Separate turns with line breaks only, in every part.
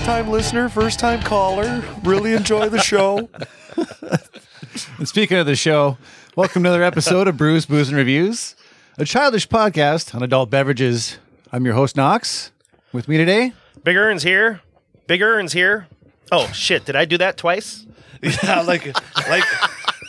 time listener, first time caller. Really enjoy the show.
And speaking of the show, welcome to another episode of Brews, Booze, and Reviews, a childish podcast on adult beverages. I'm your host, Knox. With me today,
Big Earn's here. Big Earn's here. Oh shit! Did I do that twice?
Yeah, like like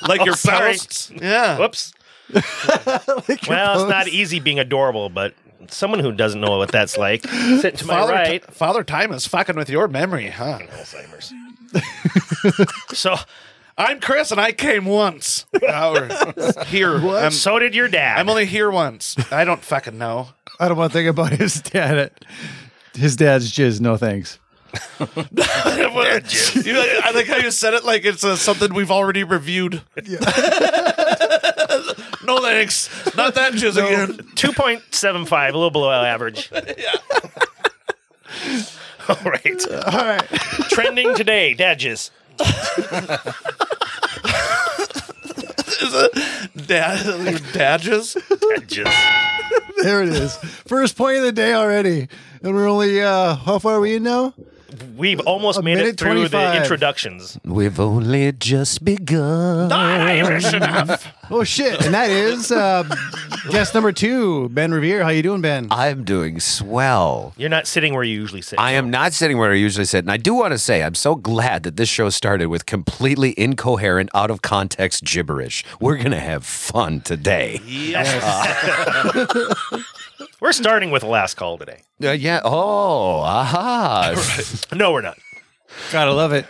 like your
sorry.
posts. Yeah.
Whoops. well, it's not easy being adorable, but someone who doesn't know what that's like, sitting to my
Father,
right.
Father Time is fucking with your memory, huh?
Alzheimer's. so,
I'm Chris, and I came once. Or here, I'm,
so did your dad.
I'm only here once. I don't fucking know.
I don't want to think about his dad. His dad's jizz. No thanks.
You- I like how you said it like it's uh, something we've already reviewed. no thanks. Not that jizz again.
two point seven five, a little below average. All right.
All right.
Trending today, dad jizz.
Dad, your dadges.
Dad jizz.
There it is. First point of the day already. And we're only, uh, how far are we in now?
We've almost made
minute
it through
25.
the introductions.
We've only just begun.
Oh, shit. And that is uh, guest number two, Ben Revere. How you doing, Ben?
I'm doing swell.
You're not sitting where you usually sit.
I am not sitting where I usually sit. And I do want to say, I'm so glad that this show started with completely incoherent, out of context gibberish. We're going to have fun today.
We're starting with last call today.
Uh, yeah. Oh, aha.
No, we're not.
Gotta love it.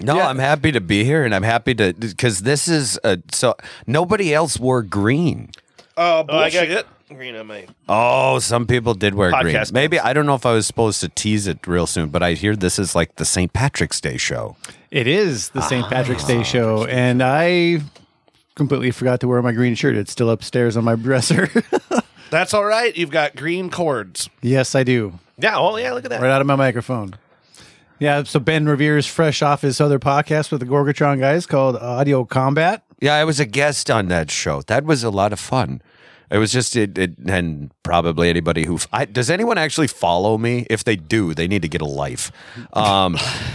No, I'm happy to be here. And I'm happy to, because this is, a, so nobody else wore green.
Oh, bullshit.
green on my.
Oh, some people did wear green.
Podcast
Maybe I don't know if I was supposed to tease it real soon, but I hear this is like the St. Patrick's Day show.
It is the St. Patrick's Day show, and I completely forgot to wear my green shirt. It's still upstairs on my dresser.
That's all right. You've got green cords.
yes, I do.
Yeah. Oh, yeah. Look at that.
Right out of my microphone. Yeah, so Ben Revere is fresh off his other podcast with the Gorgatron guys called Audio Combat.
Yeah, I was a guest on that show. That was a lot of fun. It was just it, it and probably anybody who I, does anyone actually follow me? If they do, they need to get a life,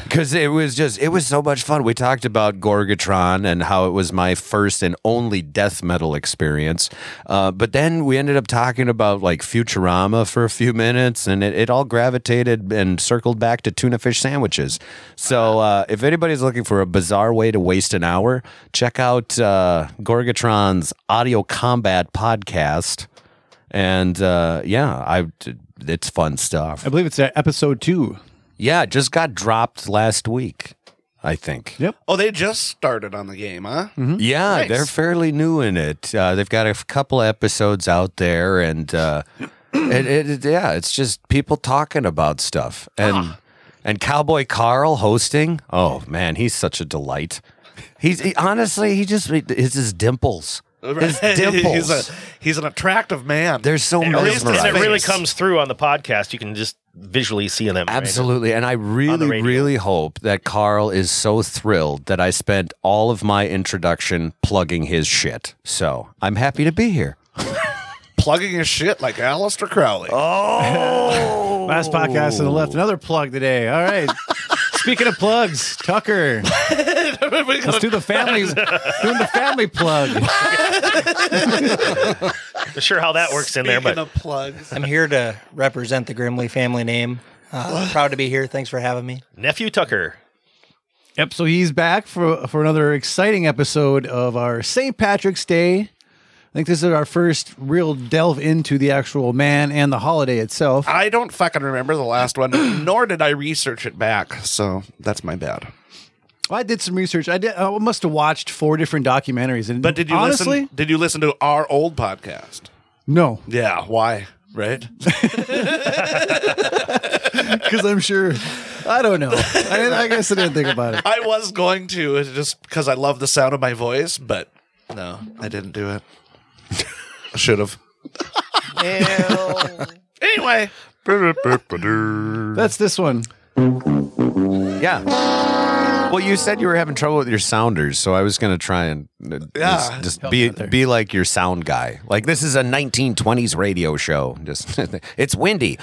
because it was just it was so much fun. We talked about Gorgatron and how it was my first and only death metal experience, uh, but then we ended up talking about like Futurama for a few minutes, and it, it all gravitated and circled back to tuna fish sandwiches. So uh, if anybody's looking for a bizarre way to waste an hour, check out uh, Gorgatron's Audio Combat podcast. And uh, yeah, I it's fun stuff.
I believe it's uh, episode two.
Yeah, it just got dropped last week, I think.
Yep.
Oh, they just started on the game, huh?
Hmm?
Yeah, they're fairly new in it. Uh, they've got a f- couple episodes out there, and uh, it, it, it- yeah, it's just people talking about stuff.
Ah.
And and Cowboy Carl hosting. Oh man, he's such a delight. He's he, honestly, he just it's his dimples. His dimples.
he's a he's an attractive man.
they're so
It really-
mesmerizing.
and it really comes through on the podcast. You can just visually see them. right?
Absolutely. And I
the
really,
radio.
really hope that Carl is so thrilled that I spent all of my introduction plugging his shit. So I'm happy to be here.
plugging his shit like Aleister Crowley.
Oh,
Last podcast on the left. Another plug today. All right. Speaking of plugs, Tucker, let's do the family, doing the family plug.
I'm sure how that works in there, but
Speaking of plugs.
I'm here to represent the Grimley family name. Uh, proud to be here. Thanks for having me.
nephew Tucker.
Yep. So he's back for for another exciting episode of our St. Patrick's Day. I think this is our first real delve into the actual man and the holiday itself.
I don't fucking remember the last one, nor did I research it back. So that's my bad.
I did some research. I did. I must have watched four different documentaries. And
But did you
honestly?
listen? Did you listen to our old podcast?
No,
Yeah. Why? Right.
because I'm sure. I don't know. I, didn't- I guess I didn't think about it.
I was going to it's just because I love the sound of my voice, but no, I didn't do it. I should have. Anyway,
That's this one.
yeah. Well, you said you were having trouble with your sounders, so I was going to try and uh,
Yeah.
just, just be be like your sound guy. Like this is a 1920s radio show. Just it's windy.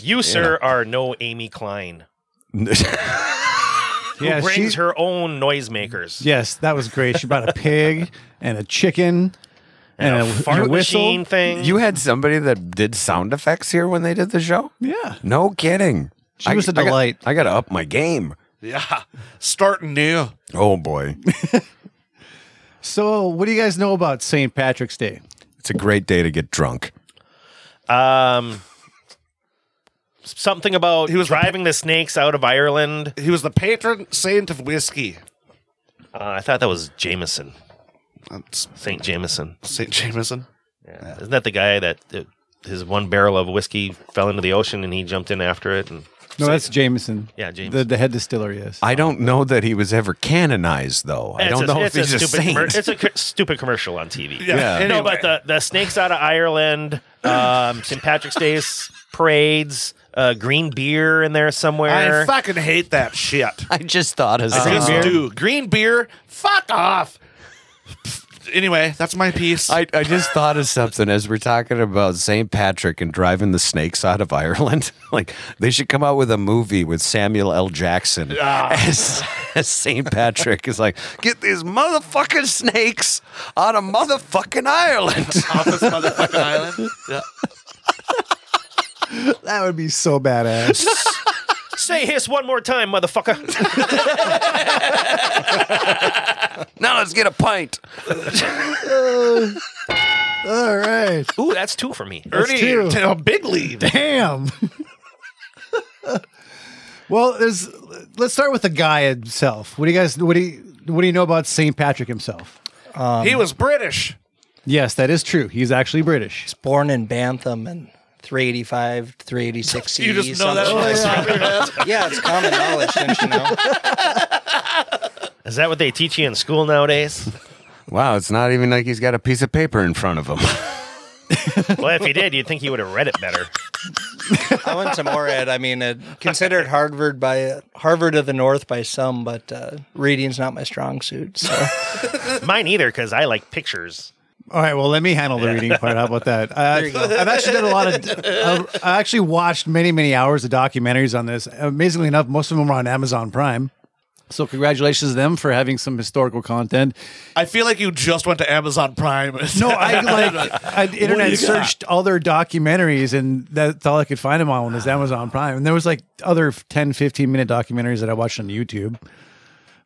You, sir, are no Amy Klein. Who
Yeah,
brings
she-
her own noisemakers.
Yes, that was great. She brought a pig and a chicken and,
A
a,
fart
and a whistle.
machine thing.
you had somebody that did sound effects here when they did the show?
Yeah.
No kidding.
She was a
I got-
delight.
I got to up my game.
Yeah. Starting new.
Oh boy.
So, what do you guys know about St. Patrick's Day?
It's a great day to get drunk.
um, something about
He was-
driving the snakes out of Ireland.
He was the patron saint of whiskey.
Uh, I thought that was Jameson,
That's
Saint Jameson.
St. Jameson.
Isn't that the guy that uh, his one barrel of whiskey fell into the ocean and he jumped in after it? And
No, that's Jameson.
Yeah,
The,
Jameson.
the head distiller, yes.
I don't know that he was ever canonized though. I don't
It's a-
know if
it's
he's a,
stupid commer-
saint.
it's a cr- stupid commercial on TV.
Yeah.
No, but the, the snakes out of Ireland, um, St. Patrick's Day's parades, uh, green beer in there somewhere.
I fucking hate that shit.
I just thought of
I just
something.
do. Green beer. Fuck off. Anyway, that's my piece.
I, I just thought of something as we're talking about St. Patrick and driving the snakes out of Ireland. Like they should come out with a movie with Samuel L. Jackson as, as St. Patrick is like, get these motherfucking snakes out of motherfucking Ireland.
off this motherfucking island. Yeah.
that would be so badass.
Say his one more time, motherfucker.
now let's get a pint.
All right.
Ooh, that's two for me.
Ernie,
true.
t- a big lead.
Damn. well, there's let's start with the guy himself. What do you guys what do you what do you know about St. Patrick himself?
he was British.
Yes, that is true. He's actually British.
Born in Bantham and 385 to 386
You
CE,
just know that.
E
off
something like
the top of your head.
that. Yeah, it's common knowledge, don't you know?
Is that what they teach you in school nowadays?
Wow, it's not even like he's got a piece of paper in front of him.
well, if he did, you'd think he would have read it better.
I went to Morad. I mean, uh, considered Harvard by Harvard of the North by some, but uh, reading's not my strong suit. So
Mine either, because I like pictures.
All right, well, let me handle the reading part. How about that? I,
you go.
I've actually done a lot of. I've- I actually watched many, many hours of documentaries on this. Amazingly enough, most of them are on Amazon Prime. So, congratulations to them for having some historical content.
I feel like you just went to Amazon Prime.
No, I like I
do
internet
you got?
searched other documentaries, and that's all I could find them on was Amazon Prime. And there was like other 10, 15 minute documentaries that I watched on YouTube.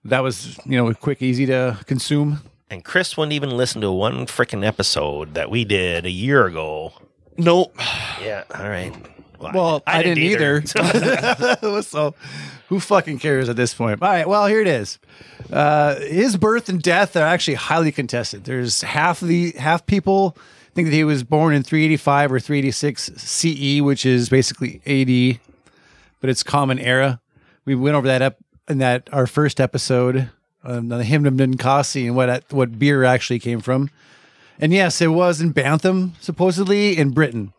That was you know quick, easy to consume.
And Chris wouldn't even listen to one freaking episode that we did a year ago.
no.
Yeah. All right.
Well, I, didn't, either. so, who fucking cares at this point? All right, well, here it is. Uh, his birth and death are actually highly contested. There's half the half people think that he was born in 385 or 386 CE, E, which is basically AD, but it's common era. We went over that up in that our first episode um, the hymn of Ninkasi and what what beer actually came from. And yes, it was in Bantham, supposedly in Britain.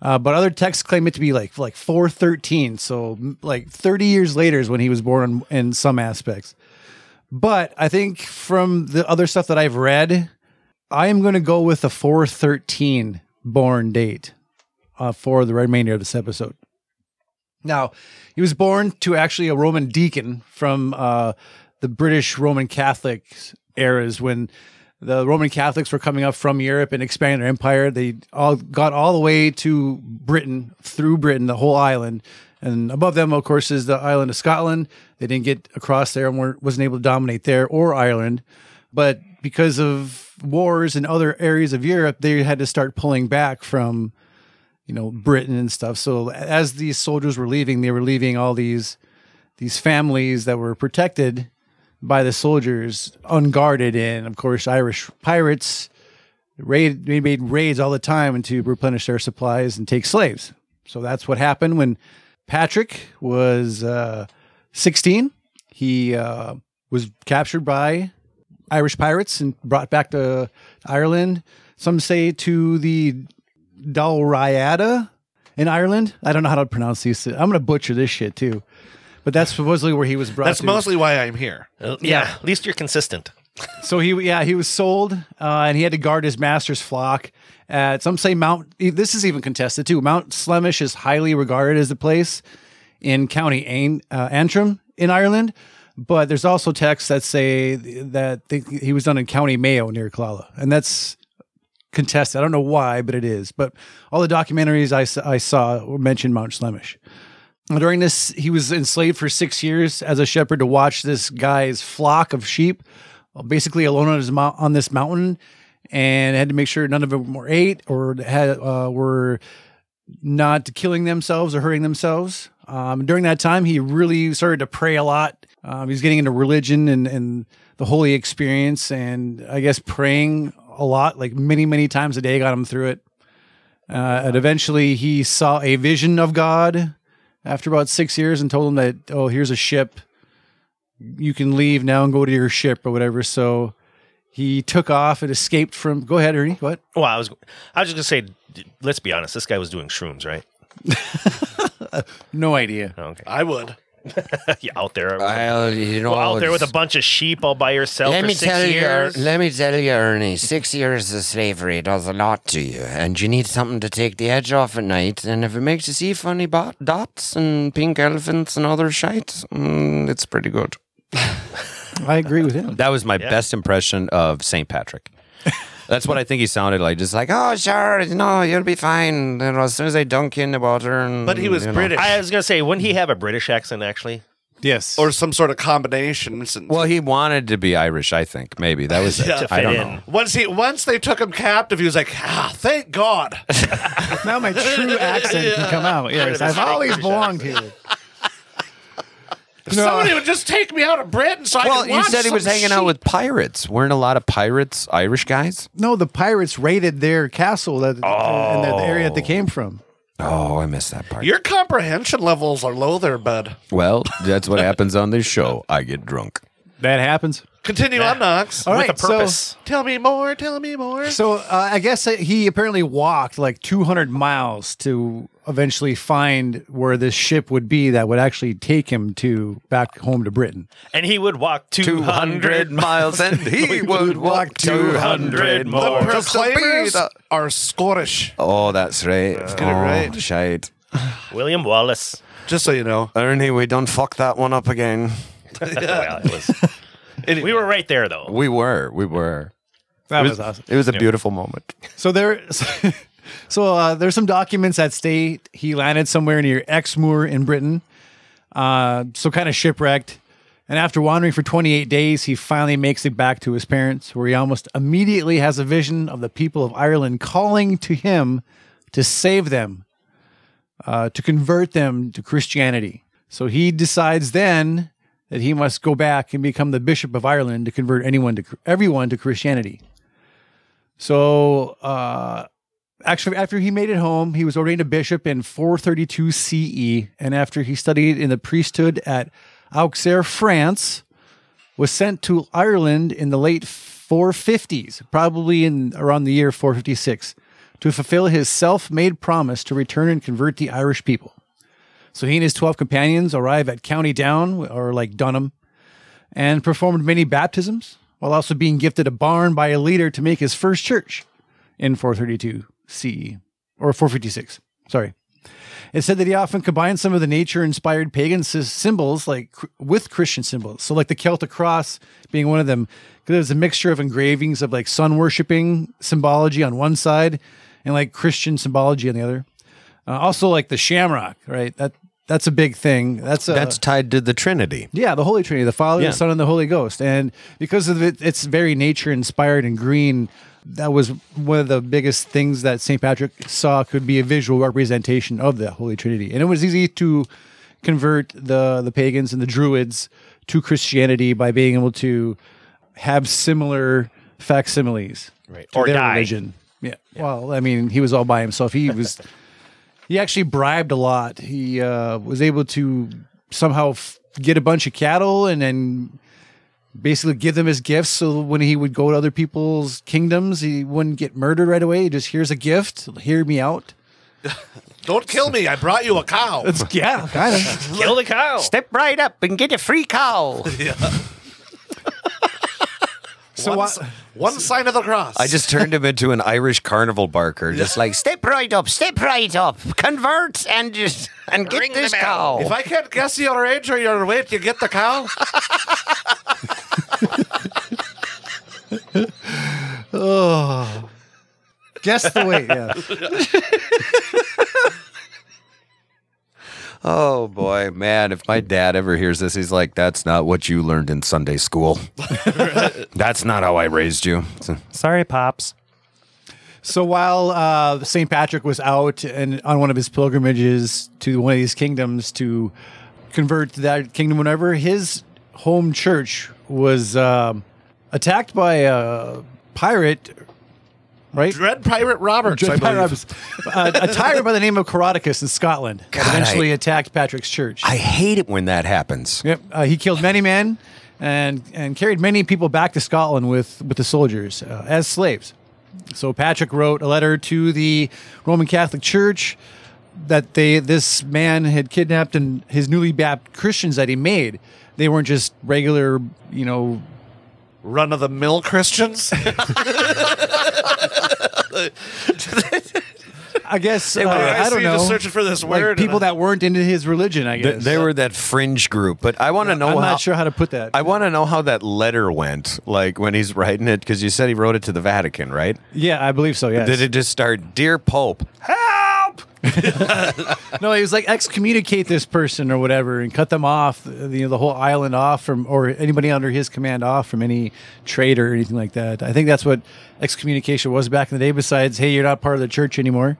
Uh, but other texts claim it to be like like 413, so m- like 30 years later is when he was born in, in some aspects. But I think from the other stuff that I've read, I am going to go with the 413 born date uh, for the remainder of this episode. Now, he was born to actually a Roman deacon from uh, the British Roman Catholic eras when the Roman Catholics were coming up from Europe and expanding their empire. They all got all the way to Britain, through Britain, the whole island. And above them, of course, is the island of Scotland. They didn't get across there and weren't, wasn't able to dominate there or Ireland. But because of wars in other areas of Europe, they had to start pulling back from you know Britain and stuff. So as these soldiers were leaving, they were leaving all these these families that were protected by the soldiers unguarded, and of course Irish pirates raid they made raids all the time to replenish their supplies and take slaves. So that's what happened when Patrick was uh, 16. He uh, was captured by Irish pirates and brought back to Ireland. Some say to the Dalriada in Ireland. I don't know how to pronounce these. I'm going to butcher this shit too. But that's supposedly where he was brought
That's
to.
mostly why I'm here.
yeah. At least you're consistent.
So he, yeah, he was sold, uh, and he had to guard his master's flock. Uh, some say Mount. This is even contested too. Mount Slemish is highly regarded as the place in County Ain, uh, Antrim in Ireland, but there's also texts that say that they, he was done in County Mayo near Clalla, and that's contested. I don't know why, but it is. But all the documentaries I, s- I saw mentioned Mount Slemish. During this, he was enslaved for six years as a shepherd to watch this guy's flock of sheep, basically alone on his mou- on this mountain, and had to make sure none of them were ate or had uh, were not killing themselves or hurting themselves. Um, during that time, he really started to pray a lot. Um, he was getting into religion and, and the holy experience, and I guess praying a lot, like many, many times a day, got him through it. Uh, and eventually, he saw a vision of God after about six years and told him that, oh, here's a ship. You can leave now and go to your ship or whatever. So he took off and escaped from. Go ahead, Ernie. What?
Well, I was, I was just gonna say, d- let's be honest. This guy was doing shrooms, right? Oh,
No idea.
Okay,
I would.
Yeah, out there,
Well, uh, you know,
Well, out there with a
it's-
bunch of sheep all by yourself
Let
for
me
six
tell
years.
you, uh, let me tell you, Ernie. Six years of slavery does a lot to you, and you need something to take the edge off at night. And if it makes you see funny bo- dots and pink elephants and other shite, mm, it's pretty good.
I agree with him.
That was my best impression of St. Patrick. That's what I think he sounded like. Just like,
Oh, sure, no, you'll be fine. You know, as soon as I dunk you in the water, and
But he was
you know.
British.
I was gonna say, wouldn't he have a British accent actually?
Yes.
or some sort of combination. since-
well, he wanted to be Irish, I think. Maybe that was it.
Yeah.
I don't
Fit
know.
in.
once he once they took him captive, he was like, "Ah, thank God."
now my true accent can come out. Yes, I've always belonged here.
If somebody would just take me out of Britain, so I
Well,
could
you
watch
said he
some
was hanging
sheep.
out with pirates. Weren't a lot of pirates Irish guys?
No, the pirates raided their castle that and the area that they came from.
Oh, I missed that part.
Your comprehension levels are low there, bud.
well, that's what happens on this show. I get drunk.
That happens.
Continue on, Knox.
All right,
With a purpose.
Tell me more. Tell me more.
So, so uh, I guess that he apparently walked like 200 miles to eventually find where this ship would be that would actually take him to back home to Britain.
and he would walk two hundred.
miles, and he would
walk
200 more.
Just to be
Proclaimers
the-
are Scottish.
Oh, that's right.
get it
oh,
right.
Shite.
William Wallace.
Just so you know,
Ernie, we don't fuck that one up again.
Well, it was- we were right there though.
We were. We were.
That was awesome.
It was a beautiful moment.
So there, so uh, there's some documents that state he landed somewhere near Exmoor in Britain. Uh, so kind of shipwrecked, and after wandering for 28 days, he finally makes it back to his parents, where he almost immediately has a vision of the people of Ireland calling to him to save them, uh, to convert them to Christianity. So he decides then that he must go back and become the bishop of Ireland to convert anyone to everyone to Christianity. So, uh, actually, after he made it home, he was ordained a bishop in 432 CE, E. and after he studied in the priesthood at Auxerre, France, was sent to Ireland in the late 450s, probably in around the year 456, to fulfill his self-made promise to return and convert the Irish people. So he and his 12 companions arrive at County Down, or like Dunham, and performed many baptisms while also being gifted a barn by a leader to make his first church in 432 CE E, or 456. Sorry. It said that he often combined some of the nature inspired pagan sy- symbols like cr- with Christian symbols. So like the Celtic cross being one of them because it was a mixture of engravings of like sun worshiping symbology on one side and like Christian symbology on the other. Uh, also like the shamrock, right? That that's a big thing. That's a,
That's tied to the Trinity.
yeah, the Holy Trinity, the Father,
Yeah.
the Son, and the Holy Ghost. And because of it, its very nature inspired and green, that was one of the biggest things that St. Patrick saw could be a visual representation of the Holy Trinity. And it was easy to convert the, the pagans and the Druids to Christianity by being able to have similar facsimiles right.
Or die.
religion. Yeah. Well, I mean, he was all by himself. He was. He actually bribed a lot. He uh, was able to somehow f- get a bunch of cattle and then basically give them as gifts. So when he would go to other people's kingdoms, he wouldn't get murdered right away. He just here's a gift. Hear me out.
don't kill me. I brought you a cow.
Yeah, kind of.
Kill the cow.
Step right up and get a free cow.
So
one,
why-
s- one sign of the cross.
I just turned him into an Irish carnival barker. Just like
Like, step right up, step right up, convert and just and get this cow.
If I can't guess your age or your weight, you get the cow.
guess the weight. Yeah.
Oh boy, man! If my dad ever hears this, he's like, "That's not what you learned in Sunday school. That's not how I raised you." So-
Sorry, pops.
So while uh, St. Patrick was out and on one of his pilgrimages to one of these kingdoms to convert to that kingdom, whatever, his home church was um attacked by a pirate, right?
Dread Pirate Roberts. I
Dread
believe.
Pirate Roberts. Uh, a tyrant by the name of Caraticus in Scotland
God,
eventually
I-
attacked Patrick's church.
I hate it when that happens.
Yep. Uh, he killed many men and and carried many people back to Scotland with with the soldiers uh, as slaves. So Patrick wrote a letter to the Roman Catholic Church that they this man had kidnapped and his newly baptized Christians that he made. They weren't just regular, you know,
Run of the mill Christians.
I guess uh,
I
I
see
don't
you
know,
just searching for this
like
word.
people that weren't into his religion. I
Th-
guess
they were that fringe group, but I want to know.
I'm
how,
not sure how to put that.
I want to know how that letter went, like when he's writing it, because you said he wrote it to the Vatican, right?
yeah, I believe so. Yes.
Did it just start, "Dear Pope"?
No, he was like excommunicate this person or whatever, and cut them off, uh, you know, the whole island off from, or anybody under his command off from any trade or anything like that. I think that's what excommunication was back in the day. Besides, hey, you're not part of the church anymore.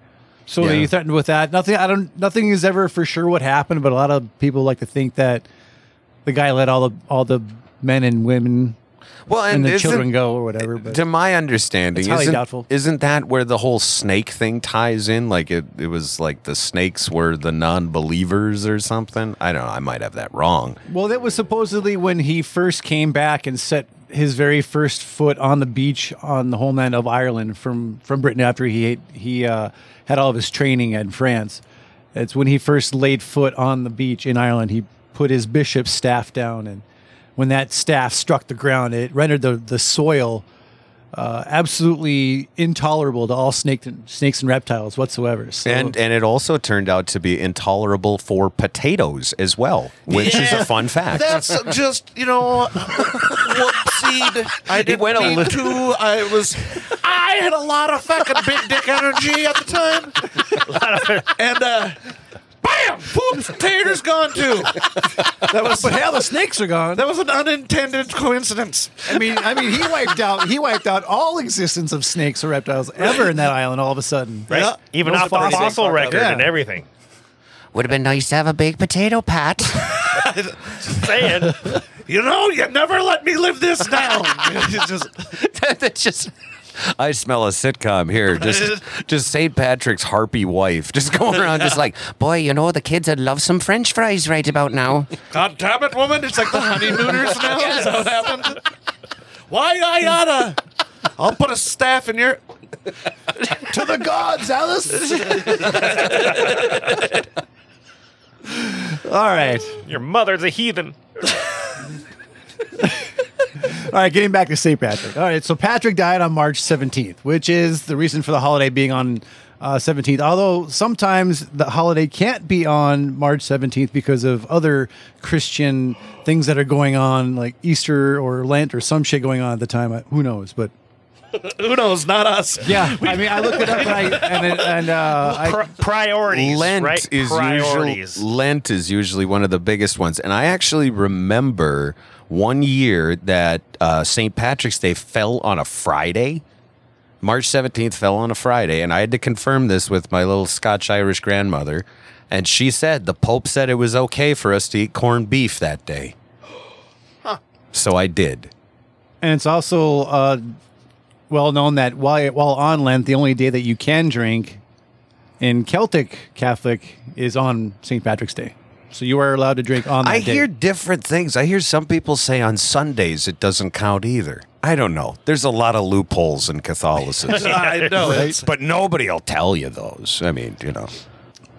So
Yeah.
you threatened with that. Nothing. I don't. Nothing is ever for sure what happened, but a lot of people like to think that the guy let all the all the men and women
Well,
and,
and,
the
isn't-
children go or whatever. But
To my understanding,
It's highly
isn't,
doubtful.
isn't that where the whole snake thing ties in? Like it, it was like the snakes were the non-believers or something. I don't know. I might have that wrong.
Well, that was supposedly when he first came back and set his very first foot on the beach on the homeland of Ireland from from Britain after he had, he uh, had all of his training in France. It's when he first laid foot on the beach in Ireland. He put his bishop's staff down, and when that staff struck the ground, it rendered the the soil uh, absolutely intolerable to all snake snakes and reptiles whatsoever. So,
And and it also turned out to be intolerable for potatoes as well, which is
Yeah.
a fun fact.
That's just you know, whoopsie. I didn't
went a
mean to. I was. I had a lot of fucking big dick energy at the time, and uh, bam, boom, tater's gone too. That was
but hell, the snakes are gone.
that was an unintended coincidence.
I mean, I mean, he wiped out he wiped out all existence of snakes or reptiles ever in that island. All of a sudden,
Right? Even
No
off the
fossil
fossil
fuck
record
up.
and
Yeah.
everything.
Would have been nice to have a baked potato, Pat.
Saying
You know, you never let me live this down. It's just
That's just. I smell a sitcom here. Just, just St. Patrick's harpy wife, just going around, just like
Boy, you know the kids would love some French fries right about now.
God damn it, woman! It's like the honeymooners now. Is that what happened? Why I oughta? I'll put a staff in your.
to the gods, Alice. all right,
your mother's a heathen.
all right. Getting back to St. Patrick. All right, so Patrick died on March 17th, which is the reason for the holiday being on. Uh, 17th, although sometimes the holiday can't be on March 17th because of other Christian things that are going on, like Easter or Lent or some shit going on at the time. I, who knows? But
Who knows? Not us.
Yeah, I mean, I looked it up and I, and, it- and uh,
Pri-
I,
priorities,
Lent
right?
is
priorities.
usually Lent is usually one of the biggest ones, and I actually remember one year that uh, St. Patrick's Day fell on a Friday. March seventeenth fell on a Friday, and I had to confirm this with my little Scotch Irish grandmother, and she said the Pope said it was okay for us to eat corned beef that day. So I did.
and it's also uh, well known that while while on Lent, the only day that you can drink in Celtic Catholic is on St. Patrick's Day, so you are allowed to drink on that
I
day.
hear different things. I hear some people say on Sundays it doesn't count either. I don't know. There's a lot of loopholes in Catholicism.
I know. It's,
But nobody will tell you those. I mean, you know.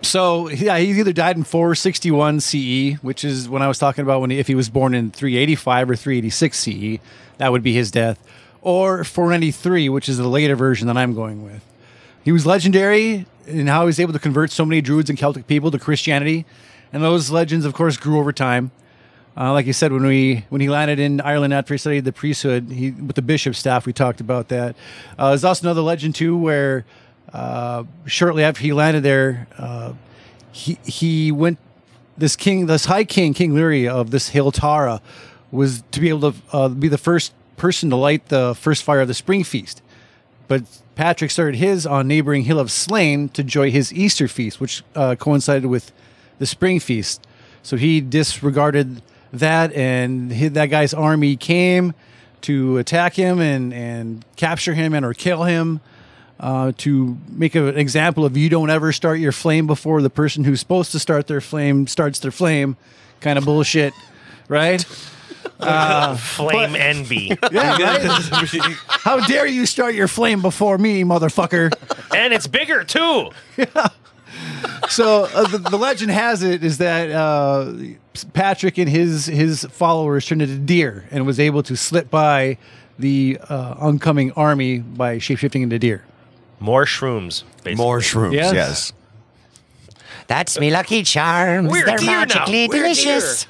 So yeah, he either died in 461 CE, E, which is when I was talking about when he, if he was born in 385 or 386 CE, that E, would be his death, or 493, which is the later version that I'm going with. He was legendary in how he was able to convert so many Druids and Celtic people to Christianity, and those legends, of course, grew over time. Uh, like you said, when we when he landed in Ireland after he studied the priesthood, he with the bishop staff, we talked about that. Uh, there's also another legend too, where uh, shortly after he landed there, uh, he he went. This king, this high king, King Leary of this hill Tara, was to be able to uh, be the first person to light the first fire of the spring feast. But Patrick started his on neighboring Hill of Slain to enjoy his Easter feast, which uh, coincided with the spring feast. So he disregarded that, and hit that guy's army came to attack him and, and capture him and or kill him uh, to make a- an example of you don't ever start your flame before the person who's supposed to start their flame starts their flame kind of bullshit, right?
Flame envy.
Yeah, right? How dare you start your flame before me, motherfucker?
and it's bigger too.
so uh, the, the legend has it is that uh, Patrick and his his followers turned into deer and was able to slip by the uh, oncoming army by shapeshifting into deer.
More shrooms. Basically.
More shrooms,
Yes.
yes.
That's me Lucky Charms.
We're
They're
deer now.
magically
We're
delicious.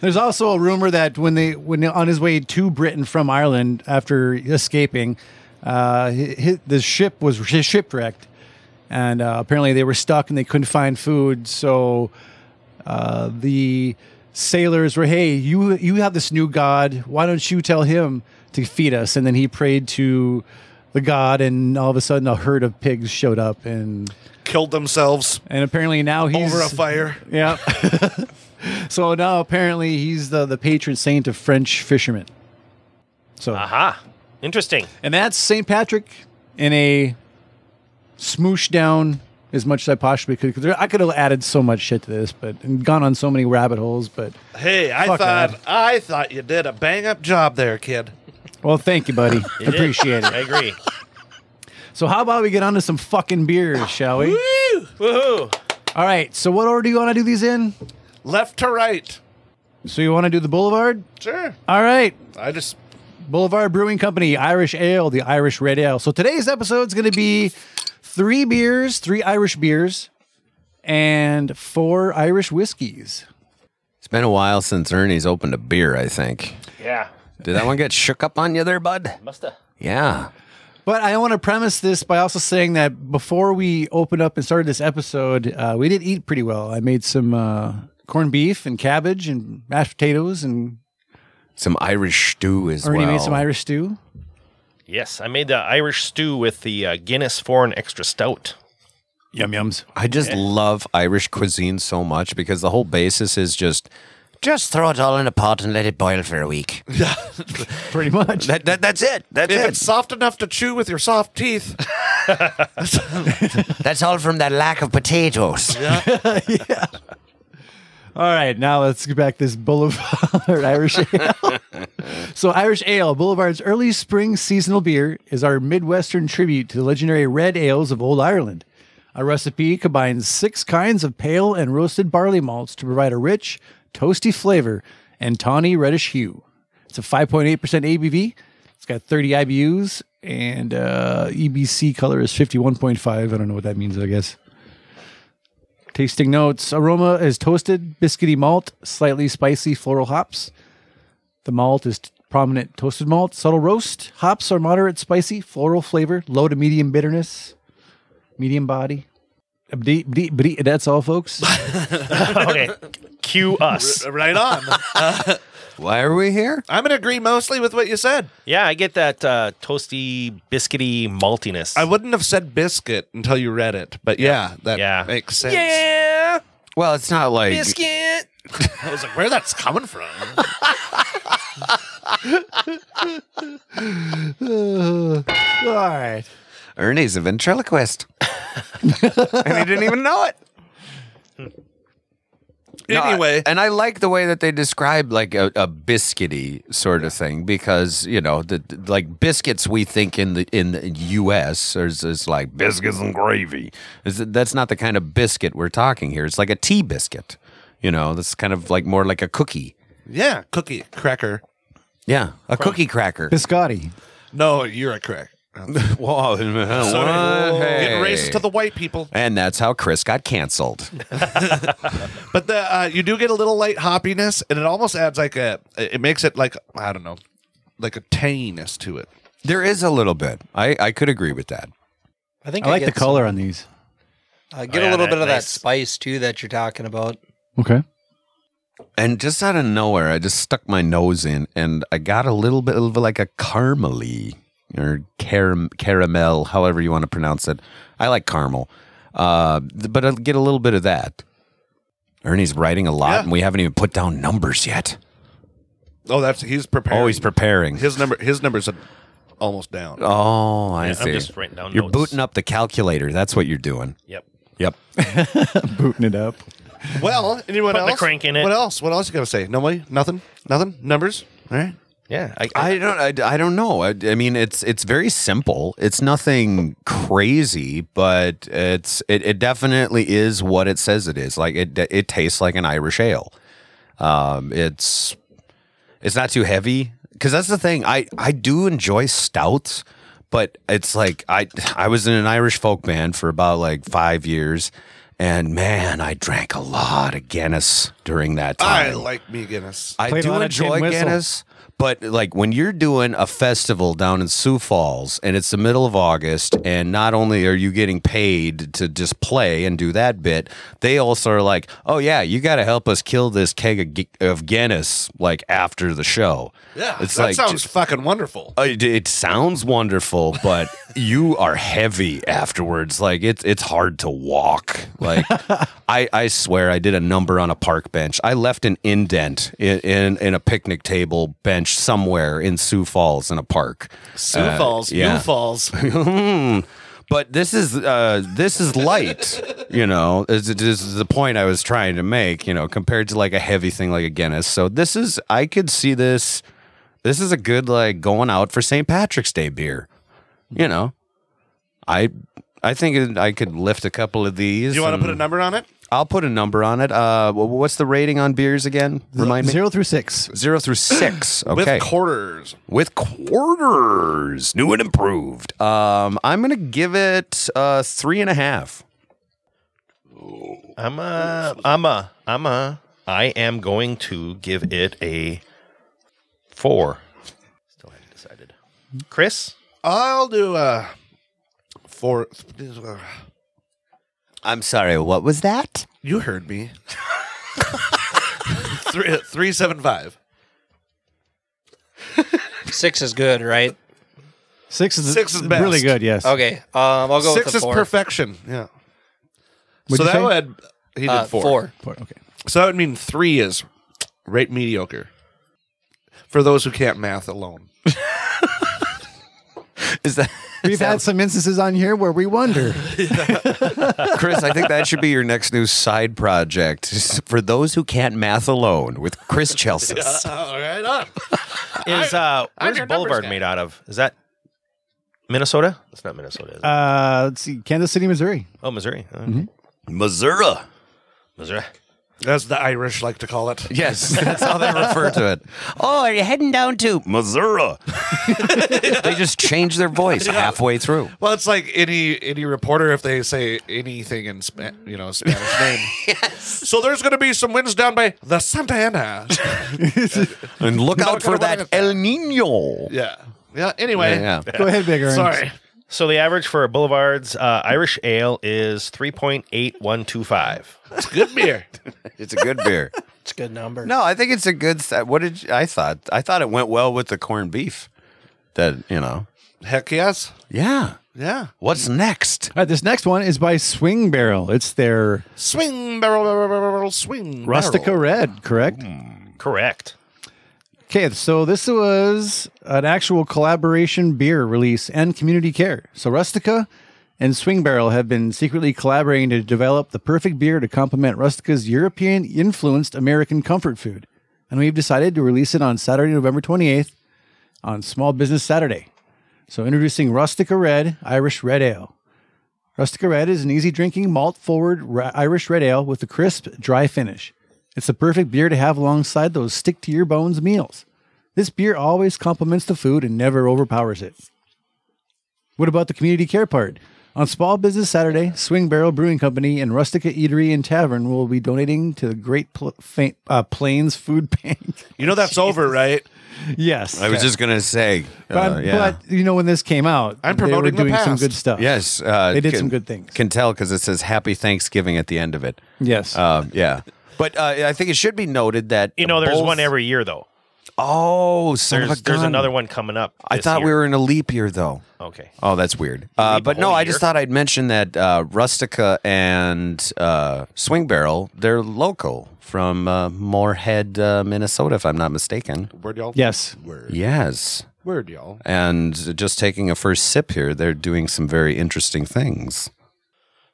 There's also a rumor that when they when on his way to Britain from Ireland after escaping, uh, his, the ship was shi- shipwrecked, and uh, apparently they were stuck and they couldn't find food. So uh, the sailors were, "Hey, you you have this new god. Why don't you tell him to feed us?" And then he prayed to the god, and all of a sudden a herd of pigs showed up, and
Killed themselves
and apparently now he's
over a fire.
yeah. so now apparently he's the, the patron saint of French fishermen. So
Aha. Interesting.
and that's Saint Patrick in a smoosh down as much as I possibly could. 'Cause there- I could have added so much shit to this, but and gone on so many rabbit holes. But
Hey, I
Fuck
thought
that.
I thought you did a bang up job there, kid.
well, thank you, buddy.
You did.
Appreciate
I
it.
agree.
So how about we get on to some fucking beers, shall we?
Woohoo!
All right. So what order do you want to do these in?
Left to right.
So you want to do the Boulevard?
Sure.
All right.
I just
Boulevard Brewing Company, Irish Ale, the Irish Red Ale. So today's episode is going to be three beers, three Irish beers, and four Irish whiskeys.
It's been a while since Ernie's opened a beer, I think.
Yeah.
Did that one get shook up on you there, bud?
Musta.
Yeah.
But I want to premise this by also saying that before we opened up and started this episode, uh, we did eat pretty well. I made some uh, corned beef and cabbage and mashed potatoes, and
Some Irish stew as
Ernie
well.
made some Irish stew.
Yes, I made the Irish stew with the uh, Guinness Foreign Extra Stout.
Yum yums.
I just love Irish cuisine so much because the whole basis is just
Just throw it all in a pot and let it boil for a week.
Pretty much.
that, that that's it. That's
if
it.
it's soft enough to chew with your soft teeth,
That's all from that lack of potatoes.
All right, now let's get back this Boulevard Irish Ale. so, Irish Ale, Boulevard's early spring seasonal beer, is our Midwestern tribute to the legendary red ales of old Ireland. Our recipe combines six kinds of pale and roasted barley malts to provide a rich, toasty flavor and tawny reddish hue. It's a 5.8% ABV. It's got 30 IBUs, and uh, EBC color is 51.5. I don't know what that means, I guess. Tasting notes aroma is toasted, biscuity malt, slightly spicy floral hops. The malt is t- prominent toasted malt, subtle roast. Hops are moderate spicy, floral flavor, low to medium bitterness, medium body. Abdi- bdi- bdi- That's all, folks.
Okay. Cue us.
right on.
Why are we here?
I'm gonna agree mostly with what you said.
Yeah, I get that uh, toasty, biscuity maltiness.
I wouldn't have said biscuit until you read it, but yeah, that
Yeah.
makes sense.
yeah.
Well, it's not like
Biscuit.
I was like, where that's coming from?
all right.
Ernie's a ventriloquist, and he didn't even know it. No, I-
anyway,
and I like the way that they describe like a, a biscuity sort of thing because you know the, the- like biscuits we think in the in the U.S. is, is like biscuits and gravy. Is that- that's not the kind of biscuit we're talking here. It's like a tea biscuit. You know, that's kind of like more like a cookie.
yeah, cookie cracker.
Yeah, a cookie cracker.
Biscotti.
No, you're a crack.
Whoa,
Sorry. Getting
hey.
racist to the white people.
And that's how Chris got canceled.
But the uh, you do get a little light hoppiness, and it almost adds like a. It makes it like I don't know, like a tanginess to it.
there is a little bit. I, I could agree with that.
I think
I like the
get some-
color on these.
I get
yeah,
a little
that
bit of
nice-
Oh, that spice too that you're talking about.
Okay.
And just out of nowhere, I just stuck my nose in and I got a little bit of like a caramely or caram- caramel, however you want to pronounce it. I like caramel, uh, th- but I get a little bit of that. Ernie's writing a lot
Yeah.
and we haven't even put down numbers yet.
Oh, that's he's prepared.
Always preparing.
His number. His numbers are almost down.
Oh, I
Yeah, I'm
see.
just writing down
you're
notes.
booting up the calculator. That's what you're doing.
Yep.
Yep.
Booting it up.
Well, anyone
Put the
else?
crank in it.
What else? What else you gotta say? Nobody. Nothing. Nothing. Numbers. All right.
Yeah. I,
I don't. I, I don't know. I, I mean, it's it's very simple. It's nothing crazy, but it's it, it definitely is what it says it is. Like it it tastes like an Irish ale. Um, it's it's not too heavy because that's the thing. I I do enjoy stouts, but it's like I I was in an Irish folk band for about like five years, and man, I drank a lot of Guinness during that time.
I like me Guinness.
I
Played a
do
lot of
enjoy
tin whistle.
Guinness, but like when you're doing a festival down in Sioux Falls and it's the middle of August, and not only are you getting paid to just play and do that bit, they also are like, oh yeah, you got to help us kill this keg of, Gu- of Guinness like after the show.
yeah,
it's
that
like
sounds
just-
fucking wonderful.
uh, It, it sounds wonderful, but you are heavy afterwards. Like it's it's hard to walk. Like I, I swear I did a number on a park bench. I left an indent in in, in a picnic table bench somewhere in Sioux Falls in a park.
Sioux
Uh,
Falls.
yeah.
New Falls.
Mm. But this is uh, this is light, you know. Is, this is the point I was trying to make, you know, compared to like a heavy thing like a Guinness. So this is I could see this. This is a good like going out for St. Patrick's Day beer, you know. I I think I could lift a couple of these.
Do you want to
and
put a number on it?
I'll put a number on it. Uh, wh- what's the rating on beers again? Remind me.
Zero through six.
Zero through six.
With
Okay
quarters.
with quarters, new and improved. Um, I'm gonna give it uh, three and a half.
I'm a, I'm a, I'm a, I am going to give it a four. Still haven't decided. Chris,
I'll do uh four.
I'm sorry, what was that?
You heard me. three three seven five.
Six is good, right?
Six is
Six is
really
best.
good. Yes.
Okay, um, I'll go
Six
with the
is
four.
perfection. Yeah.
What'd
so
you
that
say?
would he did
Uh,
four.
four.
Four, Okay.
So that would mean three is right mediocre. For those who can't math alone.
Is that
We've had some instances on here where we wonder.
Chris? I think that should be your next new side project for those who can't math alone with Chris Chelsea.
All right on.
is uh,
I'm
where's
your numbers
Boulevard
guy.
made out of? Is that Minnesota? It's not Minnesota. Is it?
Uh, let's see. Kansas City, Missouri.
oh, Missouri. Uh,
mm-hmm. Missouri.
Missouri.
As the Irish like to call it.
Yes, that's how they refer to it. Oh, are you heading down to Missouri? they just change their voice halfway through.
Well, it's like any any reporter if they say anything in Spa- you know Spanish name. yes. So there's going to be some winds down by the Santa Ana.
And look out for
gonna
that
win it.
El Nino.
yeah. Yeah. Anyway.
Yeah,
Go ahead, Big Earns.
Sorry.
So the average for Boulevard's uh, Irish ale is three point eight one two five.
It's good beer.
it's a good beer.
It's a good number.
No, I think it's a good. Th- what did you, I thought? I thought it went well with the corned beef. That you know,
Heck yes.
yeah.
Yeah.
What's next?
All right, this next one is by Swing Barrel. It's their
Swing barrel, barrel, barrel, barrel, swing.
Rustica
barrel. Hmm.
Red, correct?
Correct.
Okay, so this was an actual collaboration beer release and community care. So Rustica and Swing Barrel have been secretly collaborating to develop the perfect beer to complement Rustica's European influenced American comfort food. And we've decided to release it on Saturday, November 28th on Small Business Saturday. So introducing Rustica Red Irish Red Ale. Rustica Red is an easy drinking, malt forward ra- Irish red ale with a crisp, dry finish. It's the perfect beer to have alongside those stick to your bones meals. This beer always complements the food and never overpowers it. What about the community care part? On Small Business Saturday, Swing Barrel Brewing Company and Rustica Eatery and Tavern will be donating to the Great Pl- Fa- uh, Plains Food Bank.
You know that's over, right?
yes.
I was just gonna say,
but,
uh, yeah.
but, you know, when this came out,
I'm
they were
promoting the
doing some
past.
good stuff.
yes, uh,
They did some good things.
Can tell because it says "Happy Thanksgiving" at the end of it.
Yes.
Um, yeah, but uh, I think it should be noted that
You know, there's
both-
one every year though.
Oh, son of
There's
a
there's
gun.
another one coming up.
I
this
thought we
year.
were in a leap year though.
okay.
Oh, that's weird. Uh,
leave a
but no,
whole
I just
year.
thought I'd mention that uh, Rustica and uh, Swing Barrel, they're local from uh, Moorhead, uh, Minnesota, if I'm not mistaken.
Word, y'all.
yes.
Word.
Yes.
Word, y'all.
And just taking a first sip here, they're doing some very interesting things.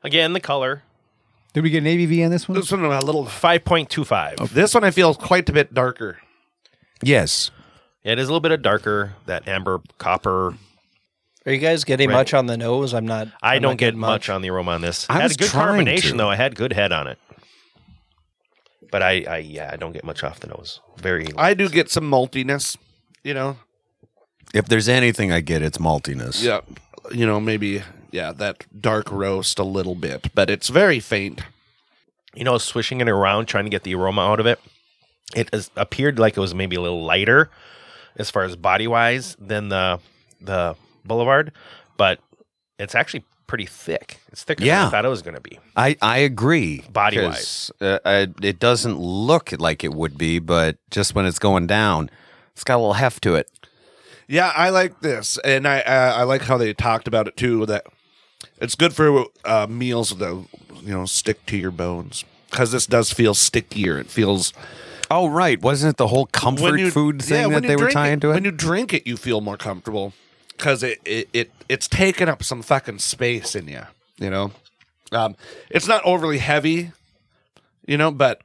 Again, the color
Did we get an ABV on this one?
This one a little.
five point two five.
This one I feel is quite a bit darker.
Yes.
It is a little bit of darker. That amber copper.
Are you guys getting
Right.
much on the nose? I'm not.
I
I'm
don't
not
get
getting
much on the aroma on this.
I
had
was
a good
trying
carbonation
to.
though. I had good head on it. But I, I yeah, I don't get much off the nose. Very
I do get some maltiness. You know.
If there's anything I get, it's maltiness.
Yeah. You know, maybe yeah, that dark roast a little bit, but it's very faint.
you know, swishing it around, trying to get the aroma out of it. It is, appeared like it was maybe a little lighter as far as body wise than the the Boulevard, but it's actually pretty thick. It's thicker than
Yeah.
I thought it was going to be.
I, I agree.
Body-wise.
'cause, Uh, I, it doesn't look like it would be, but just when it's going down, it's got a little heft to it.
Yeah, I like this, and I uh, I like how they talked about it too. That it's good for uh, meals that you know stick to your bones because this does feel stickier. It feels
Oh right, wasn't it the whole comfort food
yeah, when
thing that
you
they were
drink
tying to it?
When you drink it, you feel more comfortable because it, it it it's taking up some fucking space in you. You know, um, it's not overly heavy. You know, but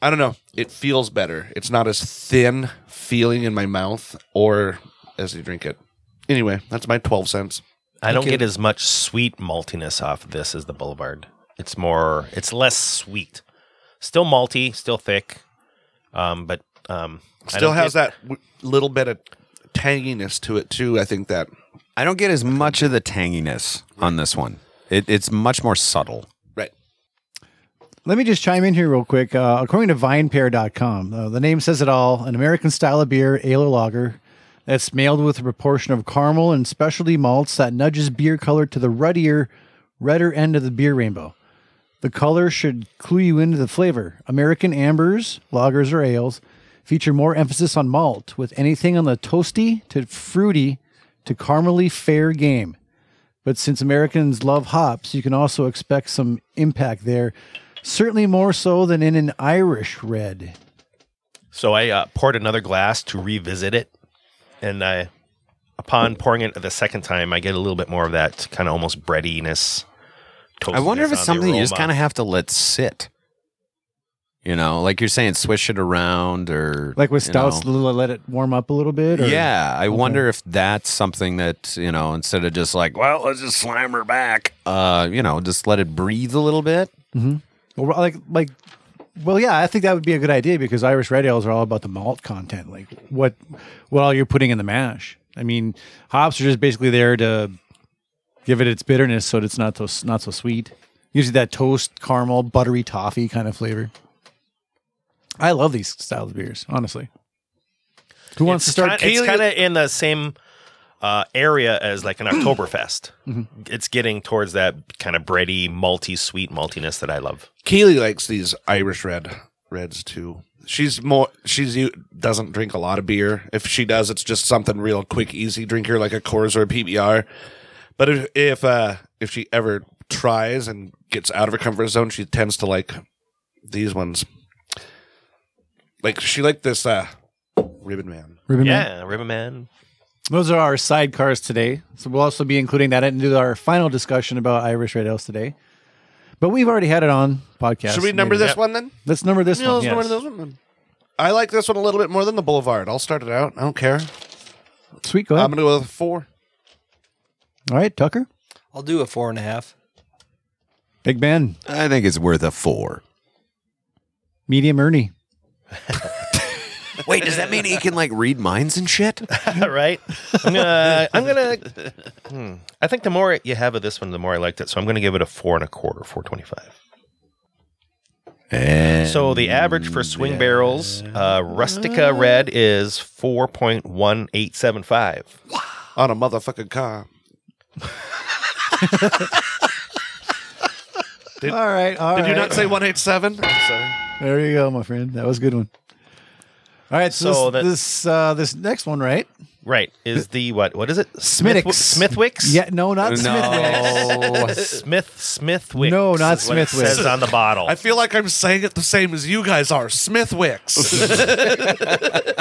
I don't know. It feels better. It's not as thin feeling in my mouth or as you drink it. Anyway, that's my twelve cents.
I don't get as much sweet maltiness off of this as the Boulevard. It's more, it's less sweet. Still malty, still thick, um, but um, I
Still
don't
has
get-
that w- little bit of tanginess to it too. I think that
I don't get as much of the tanginess on this one. It, it's much more subtle.
right.
Let me just chime in here real quick. Uh, according to VinePair.com, uh, the name says it all an American style of beer, ale or lager, that's mailed with a proportion of caramel and specialty malts that nudges beer color to the ruddier, redder end of the beer rainbow. The color should clue you into the flavor. American ambers, lagers, or ales feature more emphasis on malt, with anything on the toasty to fruity to caramely fair game. But since Americans love hops, you can also expect some impact there. Certainly more so than in an Irish red.
So I uh, poured another glass to revisit it, and I, upon pouring it the second time, I get a little bit more of that kind of almost breadiness.
I wonder if
toastiness
it's
on the
something you just
aroma.
kind of have to let sit. You know, like you're saying, swish it around or
Like with
you
stouts,
know.
l- let it warm up a little bit. Or,
Yeah, I wonder if that's something that you know, instead of just like, well, let's just slam her back. Uh, you know, just let it breathe a little bit.
Or like, like, well, yeah, I think that would be a good idea because Irish red ales are all about the malt content, like what, what all you're putting in the mash. I mean, hops are just basically there to give it its bitterness so that it's not so not so sweet. Usually that toast, caramel, buttery toffee kind of flavor. I love these styles of beers, honestly. Who wants to
It's
start?
kinda- It's
Keely?
kind of in the same uh, area as like an Oktoberfest.
Mm-hmm.
It's getting towards that kind of bready, malty, sweet maltiness that I love.
Keely likes these Irish red reds too. She's more she's u- doesn't drink a lot of beer. If she does, it's just something real quick, easy drinker like a Coors or a PBR. But if if uh, if she ever tries and gets out of her comfort zone, she tends to like these ones. Like she liked this uh, Ribbon Man.
Ribbon Man?
Yeah, River Man.
Those are our sidecars today. So we'll also be including that into our final discussion about Irish Red Ales today. But we've already had it on podcast.
Should we number
Maybe-
this one then?
Let's number this
Yeah,
one.
let's number
yes.
this one then. I like this one a little bit more than the Boulevard. I'll start it out. I don't care.
Sweet, go ahead.
I'm gonna go with four.
All right, Tucker.
I'll do a four and a half.
Big Ben.
I think it's worth a four.
Medium Ernie.
Wait, does that mean he can like read minds and shit?
right? I'm gonna. I'm gonna. hmm. I think the more you have of this one, the more I liked it. So I'm gonna give it a four and a quarter, four twenty-five. so the average for swing barrels, uh, rustica red is four point one eight seven five.
on a motherfucking car.
all right, all
Did you
right.
not say 187? I'm sorry.
There you go, my friend. That was a good one. All right, so,
So
this
that-
this, uh, this next one, right?
Right is the what? What is it? Smithwick-
Smittix.
Smithwicks.
Yeah, no, not Smithwick.
No.
Smith Smithwick.
No, not
is what it
Smithwick.
Says on the bottle.
I feel like I'm saying it the same as you guys are. Smithwicks.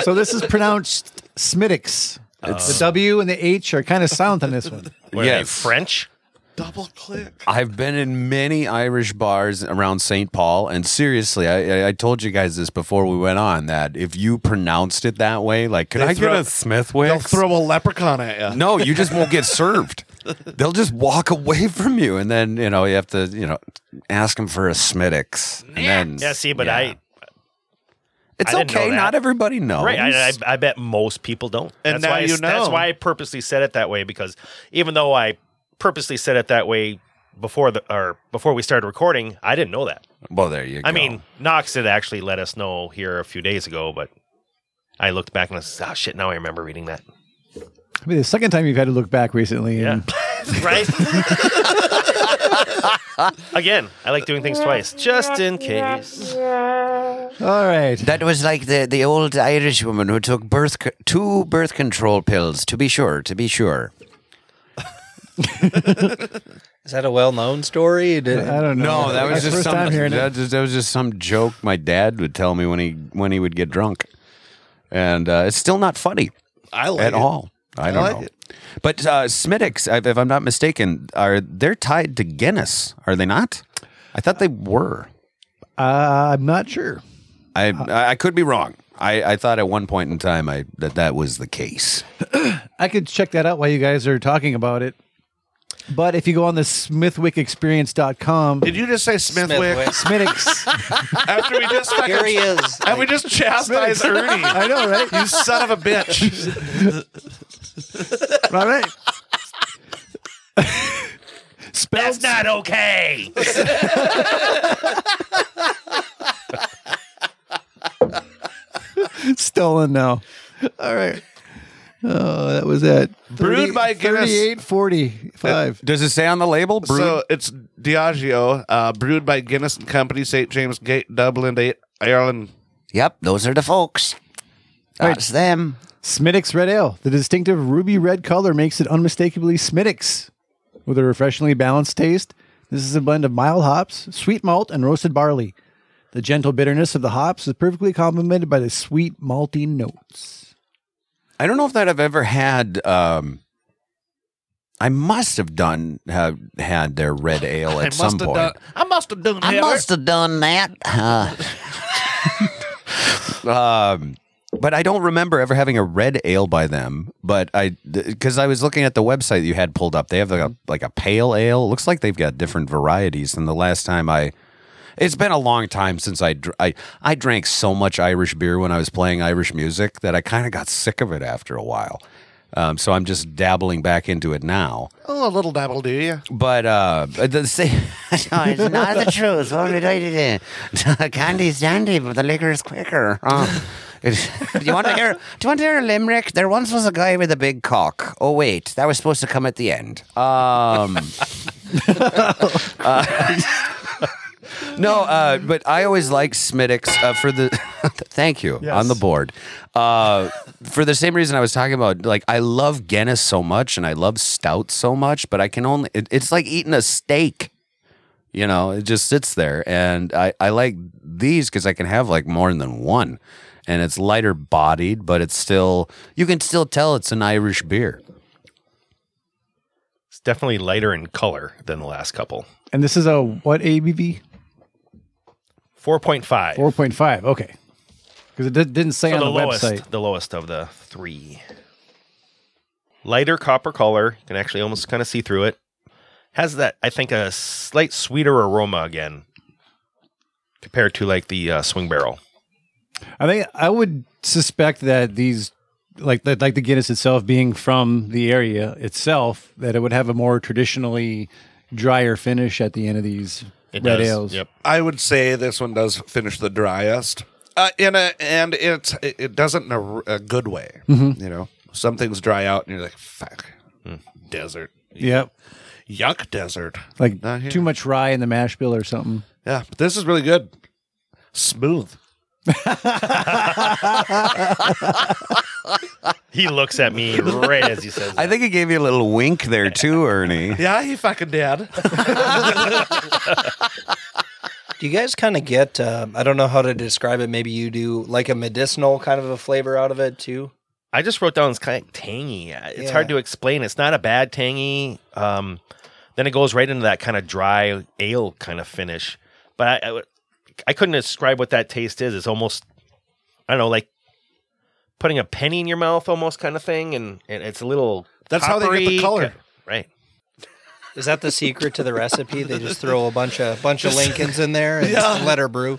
so this is pronounced Smittix. the W and the H are kind of silent on this one.
What are they,
Yes.
French.
Double click.
I've been in many Irish bars around St. Paul, and seriously, I, I, I told you guys this before we went on that if you pronounced it that way, like, could
They
I
throw-
get a Smithwick?
They'll throw a leprechaun at you.
no, you just won't get served. They'll just walk away from you, and then you know you have to you know ask them for a Smittix. And then,
Yeah. See, but
yeah.
I.
it's
I didn't know
okay.
that.
Not everybody knows.
Right, I, I, I bet most people don't. that's
And
why
now
I,
you
That's
know.
why I purposely said it that way because even though I purposely said it that way before the or before we started recording, I didn't know that.
well, there you go.
I mean, Knox had actually let us know here a few days ago, but I looked back and I said, "Oh shit!" Now I remember reading that.
I mean, the second time you've had to look back recently.
Yeah,
And
right. Again, I like doing things twice, just in case.
All right.
That was like the, the old Irish woman who took birth co- two birth control pills, to be sure, to be sure.
Is that a well-known story? Did-
I don't know.
no, Oh, that
That's
was
the
just
first
some.
time hearing it.
That, just, that was just some joke my dad would tell me when he when he would get drunk, and uh, it's still not funny.
I like it.
at all. I, don't
like
know.
it.
But uh, Smittix, if if I'm not mistaken, are they're tied to Guinness? Are they not? I thought they were.
Uh, I'm not sure.
I I I could be wrong. I, I thought at one point in time I that that was the case.
I could check that out while you guys are talking about it. But if you go on the smithwickexperience.com,
Did you just say Smithwick?
Smithwick.
Smittix.
After we just
Here he
fucking,
is.
and we just chastise Ernie.
I know, right?
You son of a bitch.
All right.
That's not okay.
Stolen now. All right. Oh, that was at
Brewed by Guinness.
3845.
Does it say on the label? Brewed?
So it's Diageo, uh, brewed by Guinness and Company, St. James Gate, Dublin, eight, Ireland.
Yep, those are the folks. That's them.
Smittix Red Ale. The distinctive ruby red color makes it unmistakably Smittix. With a refreshingly balanced taste, this is a blend of mild hops, sweet malt, and roasted barley. The gentle bitterness of the hops is perfectly complemented by the sweet malty notes.
I don't know if that I've ever had. Um, I must have done have had their red ale at some point.
done. I must have done.
I
Hitler.
must have done that. Uh,
Um, but I don't remember ever having a red ale by them. But I, because I was looking at the website you had pulled up, they have like a, like a pale ale. Looks like they've got different varieties than the last time I. It's been a long time since I, dr- I I drank so much Irish beer when I was playing Irish music that I kind of got sick of it after a while. Um, so I'm just dabbling back into it now.
Oh, a little dabble, do you?
But uh, the same.
no, it's not the truth. What did I do? Candy's dandy, but the liquor is quicker. Oh. It- do you want to hear? Do you want to hear a limerick? There once was a guy with a big cock. Oh wait, that was supposed to come at the end.
Um, uh, no, uh, but I always like Smittix uh, for the. thank you on the board. Uh, for the same reason I was talking about, like I love Guinness so much and I love stout so much, but I can only. It, it's like eating a steak. You know, it just sits there, and I I like these because I can have like more than one, and it's lighter bodied, but it's still you can still tell it's an Irish beer.
It's definitely lighter in color than the last couple.
And this is a what ABV?
Four point five.
4.5. Okay. Because it did, didn't say
So
on
the,
the,
lowest,
website.
the lowest of the three. Lighter copper color. You can actually almost kind of see through it. Has that, I think, a slight sweeter aroma again compared to like the uh, swing barrel.
I think I would suspect that these, like the, like the Guinness itself, being from the area itself, that it would have a more traditionally drier finish at the end of these
It
red
does.
ales.
Yep.
I would say this one does finish the driest, uh, in a, and it's it it doesn't in a, r- a good way. You know, some things dry out, and you're like, "Fuck, desert,
Yep.
yuck, desert."
Like
Not here.
too much rye in the mash bill or something.
Yeah, but this is really good, smooth.
He looks at me right as he says.
I
that.
think he gave you a little wink there too, Ernie.
Yeah, he fucking did.
Do you guys kind of get? Uh, I don't know how to describe it. Maybe you do, like a medicinal kind of a flavor out of it too.
I just wrote down it's kind of tangy. It's
Yeah.
hard to explain. It's not a bad tangy. Um, then it goes right into that kind of dry ale kind of finish. But I, I, would- I couldn't describe what that taste is. It's almost, I don't know, like putting a penny in your mouth, almost kind of thing. And, and it's a little.
That's how they get the
coppery,
color.
ki- Right.
Is that the secret to the recipe? They just throw a bunch of bunch of Lincolns in there and let her brew.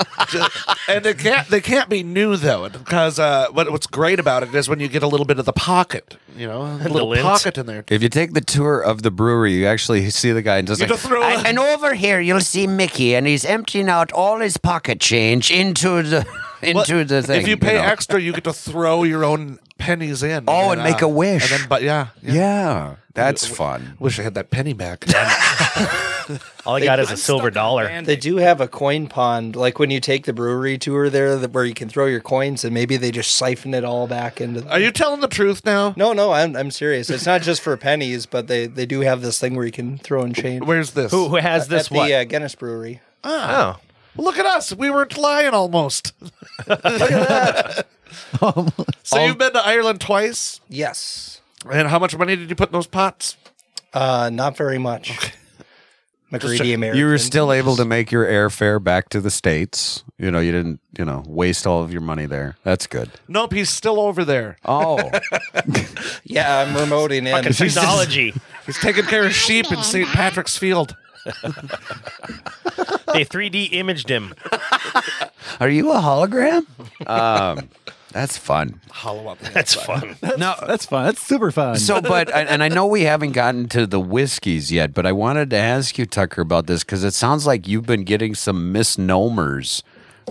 and they can't they can't be new though because uh, what, what's great about it is when you get a little bit of the pocket, you know, a little
lint.
pocket in there.
If you take the tour of the brewery, you actually see the guy and just
You
like,
just throw
And,
it.
and over here, you'll see Mickey, and he's emptying out all his pocket change into the into the thing.
If you pay
know.
extra, you get to throw your own pennies in.
Oh, and make a wish.
And then, but yeah, yeah,
yeah, that's fun.
Wish I had that penny back.
All I got is a silver dollar.
They do have a coin pond, like when you take the brewery tour there, that, where you can throw your coins and maybe they just siphon it all back into. The-
Are you telling the truth now?
No, no, I'm, I'm serious. It's not just for pennies, but they, they do have this thing where you can throw in change.
Where's this?
Who, who has this
At
one?
the uh, Guinness Brewery.
oh.
Look at us. We weren't lying almost. Look at that. so you've been to Ireland twice,
Yes.
and how much money did you put in those pots?
Uh, not very much. McGreedy American.
You were still able to make your airfare back to the states. You know, you didn't, you know, waste all of your money there. That's good.
Nope, he's still over there.
Oh,
Yeah, I'm remoting in.
Technology.
He's taking care of sheep in St. Patrick's Field.
they 3D imaged him.
are you a hologram? Um, that's fun.
Hollow up.
That's fun.
No,
That's fun. That's super fun.
So, but and and I know we haven't gotten to the whiskeys yet, but I wanted to ask you, Tucker, about this because it sounds like you've been getting some misnomers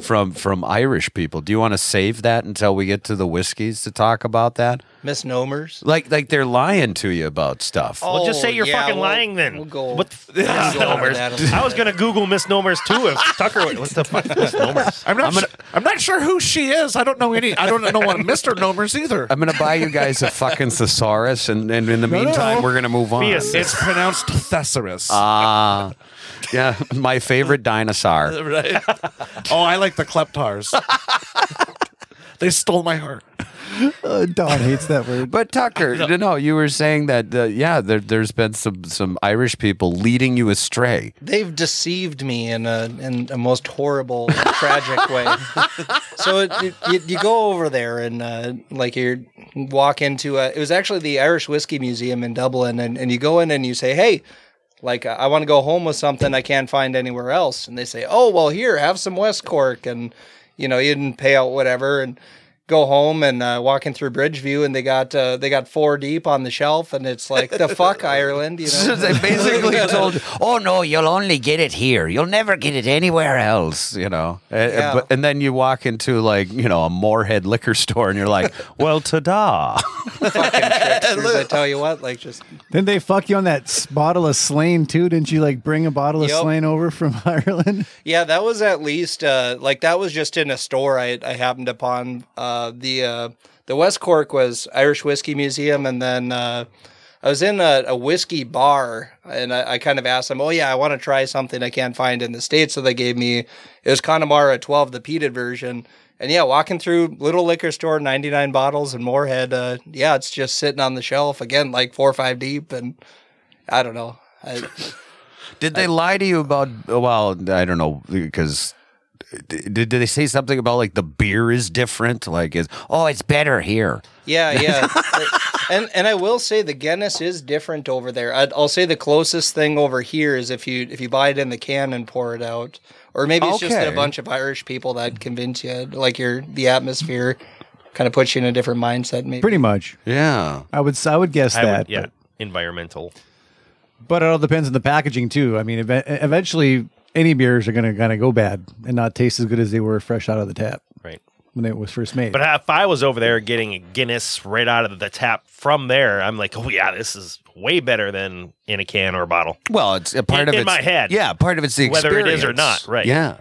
from from Irish people. Do you want to save that until we get to the whiskeys to talk about that?
Misnomers.
Like, like they're lying to you about stuff.
Well, just
Oh,
say you're
yeah,
fucking
we'll-
lying then.
we'll go-
What the
we'll go
f-
over
misnomers?
that a little
I was
bit.
gonna Google misnomers too. If Tucker, what the fuck misnomers?
I'm not. I'm, I'm not sure who she is. I don't know any. I don't know what Mr. Nomers either.
I'm gonna buy you guys a fucking thesaurus, and, and in the
no,
meantime,
no.
we're gonna move on.
Be a sis.
It's pronounced Thesaurus.
Ah, yeah, my favorite dinosaur.
right. oh, I like the kleptars. they stole my heart.
Uh, Don hates that word.
But Tucker, no, you were saying that uh, yeah, there, there's been some some Irish people leading you astray.
They've deceived me in a in a most horrible, tragic way. So it, it, you, you go over there and uh, like you walk into a, it was actually the Irish Whiskey Museum in Dublin, and, and you go in and you say, hey. Like I want to go home with something I can't find anywhere else, and they say, "Oh well, here have some West Cork," and you know you didn't pay out whatever, and go home and uh, walking through Bridgeview, and they got uh, they got four deep on the shelf, and it's like the fuck Ireland, you know?
they basically told,
Oh no, you'll only get it here. You'll never get it anywhere else.
you know, and, but, and then you walk into like you know a Moorhead liquor store, and you're like, well, ta-da.
fucking tricksters. I tell you what, like just
Didn't they fuck you on that s- bottle of Slain too? Didn't you like bring a bottle of
Yep.
Slain over from Ireland?
yeah, that was at least uh like that was just in a store I I happened upon. Uh the uh the West Cork was Irish Whiskey Museum and then uh I was in a, a whiskey bar and I, I kind of asked them, Oh yeah, I want to try something I can't find in the States. So they gave me it was Connemara twelve, the peated version. And yeah, walking through little liquor store, ninety nine bottles and Moorhead, uh yeah, it's just sitting on the shelf again, like four or five deep and I don't know. I,
Did they lie to you about? Well, I don't know because did, did they say something about like the beer is different? Like, is
Oh, it's better here.
Yeah, yeah. and and I will say the Guinness is different over there. I'd, I'll say the closest thing over here is if you if you buy it in the can and pour it out, or maybe it's just that a
Okay.
bunch of Irish people that convince you like your the atmosphere kind of puts you in a different mindset. Maybe
Pretty much.
Yeah.
I would s- I would guess
I
that.
would, yeah,
but-
environmental.
But it all depends on the packaging too. I mean, ev- eventually, any beers are going to kind of go bad and not taste as good as they were fresh out of the tap
Right.
when it was first made.
But if I was over there getting a Guinness right out of the tap from there, I'm like, oh yeah, this is way better than in a can or a bottle,
Well, it's a part
In-
of
in
it's,
my head.
Yeah, part of it's the
whether it is or
experience.
not. Right.
Yeah.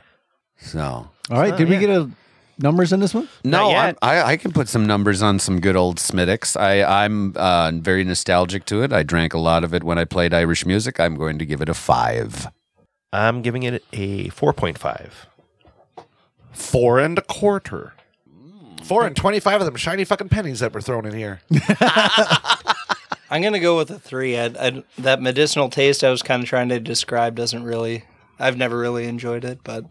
So
all right, did we get a numbers on this one?
no,
yet.
I'm- I, I can put some numbers on some good old Smittix. I I'm uh, very nostalgic to it. I drank a lot of it when I played Irish music. I'm going to give it a five.
I'm giving it a 4.5.
Four and a quarter. Mm. Four and 25 of them shiny fucking pennies that were thrown in here.
I'm gonna go with a three. I, I, that medicinal taste I was kind of trying to describe doesn't really. I've never really enjoyed it, but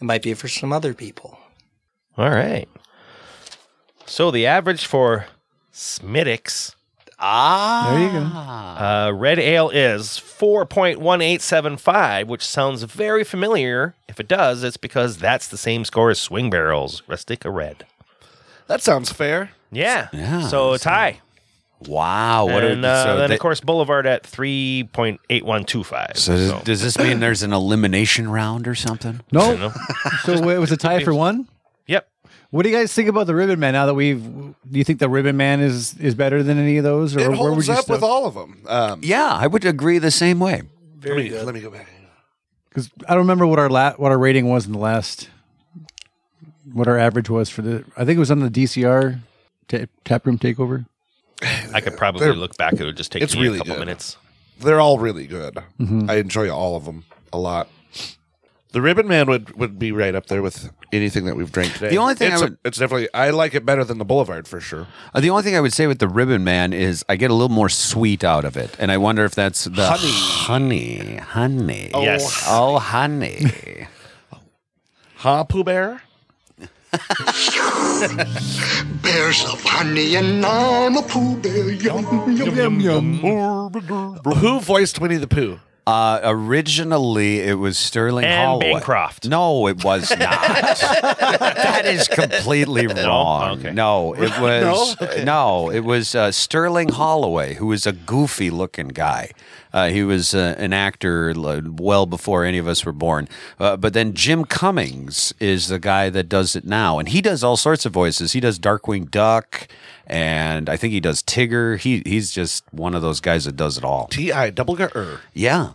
it might be for some other people.
All right. So the average for Smittix
Ah,
There you go.
uh, red ale is 4.1875, which sounds very familiar. If it does, it's because that's the same score as Swing Barrels Rustica Red.
That sounds fair.
Yeah.
Yeah,
so it's high.
wow. What
and
are,
uh,
so
then,
they-
of course, Boulevard at 3.8125.
So does, does this mean there's an elimination round or something?
you
No.
know?
so it was a tie for one.
yep.
What do you guys think about the Ribbon Man? Now that we've, do you think the Ribbon Man is is better than any of those, or
It
where would
holds
you
up with
still-
all of them. Um,
Yeah, I would agree the same way.
let, me, let me go back.
Because I don't remember what our la- what our rating was in the last, what our average was for the. I think it was on the DCR ta- tap room takeover.
I could probably look back. It would just take
It's
me
really
a couple
good.
minutes.
They're all really good. I enjoy all of them a lot. The Ribbon Man would, would be right up there with anything that we've drank today.
The only thing I
it's, a-
would-
it's definitely I like it better than the Boulevard for sure.
Uh, The only thing I would say with the Ribbon Man is I get a little more sweet out of it, and I wonder if that's the honey, honey, honey.
Yes.
Oh, honey.
Ha Pooh Bear.
Bears of honey and I'm a Pooh Bear. Yum, yum, yum, yum.
Who voiced Winnie the Pooh?
uh, originally, it was Sterling
And
Holloway.
Bancroft.
No, it was not. that is completely wrong.
Okay.
No, it was uh, no, it was uh, Sterling Holloway, who was a goofy-looking guy. Uh, he was uh, an actor l- well before any of us were born. Uh, but then Jim Cummings is the guy that does it now, and he does all sorts of voices. He does Darkwing Duck, and I think he does Tigger. He he's just one of those guys that does it all.
T I double er.
Yeah,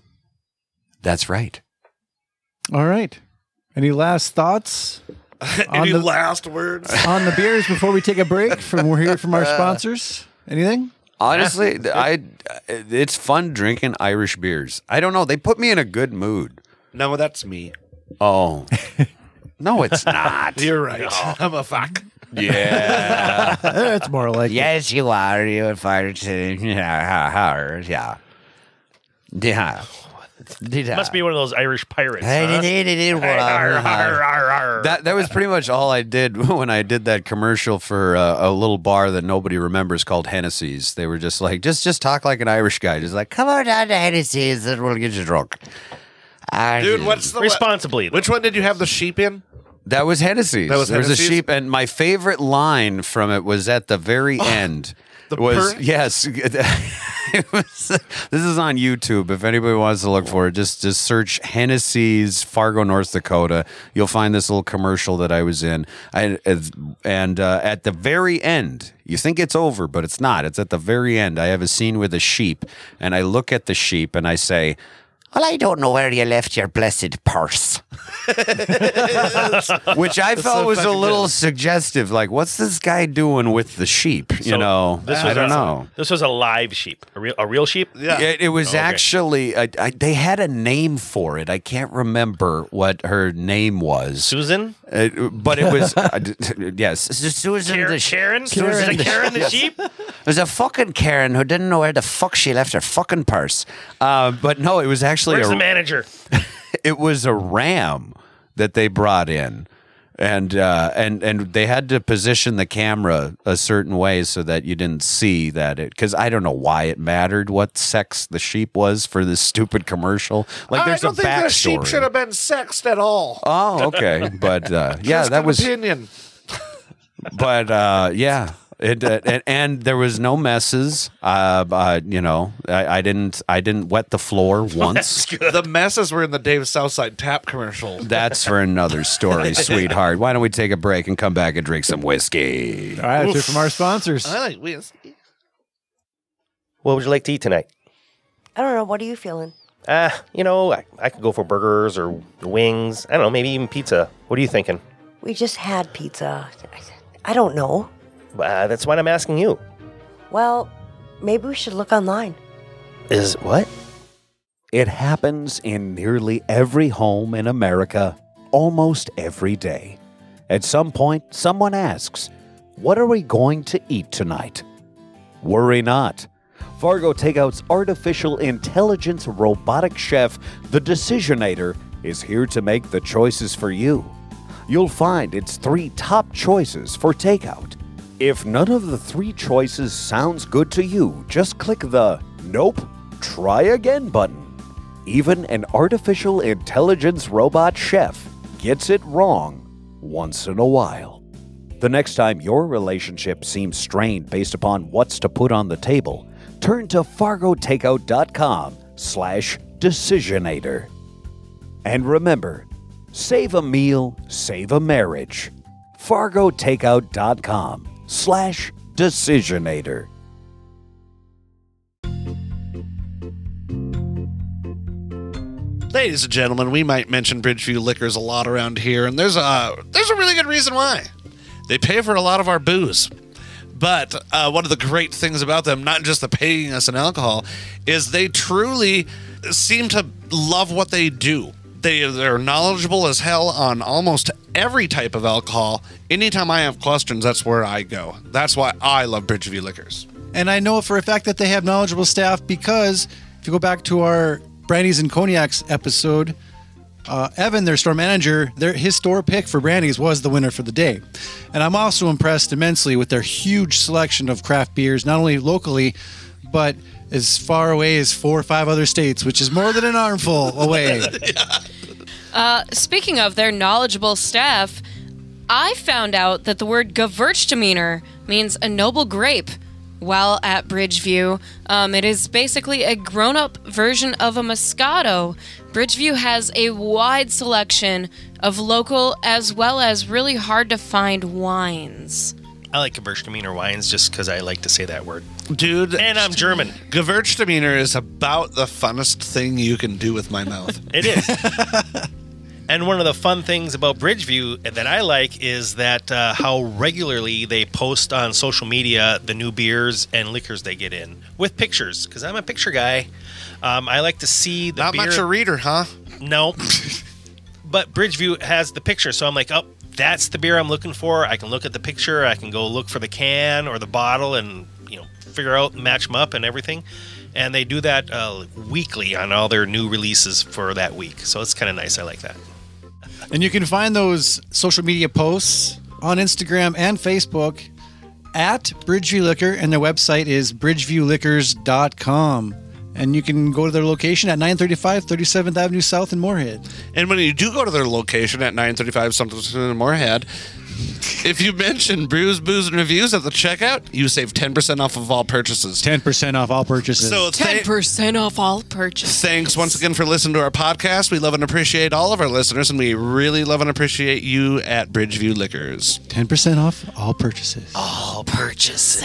that's right.
All right. Any last thoughts
Any
the-
last words?
on the beers before we take a break from we're here from our
Uh,
sponsors? Anything?
Honestly, th- I it's fun drinking Irish beers. I don't know, they put me in a good mood.
no, that's me.
Oh. No, it's not.
You're right. I'm a fuck.
That's more like yeah.
yes, you are. You're fired. Yeah. Yeah. Yeah.
Must be one of those Irish pirates. huh?
That that was pretty much all I did when I did that commercial for uh, a little bar that nobody remembers called Hennessy's. They were just like, just just talk like an Irish guy, just like,
Come on down to Hennessy's and we'll get you drunk. I-
Dude, what's the
Responsibly.
Which one did you have the sheep in?
That was Hennessy's.
That was
there was a
Hennessy's?
sheep, and my favorite line from it was at the very end.
the
was
purr?
yes, it was, this is on YouTube. If anybody wants to look for it, just just search Hennessy's Fargo, North Dakota. You'll find this little commercial that I was in. I, and uh, at the very end, you think it's over, but it's not. It's at the very end. I have a scene with a sheep, and I look at the sheep and I say.
Well, I don't know where you left your blessed purse.
which I felt was a little suggestive. Like, what's this guy doing with the sheep? You
So
know, I
was
don't
a,
know.
This was a live sheep, a real, a real sheep. Yeah. Oh,
It, it was
Okay.
actually I, I, they had a name for it. I can't remember what her name was,
Susan,
It- but it was I d- yes.
This is Susan
Karen,
the sh-
Karen,
Susan
Susan,
the-
Karen the sheep.
There's a fucking Karen who didn't know where the fuck she left her fucking purse.
Uh, but no, it was actually
Where's the
a,
manager?
it was a ram that they brought in. And uh, and and they had to position the camera a certain way so that you didn't see that it because I don't know why it mattered what sex the sheep was for this stupid commercial. Like there's
I don't
a
think
backstory.
the sheep should have been sexed at all.
oh, okay, but uh, yeah,
Just
that
an
was
opinion.
but uh, yeah, it, uh, and, and there was no messes. Uh, uh, you know, I, I didn't I didn't wet the floor once.
The messes were in the Dave Southside tap commercial.
That's for another story, sweetheart. Why don't we take a break and come back and drink some whiskey?
All right, that's it from our sponsors.
like whiskey.
What would you like to eat tonight?
I don't know. What are you feeling?
Uh, you know, I, I could go for burgers or wings. I don't know, maybe even pizza. What are you thinking?
We just had pizza. I don't know.
Uh, that's what I'm asking you.
Well, maybe we should look online.
Is what?
It happens in nearly every home in America almost every day. At some point, someone asks, What are we going to eat tonight? Worry not. Fargo Takeout's artificial intelligence robotic chef, the Decisionator, is here to make the choices for you. You'll find its three top choices for takeout. If none of the three choices sounds good to you, just click the Nope, Try Again button. Even an artificial intelligence robot chef gets it wrong once in a while. The next time your relationship seems strained based upon what's to put on the table, turn to fargotakeout.com slash decisionator. And remember, save a meal, save a marriage. fargotakeout.com slash decisionator.
Ladies and gentlemen, we might mention Bridgeview Liquors a lot around here, and there's a Uh, there's a really good reason why. They pay for a lot of our booze, but uh, one of the great things about them, not just the paying us in alcohol, is they truly seem to love what they do. They they're knowledgeable as hell on almost every type of alcohol. Anytime I have questions, that's where I go. That's why I love Bridgeview Liquors.
And I know for a fact that they have knowledgeable staff because if you go back to our brandies and cognacs episode, uh, Evan, their store manager, their his store pick for brandies was the winner for the day. And I'm also impressed immensely with their huge selection of craft beers, not only locally, but as far away as four or five other states, which is more than an armful away.
Speaking of their knowledgeable staff, I found out that the word Gewürztraminer means a noble grape. While at Bridgeview, um, it is basically a grown up version of a Moscato. Bridgeview has a wide selection of local as well as really hard to find wines.
I like Gewürztraminer wines just because I like to say that word.
Dude,
And I'm German.
Gewürztraminer is about the funnest thing you can do with my mouth.
It is. and one of the fun things about Bridgeview that I like is that uh, how regularly they post on social media the new beers and liquors they get in with pictures. Because I'm a picture guy. Um, I like to see the
Not
beer.
much a reader, huh?
No. but Bridgeview has the picture, so I'm like, oh, that's the beer I'm looking for. I can look at the picture, I can go look for the can or the bottle, and you know, figure out match them up and everything. And they do that uh, weekly on all their new releases for that week, so it's kind of nice. I like that.
And you can find those social media posts on Instagram and Facebook at Bridgeview Liquor, and their website is bridgeviewliquors.com. And you can go to their location at 935 37th Avenue South in Moorhead.
And when you do go to their location at 935 something in Moorhead, if you mention brews, booze, and reviews at the checkout, you save 10% off of all purchases.
10% off all purchases.
So th-
10% off all purchases.
thanks once again for listening to our podcast. We love and appreciate all of our listeners, and we really love and appreciate you at Bridgeview Liquors.
10% off all purchases.
All purchases.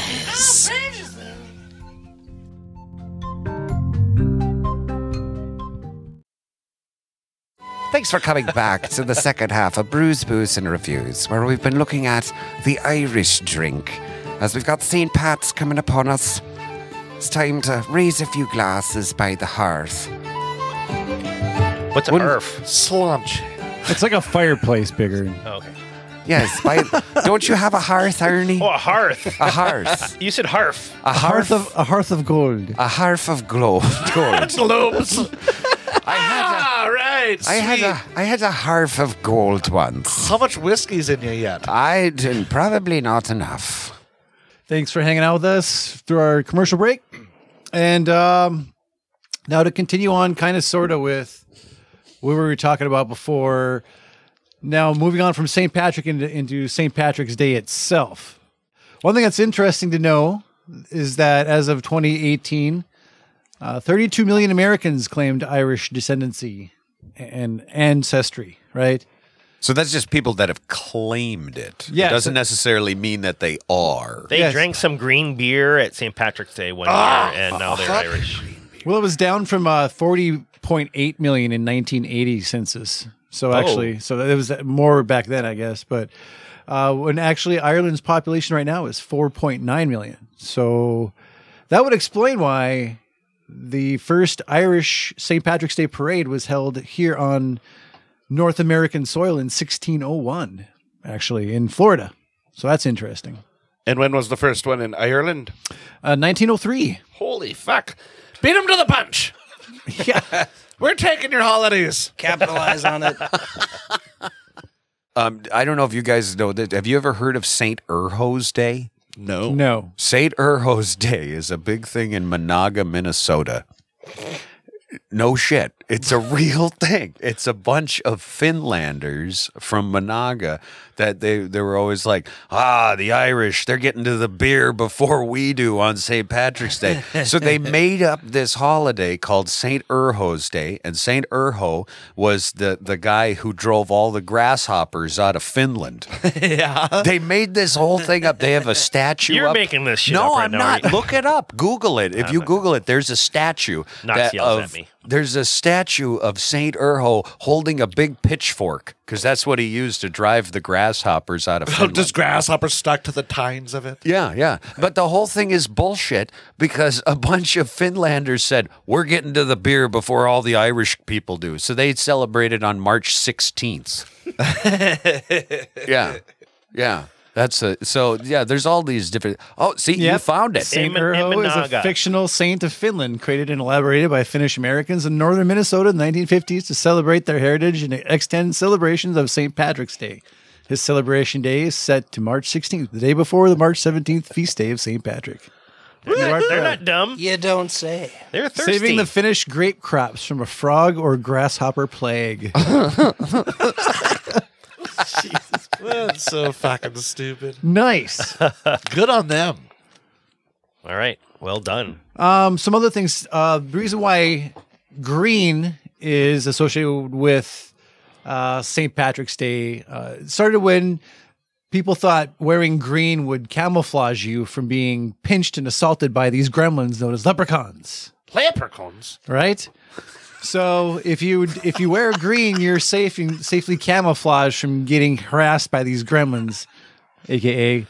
Thanks for coming back to the second half of Brews, Booze, and Reviews, where we've been looking at the Irish drink. As we've got St. Pat's coming upon us, it's time to raise a few glasses by the hearth.
What's an ERF?
Slunch.
It's like a fireplace bigger.
Oh, okay.
Yes, by don't you have a hearth, Ernie?
Oh, a hearth.
A hearth.
you said hearth.
Uh,
A hearth of
a hearth of gold.
a hearth of glow. Gold.
Globes.
I had
All right.
a, I had
Ah, sweet.
a I had a hearth of gold once.
How much whiskey's in you yet?
I didn't probably not enough.
Thanks for hanging out with us through our commercial break. And um, now to continue on, kind of, sort of, with what we were talking about before Now, moving on from St. Patrick into, into St. Patrick's Day itself. One thing that's interesting to know is that as of 2018, uh, 32 million Americans claimed Irish descendancy and ancestry, right?
So that's just people that have claimed it.
Yeah,
it doesn't
so-
necessarily mean that they are.
They
Yes.
drank some green beer at St. Patrick's Day one
Ah,
year, and now they're Irish.
Well, it was down from uh, 40.8 million in 1980 census. So actually, so it was more back then, I guess. But uh, when actually Ireland's population right now is 4.9 million. So that would explain why the first Irish St. Patrick's Day parade was held here on North American soil in 1601, actually in Florida. So that's interesting.
And when was the first one in Ireland?
Uh, 1903.
Holy fuck. Beat him to the punch.
Yeah.
We're taking your holidays.
Capitalize on it.
Um, I don't know if you guys know that. Have you ever heard of Saint Urho's Day?
No.
No.
St. Urho's Day is a big thing in Monaga, Minnesota. No shit. It's a real thing. It's a bunch of Finlanders from Monaga that they, they were always like, ah, the Irish, they're getting to the beer before we do on St. Patrick's Day. so they made up this holiday called St. Urho's Day. And St. Urho was the, the guy who drove all the grasshoppers out of Finland. They made this whole thing up. They have a statue.
You're
up-
making this shit up
No,
right
I'm
now,
not.
aren't you?
Look it up. Google it. If you Google it, there's a statue.
Knox yells
of,
at me.
There's a statue of Saint Urho holding a big pitchfork because that's what he used to drive the grasshoppers out of. Finland.
Does grasshopper stuck to the tines of it?
Yeah, yeah. But the whole thing is bullshit because a bunch of Finlanders said, we're getting to the beer before all the Irish people do. So they celebrated on March 16th. yeah. Yeah. That's a, so yeah, there's all these different. Oh, see, you
Yep.
found it.
Saint
Em-
Urho is a
Emanaga.
fictional saint of Finland, created and elaborated by Finnish Americans in northern Minnesota in the 1950s to celebrate their heritage and extend celebrations of St. Patrick's Day. His celebration day is set to March 16th, the day before the March 17th feast day of St. Patrick.
They're not dumb.
You don't say.
They're thirsty.
Saving the Finnish grape crops from a frog or grasshopper plague.
That's so fucking stupid.
nice.
Good on them.
All right. Well done.
Um, some other things. Uh, the reason why green is associated with uh, St. Patrick's Day uh, it started when people thought wearing green would camouflage you from being pinched and assaulted by these gremlins known as leprechauns,
Leprechauns.
right? So if you if you wear green, you're safe and safely camouflaged from getting harassed by these gremlins, aka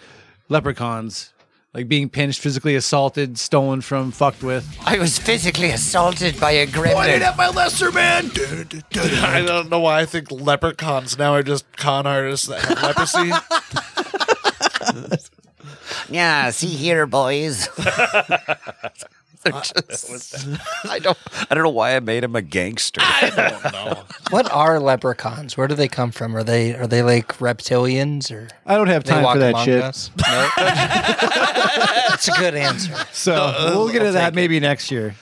leprechauns, like being pinched, physically assaulted, stolen from, fucked with.
I was physically assaulted by a gremlin.
my lesser man. I don't know why I think leprechauns now are just con artists that have leprosy.
Yeah, see here, boys.
I don't, I don't know why I made him a gangster.
What are leprechauns? Where do they come from? Are they are they like reptilians or
I don't have
they
time for that
among
shit.
us? No. That's a good answer.
So
Uh,
we'll get to that maybe next year.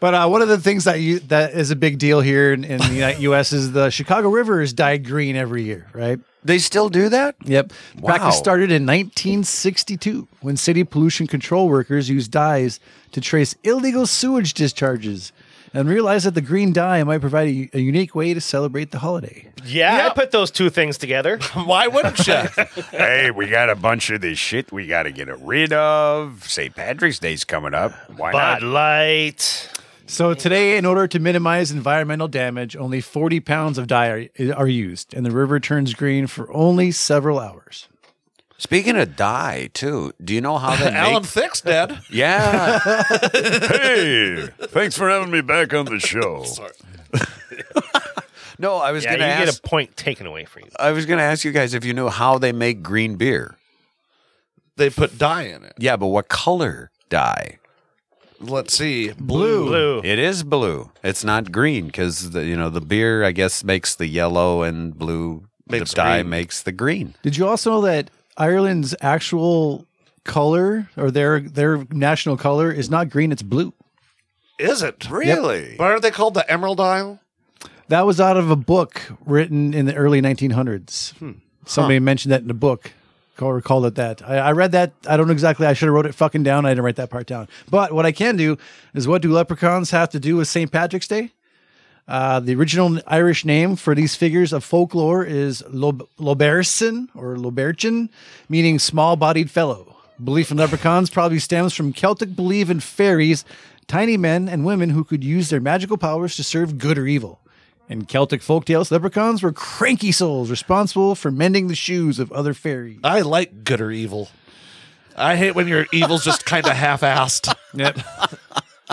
But uh, one of the things that you that is a big deal here in, in the United U.S. is the Chicago River is dyed green every year, right?
they still do that?
Yep. The Practice
Wow.
started in 1962 when city pollution control workers used dyes to trace illegal sewage discharges and realized that the green dye might provide a, a unique way to celebrate the holiday.
Yeah, I put those two things together.
why wouldn't you?
hey, we got a bunch of this shit we got to get rid of. St. Patrick's Day's coming up. Why
Bud Light.
So today, in order to minimize environmental damage, only 40 pounds of dye are, are used, and the river turns green for only several hours.
Speaking of dye, too, do you know how they
Alan
make
Thick's dead.
Yeah. hey, thanks for having me back on the show. no, I was
Yeah, you
gonna
get
ask.
a point taken away from you.
I was gonna ask you guys if you knew how they make green beer.
They put dye in it.
Yeah, but what color dye?
Let's see.
Blue.
Blue.
It is blue. It's not green because you know the beer, I guess, makes the yellow and blue.
Makes
the dye
green.
makes the green.
Did you also know that Ireland's actual color or their their national color is not green, it's blue.
Is it?
Really?
But aren't they called the Emerald Isle?
That was out of a book written in the early 1900s. Somebody mentioned that in a book. I recall it that I, I read that. I don't exactly. I should have wrote it fucking down. I didn't write that part down. But what I can do is, what do leprechauns have to do with St. Patrick's Day? Uh, the original Irish name for these figures of folklore is Lob- Lobercin or Loberchin, meaning small bodied fellow. Belief in leprechauns probably stems from Celtic belief in fairies, tiny men and women who could use their magical powers to serve good or evil. In Celtic folktales, leprechauns were cranky souls responsible for mending the shoes of other fairies.
I like good or evil. I hate when your evil's just kind of half-assed.
Yep.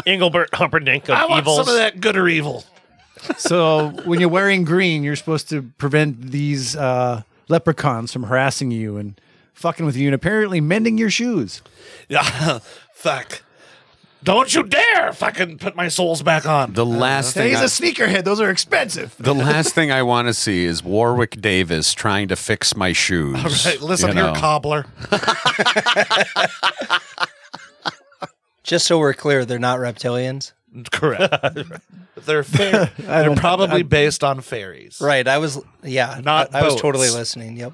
Engelbert Humperdinck of
I want
evils.
some of that good or evil.
so when you're wearing green, you're supposed to prevent these uh, leprechauns from harassing you and fucking with you and apparently mending your shoes.
Yeah, fuck. Don't you dare fucking put my souls back on.
The last
Hey,
thing
he's
I,
a sneakerhead. Those are expensive.
the last thing I want to see is Warwick Davis trying to fix my shoes.
Right, listen
you
here,
know.
cobbler.
Just so we're clear, they're not reptilians.
Correct. They're fair. They're probably based on fairies.
Right. I was, yeah.
Not
I, I was
boats.
totally listening. Yep.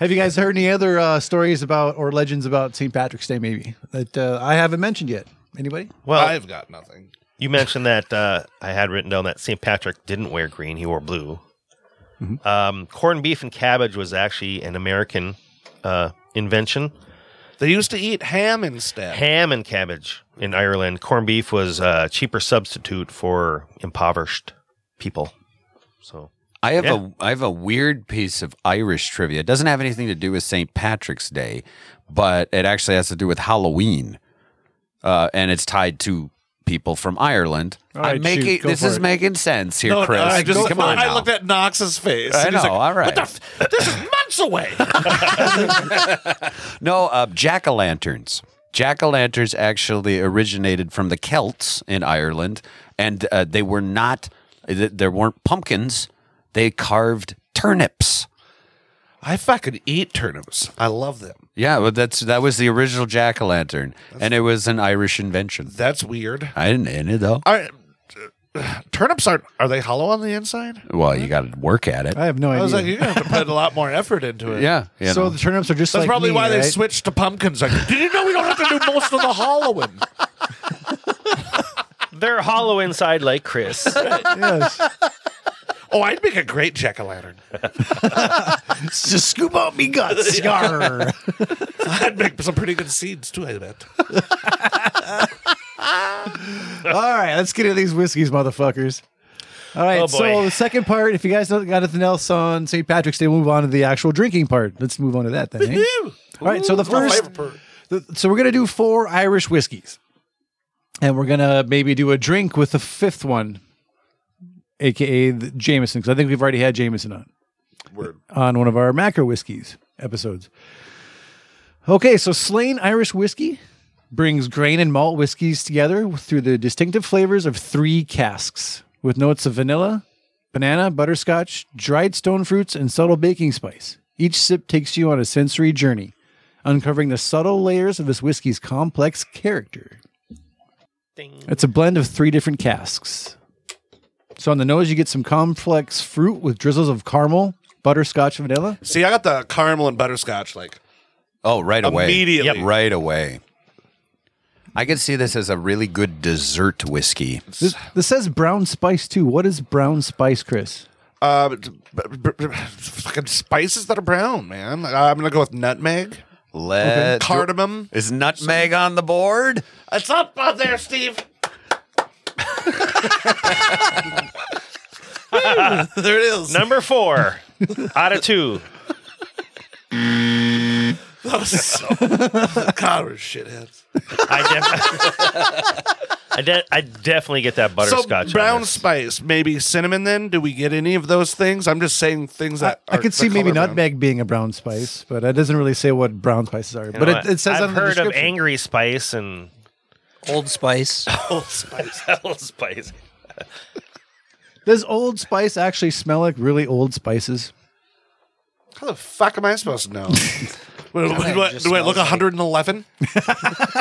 Have you guys heard any other uh, stories about or legends about St. Patrick's Day? Maybe that uh, I haven't mentioned yet. Anybody?
well,
I've got nothing.
you mentioned that uh, I had written down that St. Patrick didn't wear green; he wore blue. Um, corned beef and cabbage was actually an American uh, invention.
They used to eat ham instead.
Ham and cabbage in Ireland. Corned beef was a cheaper substitute for impoverished people. So
I have
Yeah.
a I have a weird piece of Irish trivia. It doesn't have anything to do with St. Patrick's Day, but it actually has to do with Halloween, uh, and it's tied to people from Ireland.
right,
I'm making
shoot, go
this
for
is
it.
making sense here, Chris.
I just
Come on,
I
now.
looked at Knox's face.
I
and he's
know, all right.
What the f- this is months away.
No, uh, jack o' lanterns. Jack o' lanterns actually originated from the Celts in Ireland, and uh, they were not, th- there weren't pumpkins. They carved turnips.
I fucking eat turnips. I love them.
Yeah, well, that's that was the original jack o' lantern, and it was an Irish invention.
That's weird.
I didn't end it though.
I, turnips aren't. Are they hollow on the inside?
Well, you got to work at it.
I have no
I
idea.
was like, you're gonna have to put a lot more effort into it.
Yeah, you
so
know.
the turnips are just
That's
like
probably
me,
why they
right?
switched to pumpkins. Like, did you know we don't have to do most of the hollowing?
they're hollow inside, like Chris.
Yes.
Oh, I'd make a great jack o' lantern.
just scoop out me guts. Yar.
I'd make some pretty good seeds too. I bet.
All right, let's get into these whiskeys, motherfuckers. All right,
Oh, boy.
so the second part, if you guys don't got anything else on St. Patrick's Day, we'll move on to the actual drinking part. Let's move on to that then. eh? All right, so the first, the- so we're gonna do four Irish whiskeys, and we're gonna maybe do a drink with the fifth one, aka the Jameson, because I think we've already had Jameson on
Word.
on one of our macro whiskeys episodes. Okay, so Slain Irish Whiskey brings grain and malt whiskeys together through the distinctive flavors of three casks with notes of vanilla, banana, butterscotch, dried stone fruits, and subtle baking spice. Each sip takes you on a sensory journey, uncovering the subtle layers of this whiskey's complex character. It's a blend of three different casks. So on the nose, you get some complex fruit with drizzles of caramel, butterscotch, vanilla.
See, I got the caramel and butterscotch. Like,
oh, right away.
Immediately.
Yep, right away. I could see this as a really good dessert whiskey.
This, this says brown spice too. What is brown spice, Chris?
uh, b- b- b- fucking spices that are brown, man. Uh, I'm gonna go with nutmeg,
Let
cardamom.
Is nutmeg on the board?
It's up on there, Steve. Woo, there it is.
Number four out of two.
That was so- God, we're shitheads.
I, def- I, de- I definitely get that butterscotch.
So
on
brown
this.
spice, maybe cinnamon. Then do we get any of those things? I'm just saying things that
I
are
could see
the
maybe
color brown.
nutmeg being a brown spice, but it doesn't really say what brown spices are.
You
but
know,
it, it says
I've
on the
heard of
description.
angry spice and
Old Spice.
Old spice.
old spice.
Does Old Spice actually smell like really old spices?
How the fuck am I supposed to know? Wait,
God,
do I,
it just
do I look
smells like-
111?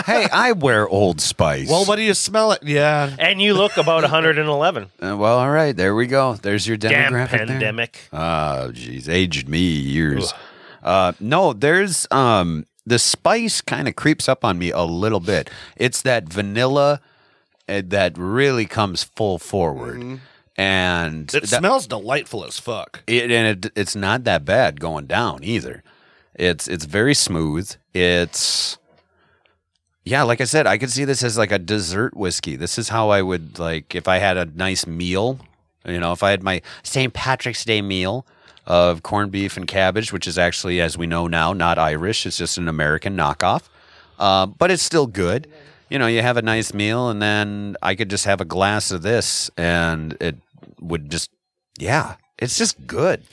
hey, I wear Old Spice.
Well, what do you smell it? Yeah.
And you look about 111.
Uh, well, all right, there we go. There's your
Damn
demographic. there.
pandemic.
Ah, geez, aged me years. Uh, no, there's um the spice kind of creeps up on me a little bit. It's that vanilla uh, that really comes full forward, and
It
that-
smells delightful as fuck.
it, and it, it's not that bad going down either. It's it's very smooth. It's yeah, like I said, I could see this as like a dessert whiskey. This is how I would like if I had a nice meal. You know, if I had my St. Patrick's Day meal of corned beef and cabbage, which is actually, as we know now, not Irish. It's just an American knockoff, uh, but it's still good. You know, you have a nice meal, and then I could just have a glass of this, and it would just yeah, it's just good.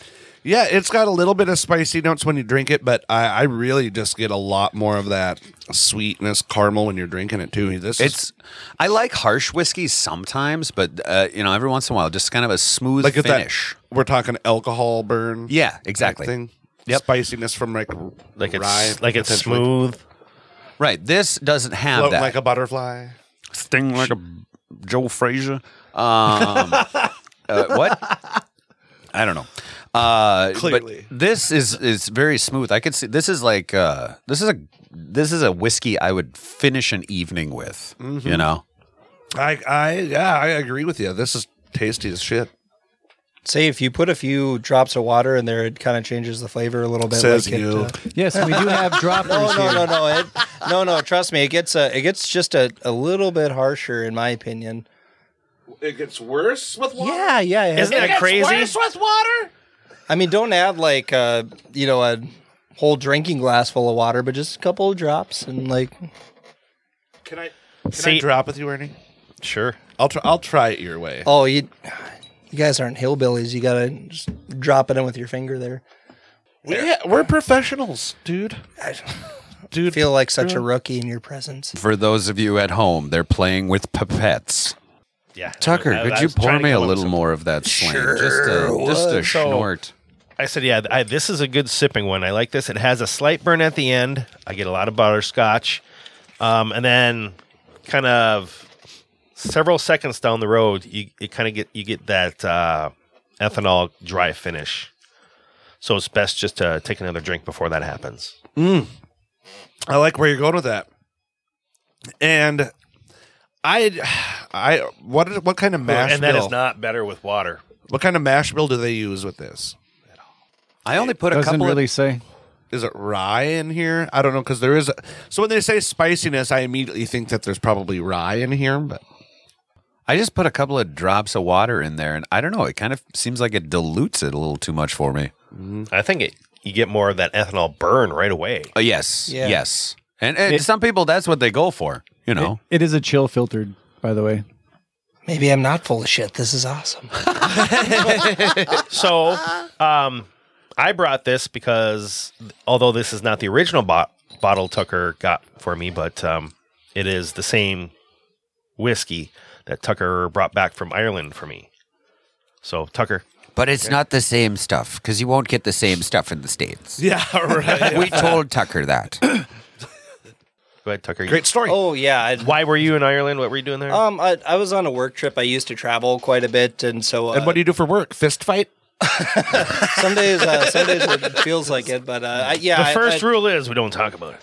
Yeah, it's got a little bit of spicy notes when you drink it, but I, I really just get a lot more of that sweetness, caramel when you're drinking it too. This is
It's I like harsh whiskeys sometimes, but uh, you know, every once in a while, just kind of a smooth
like if
finish.
that we're talking alcohol burn.
yeah,
type
exactly.
Thing.
Yep.
Spiciness from like
Like it's
rye,
like it's
potentially.
smooth.
Right. This doesn't have
Floating
that.
like a butterfly.
sting like a Joe Frazier. Um, uh, what? I don't know. Uh,
Clearly.
but this is is very smooth. I could see this is like uh, this is a this is a whiskey I would finish an evening with. You know,
I, I yeah, I agree with you. This is tasty as shit.
Say if you put a few drops of water in there, it kind of changes the flavor a little bit.
Says
like it,
you.
uh,
Yes, we do have droppers
no, no,
here.
no, no, it, no, no. Trust me, it gets uh, it gets just a, a little bit harsher, in my opinion.
It gets worse with
Yeah, yeah. it has-
Isn't that crazy?
with water.
I mean, don't add like uh, you know a whole drinking glass full of water, but just a couple of drops and like
Can I? Can
See-
I drop with you, Ernie?
Sure.
I'll try. I'll try it your way.
oh you. You guys aren't hillbillies. You gotta just drop it in with your finger there.
We, we're professionals, dude.
Dude, feel like such a rookie in your presence.
for those of you at home, they're playing with pipettes.
Yeah.
Tucker,
I- I
could you
was
pour
trying to
me a
come up with
little
something.
more of that slang? just a, just a
So-
schnort.
I said, yeah, I, this is a good sipping one. I like this. It has a slight burn at the end. I get a lot of butterscotch. Um, and then kind of several seconds down the road, you it kind of get you get that uh, ethanol dry finish. So it's best just to take another drink before that happens.
I like where you're going with that. And I, I what is- what kind of mash
and that
bill?
is not better with water.
what kind of mash bill do they use with this?
I only put a
Doesn't
couple.
really
of,
say.
Is it rye in here? I don't know because there is. A, so when they say spiciness, I immediately think that there's probably rye in here, but
I just put a couple of drops of water in there, and I don't know. It kind of seems like it dilutes it a little too much for me.
I think it, you get more of that ethanol burn right away.
Uh, yes,
Yeah.
yes. And, and some people, that's what they go for. You know,
It is a chill filtered, by the way.
Maybe I'm not full of shit. This is awesome.
So, um, I brought this because although this is not the original bot- bottle Tucker got for me, but um, it is the same whiskey that Tucker brought back from Ireland for me. So, Tucker,
But it's not the same stuff because you won't get the same stuff in the States.
yeah, right.
We told Tucker that.
go ahead, Tucker.
Great story.
Oh yeah, I,
Why were you in Ireland? What were you doing there?
Um, I, I was on a work trip. I used to travel quite a bit, and so uh,
and what do you do for work? Fist fight?
some days, uh, some days it feels like it. But uh, I, yeah,
the
I-
first
I-
rule is we don't talk about it.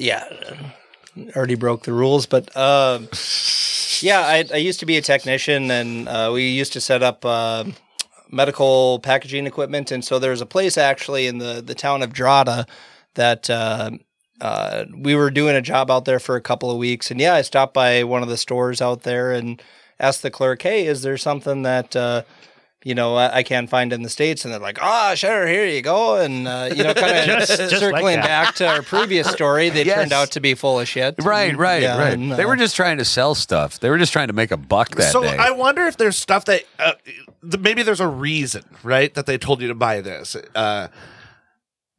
yeah, already broke the rules, but um, yeah, I, I used to be a technician, and uh, we used to set up. Uh, medical packaging equipment and so there's a place actually in the the town of Drada that uh, uh, we were doing a job out there for a couple of weeks and yeah I stopped by one of the stores out there and asked the clerk hey is there something that uh, you know I, I can't find in the states and they're like ah sure here you go and uh, you know kind of
just like
circling
that.
back to our previous story they turned out to be full of shit
right, right,
Yeah,
right.
and,
They
uh,
were just trying to sell stuff. They were just trying to make a buck that
so
day.
I wonder if there's stuff that uh, th- maybe there's a reason, right, that they told you to buy this, uh,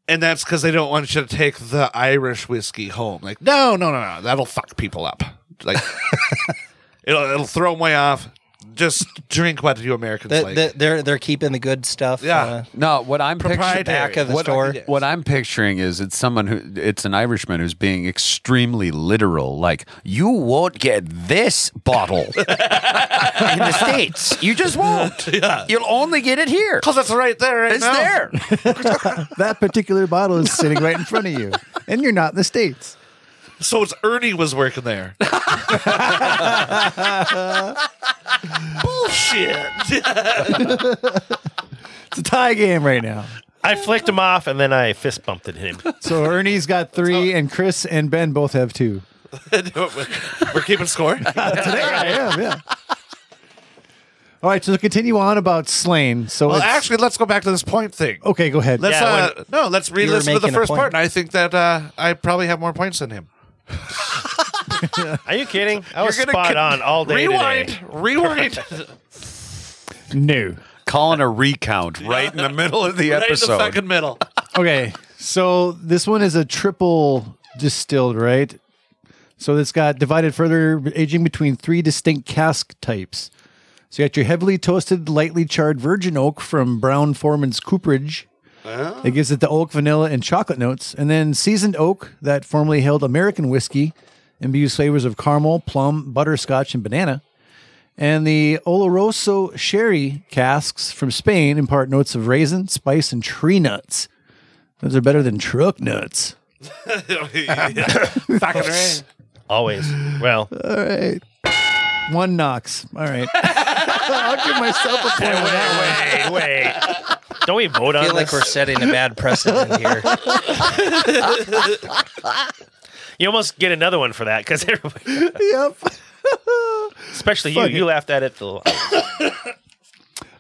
and that's because they don't want you to take the Irish whiskey home. Like, no, no, no, no, that'll fuck people up. Like, it'll it'll throw them way off. just drink what you Americans
That-
like.
that- they're they're keeping the good stuff.
Yeah.
No, what I'm
uh,
picturing
Proprietary.
back of the
What-
store.
yeah.
What I'm picturing is it's someone who it's an Irishman who's being extremely literal, like you won't get this bottle in the states. You just won't. You'll only get it here.
Cause it's right there. Right
It's
now.
there.
that particular bottle is sitting right in front of you, and you're not in the states.
So it's Ernie was working there. Bullshit.
It's a tie game right now.
I flicked him off and then I fist bumped at him.
So Ernie's got three, and Chris and Ben both have two.
We're keeping score.
Today I am, yeah. All right, so to continue on about Slain. So
Well,
it's-
actually, let's go back to this point thing.
okay, go ahead.
Oh, Let's
Yeah,
uh, no, let's re-listen to the
making a
first
point.
part. And I think that uh, I probably have more points than him.
Are you kidding? I was
You're gonna
spot
con-
on all day
Rewind,
today.
rewind.
New.
Calling a recount right in the middle of the
right
episode.
in the fucking middle.
Okay, so this one is a triple distilled, right? So it's got divided further aging between three distinct cask types. So you got your heavily toasted, lightly charred virgin oak from Brown Foreman's Cooperage. It gives it the oak, vanilla, and chocolate notes. And then seasoned oak that formerly held American whiskey imbues flavors of caramel, plum, butterscotch, and banana. And the Oloroso sherry casks from Spain impart notes of raisin, spice, and tree nuts. Those are better than truck nuts.
Fucking right.
Always. Well,
One knocks. All right. I'll give myself a point.
wait, wait, wait. Don't we vote
I
on
feel like
this?
we're setting a bad precedent here.
you almost get another one for that because everybody,
Yep.
especially you, you laughed at it. The,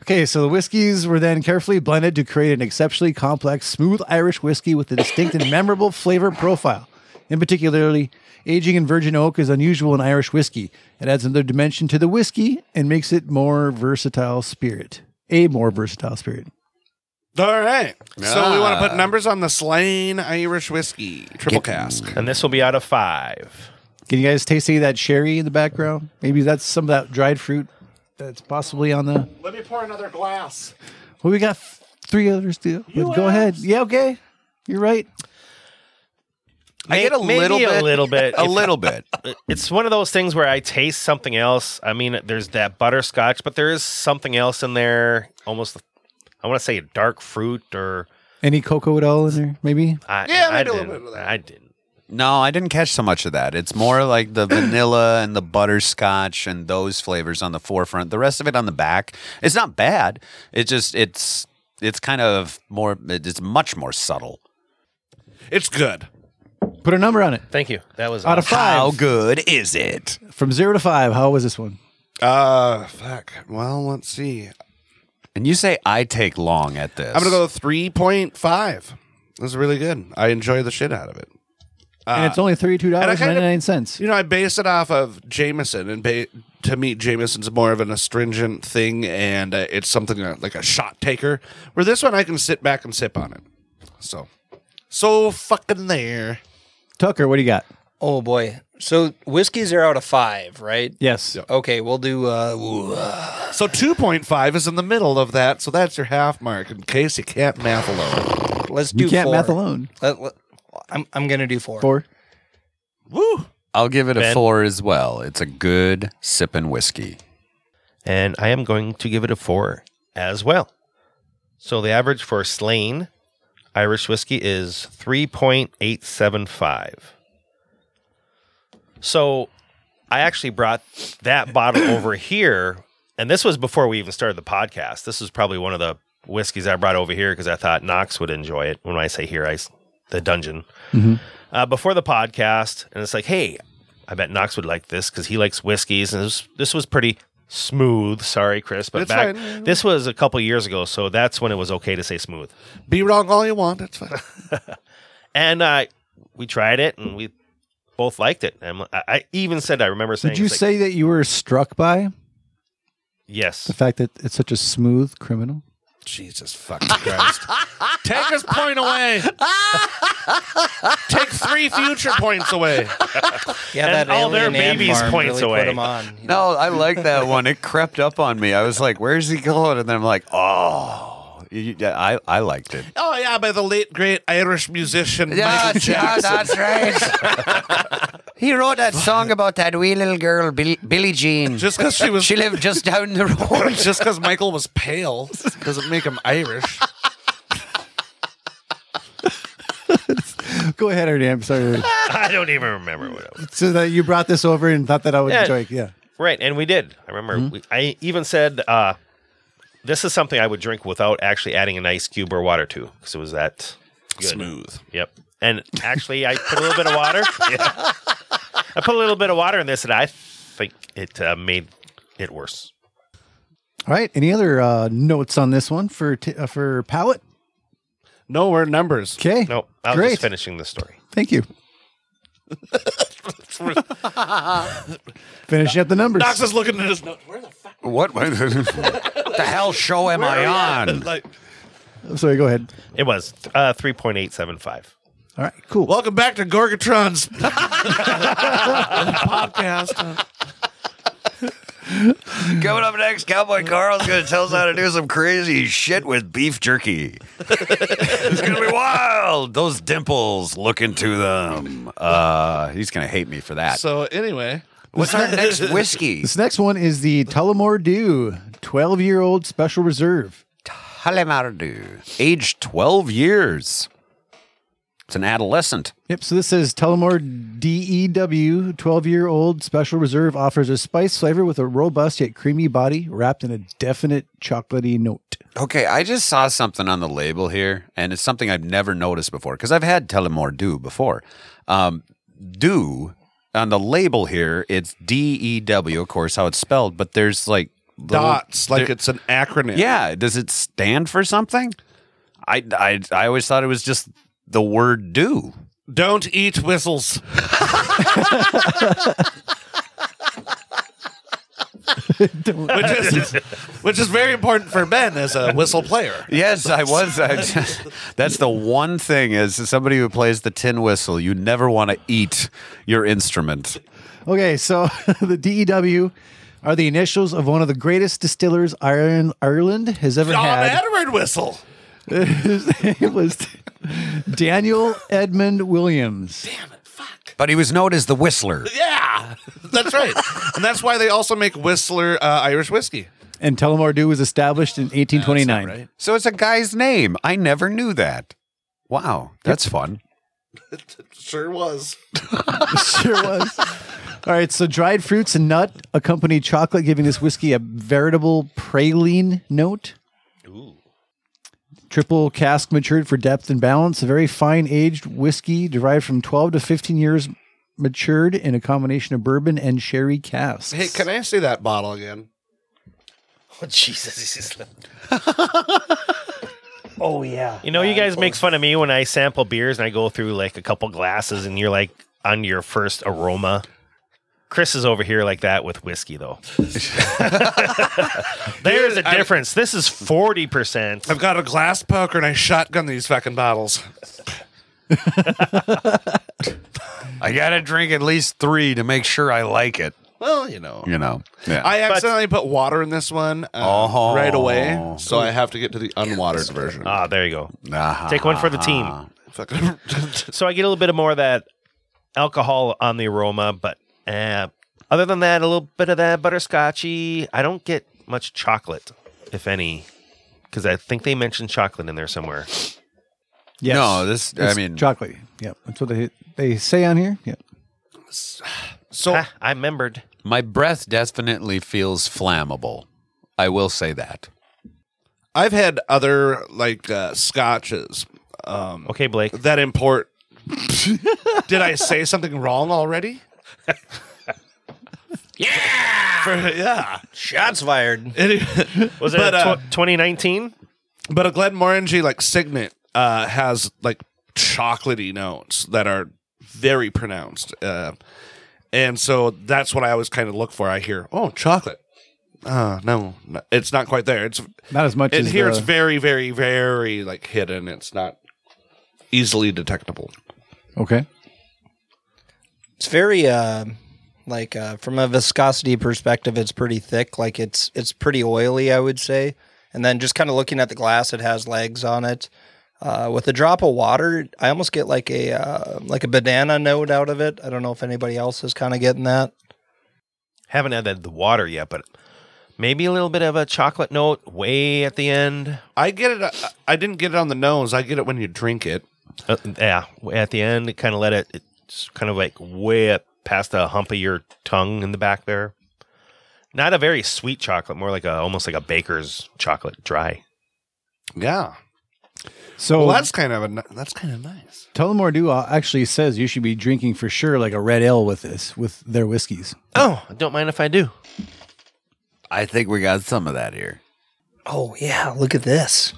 Okay, so the whiskeys were then carefully blended to create an exceptionally complex, smooth Irish whiskey with a distinct and memorable flavor profile. In particularly, aging in virgin oak is unusual in Irish whiskey. It adds another dimension to the whiskey and makes it more versatile spirit. A more versatile spirit.
All right. So we want to put numbers on the slain Irish whiskey triple cask.
and this will be out of five.
Can you guys taste any of that sherry in the background? Maybe that's some of that dried fruit that's possibly on the.
Let me pour another glass.
Well, we got f- three others to but Go ahead. Yeah, okay. You're right.
I get a
Maybe
little
a
bit.
little bit.
A little bit.
It's one of those things where I taste something else. I mean, there's that butterscotch, but there is something else in there. Almost, I want to say dark fruit or
Any cocoa at all in there? Maybe.
I,
Yeah,
I
maybe a
didn't.
little bit of that.
I didn't.
No, I didn't catch so much of that. It's more like the vanilla and the butterscotch and those flavors on the forefront. The rest of it on the back. It's not bad. It's just it's it's kind of more. It's much more subtle.
It's good.
Put a number on it.
Thank you. That was
Out of five.
How good is it?
From zero to five. How was this one?
Uh, fuck. Well, let's see.
And you say I take long at this.
I'm gonna go three point five. This is really good. I enjoy the shit out of it.
and it's only thirty-two
and I
dollars
kind of-
ninety-nine cents.
You know, I base it off of Jameson, and ba- to me, Jameson's more of an astringent thing, and uh, it's something uh, like a shot taker. Where this one, I can sit back and sip on it. So, so fucking there.
Tucker, what do you got?
Oh boy. So whiskeys are out of five, right?
Yes.
Okay, we'll do. Uh, ooh, uh,
So two point five is in the middle of that. So that's your half mark. In case you can't math alone.
let's do
You can't
four.
math alone.
Let- let- I'm I'm gonna do four.
Four.
Woo!
I'll give it a
Ben?
four as well. It's a good sipping whiskey.
and I am going to give it a four as well. So the average for Slain Irish whiskey is 3.875. So I actually brought that bottle over here, and this was before we even started the podcast. This is probably one of the whiskeys I brought over here because I thought Knox would enjoy it. When I say here, I s- the dungeon uh, before the podcast, and it's like, hey, I bet Knox would like this because he likes whiskeys, and this, this was pretty smooth. Sorry, Chris, but
It's
back
fine.
this was a couple years ago, so that's when it was okay to say smooth.
Be wrong all you want. It's fine.
And uh, we tried it, and we both liked it. And I, I even said, I remember saying,
Did you
it's like,
say that you were struck by
yes?
the fact that it's such a smooth criminal?
Jesus fucking Christ. Take his point away. Take three future points away.
Yeah,
And
that
all their
alien ant
babies
farm
points
really
away.
put them on.
No, I like that one. It crept up on me. I was like, "Where's he going?" And then I'm like, "Oh, You- yeah, I I liked it."
Oh yeah, by the late great Irish musician
Yeah,
Michael
yeah, that's
Jackson.
right. he wrote that song about that wee little girl, Bill- Billie Jean.
Just 'cause she was-
she lived just down the road.
Just because Michael was pale doesn't make him Irish.
Go ahead, Ernie. I'm sorry.
I don't even remember what it was.
so that you brought this over and thought that I would
Yeah.
enjoy. it. Yeah.
Right, and we did. I remember.
Mm-hmm.
We, I even said, uh, "This is something I would drink without actually adding an ice cube or water to," because it was that good.
Smooth.
Yep. And actually, I put a little bit of water. Yeah. I put a little bit of water in this, and I think it uh, made it worse.
All right. Any other uh, notes on this one for t- uh, for palette?
No, we're numbers.
Okay.
No, I was
Great.
just finishing the story.
Thank you. Finishing up the numbers.
Knox is looking at his notes. Where the fuck?
What, what the hell show am I on?
Like,
I'm sorry. Go ahead.
It was uh, three point eight seven five.
All right. Cool.
welcome back to Gorgatron's podcast.
Coming up next, Cowboy Carl's going to tell us how to do some crazy shit with beef jerky. it's going to be wild. Those dimples, look into them. Uh, he's going to hate me for that.
So anyway,
What's our next whiskey?
This next one is the Tullamore Dew 12 year old special reserve.
Halimardu, aged 12 years. It's an adolescent.
Yep, so this says Tullamore DEW 12 year old special reserve offers a spice flavor with a robust yet creamy body wrapped in a definite chocolatey note.
Okay, I just saw something on the label here, and it's something I've never noticed before because I've had Telemore Dew before. Um, Dew on the label here, it's D E W, of course, how it's spelled, but there's like little-
dots like it's an acronym.
Yeah, does it stand for something? I, I, I always thought it was just the word Dew.
Don't eat whistles. which is which is very important for Ben as a whistle player.
Yes, I was. I just, that's the one thing is somebody who plays the tin whistle. You never want to eat your instrument.
Okay, so the DEW are the initials of one of the greatest distillers Ireland, Ireland has ever
Dom
had.
Edward whistle.
His name was Daniel Edmund Williams.
But he was known as the whistler.
Yeah, that's right, and that's why they also make Whistler uh, Irish whiskey.
And Tullamore Dew was established in 1829.
So it's a guy's name. I never knew that. Wow, that's fun.
Sure was.
sure was. All right, so dried fruits and nut accompany chocolate, giving this whiskey a veritable praline note. Triple cask matured for depth and balance. A very fine aged whiskey derived from 12 to 15 years matured in a combination of bourbon and sherry casks.
Hey, can I see that bottle again?
Oh, Jesus, this is
Oh yeah.
You know, you guys make fun of me when I sample beers and I go through like a couple glasses and you're like on your first aroma. Chris is over here like that with whiskey, though. There's a difference. This is 40%.
I've got a glass poker and I shotgun these fucking bottles.
I gotta drink at least three to make sure I like it.
Well, you know.
You know. Yeah.
I accidentally put water in this one uh,
Oh.
right away, so I have to get to the unwatered version.
Ah, there you go.
Uh-huh.
Take one for the team.
Fucking-
So I get a little bit of more of that alcohol on the aroma, but eh, other than that, a little bit of that butterscotchy. I don't get much chocolate, if any, because I think they mentioned chocolate in there somewhere.
Yes.
No, this. I
It's
mean,
chocolate. Yeah, that's what they, they say on here. Yeah.
so
Ah, I remembered.
my breath definitely feels flammable. I will say that.
I've had other like uh, scotches um,
Okay, Blake.
that import. Did I say something wrong already? yeah, For- yeah.
Shots fired.
Any-
Was it
But, uh,
2019?
but a Glenmorangie like Signet uh, has like chocolatey notes that are very pronounced, uh, and so that's what I always kind of look for. I hear oh chocolate, uh, no, no, it's not quite there. It's
Not as much
and
as
here
the-
it's very, very, very like hidden. It's not easily detectable.
Okay.
it's very uh like uh from a viscosity perspective it's pretty thick like it's it's pretty oily i would say and then just kind of looking at the glass it has legs on it uh, with a drop of water i almost get like a uh, like a banana note out of it i don't know if anybody else is kind of getting that
Haven't added the water yet, but maybe a little bit of a chocolate note way at the end.
I get it. I- I didn't get it on the nose. I get it when you drink it.
Uh, yeah, at the end, kind of let it. It's kind of like way up past the hump of your tongue in the back there. Not a very sweet chocolate, more like a almost like a baker's chocolate, dry.
Yeah.
So
Well, that's kind of a, ni- that's kind of nice.
Tullamore Dew uh, actually says you should be drinking for sure like a red ale with this, with their whiskeys.
Oh, don't mind if I do.
I think we got some of that here.
oh yeah look at this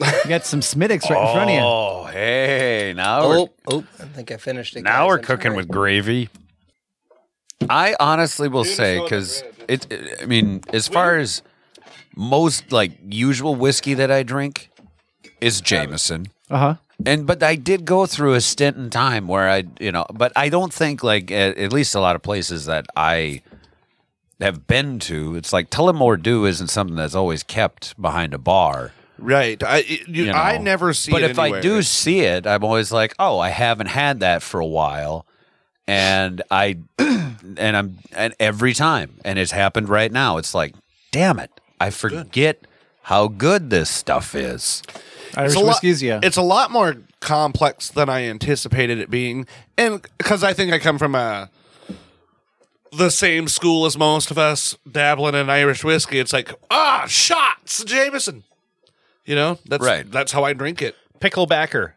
You got some Smittix right in front of you.
Oh, hey, now
oh oh i think i finished it
Now
guys.
we're
I'm
cooking
sorry.
with gravy. I honestly will say because it, it- I mean, as far as most like usual whiskey that I drink is Jameson,
Uh huh.
and but I did go through a stint in time where I, you know, but I don't think like at, at least a lot of places that I have been to, it's like Tullamore Dew isn't something that's always kept behind a bar.
Right. I it- you,
you
I
know.
never see.
But
it
if I
anywhere.
do see it, I'm always like, oh, I haven't had that for a while, and I and I'm and every time, and it's happened right now. It's like, damn it, I forget how good this stuff is.
Irish
it's a lot,
whiskeys, yeah.
It's a lot more complex than I anticipated it being, and because I think I come from a the same school as most of us, dabbling in Irish whiskey. It's like ah, shots, Jameson. You know, that's
Right.
That's how I drink it.
Picklebacker.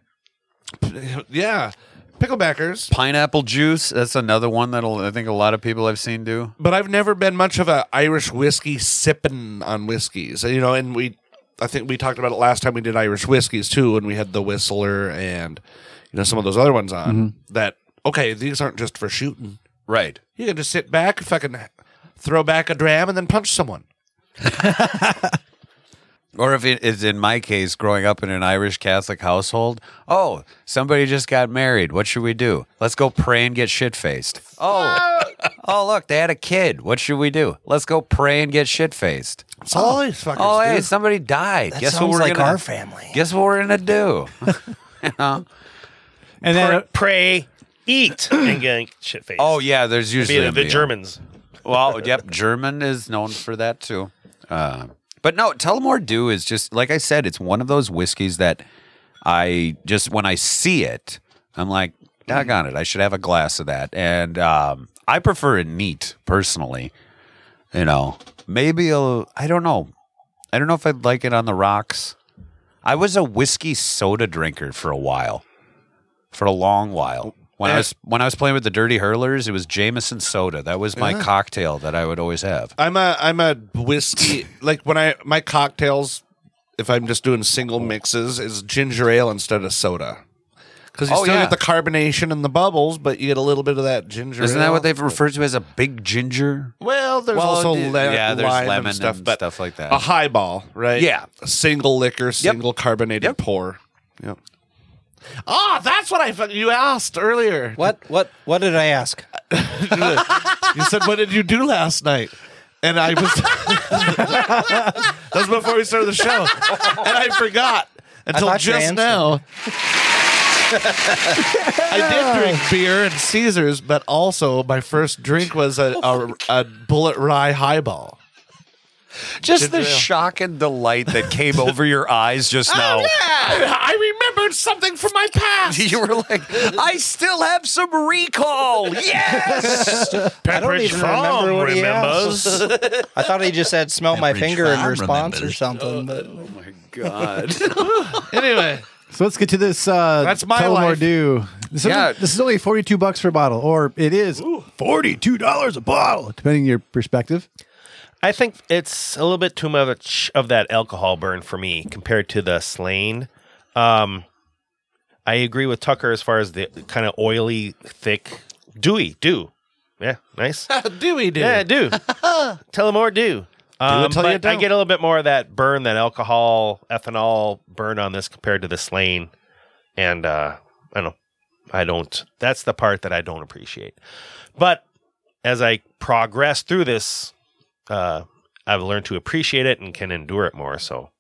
Yeah, picklebackers.
Pineapple juice. That's another one that I think a lot of people I've seen do.
But I've never been much of a Irish whiskey sipping on whiskeys. You know, and we, I think we talked about it last time we did Irish whiskeys too, and we had the Whistler and you know some of those other ones on that. Okay, these aren't just for shooting.
Right.
You can just sit back, fucking throw back a dram, and then punch someone.
Or if it is in my case, growing up in an Irish Catholic household, oh, somebody just got married. What should we do? Let's go pray and get shit faced. Oh, oh, look, they had a kid. What should we do? Let's go pray and get shit faced.
It's all these fuckers
Oh, hey,
do.
somebody died.
that
guess
sounds
what we're
like
gonna
our family
guess what we're gonna do? You know?
And then uh,
Pray, eat, and get shit face.
Oh yeah, there's usually
Be the,
a
the
meal.
Germans.
Well, yep, German is known for that too. Uh, but no, Tullamore Dew is just like I said. It's one of those whiskeys that I just when I see it, I'm like, doggone it, I should have a glass of that. And um, I prefer it neat personally. You know, maybe a, I don't know. I don't know if I'd like it on the rocks. I was a whiskey soda drinker for a while, for a long while. When I was when I was playing with the Dirty Hurlers, it was Jameson soda. That was my cocktail that I would always have.
I'm a I'm a whiskey like when I my cocktails. If I'm just doing single mixes, is ginger ale instead of soda. Because you
Oh,
still
yeah.
get the carbonation and the bubbles, but you get a little bit of that ginger.
Isn't that
ale.
what they've referred to as a big ginger?
Well, there's
Well,
also
d-
le-
yeah, there's
lime
lemon
and stuff,
and
but
stuff like that.
A highball, right?
Yeah.
A single liquor, single carbonated
Yep.
pour. Yep. Ah, that's what I fu- you asked earlier.
what what what did i ask
You said, "What did you do last night?" And I was that was before we started the show, and I forgot until
thought you
just
answered.
now. I did drink beer and Caesars, but also my first drink was a, a, a bullet rye highball.
Just the
Ginger ale.
shock and delight that came over your eyes just now.
I remembered something from my past.
You were like, I still have some recall. Yes.
i don't even remember what he asked i thought he just said smell my
Pepperidge
finger in
Farm
response or
remembers.
something but
God.
anyway,
so let's get to this. Uh,
That's my
Tullamore
life.
Dew. This,
Yeah.
is, this is only forty-two bucks for a bottle, or it is forty-two dollars a bottle, depending on your perspective.
I think it's a little bit too much of that alcohol burn for me compared to the slain. Um, I agree with Tucker as far as the kind of oily, thick, dewy, do. Yeah, nice.
do we do?
Yeah, do. Tell him more, do. Um,
till you
but I
don't.
get a little bit more of that burn, that alcohol, ethanol burn on this compared to the slain, and uh, I don't, I don't. That's the part that I don't appreciate. But as I progress through this, uh, I've learned to appreciate it and can endure it more. So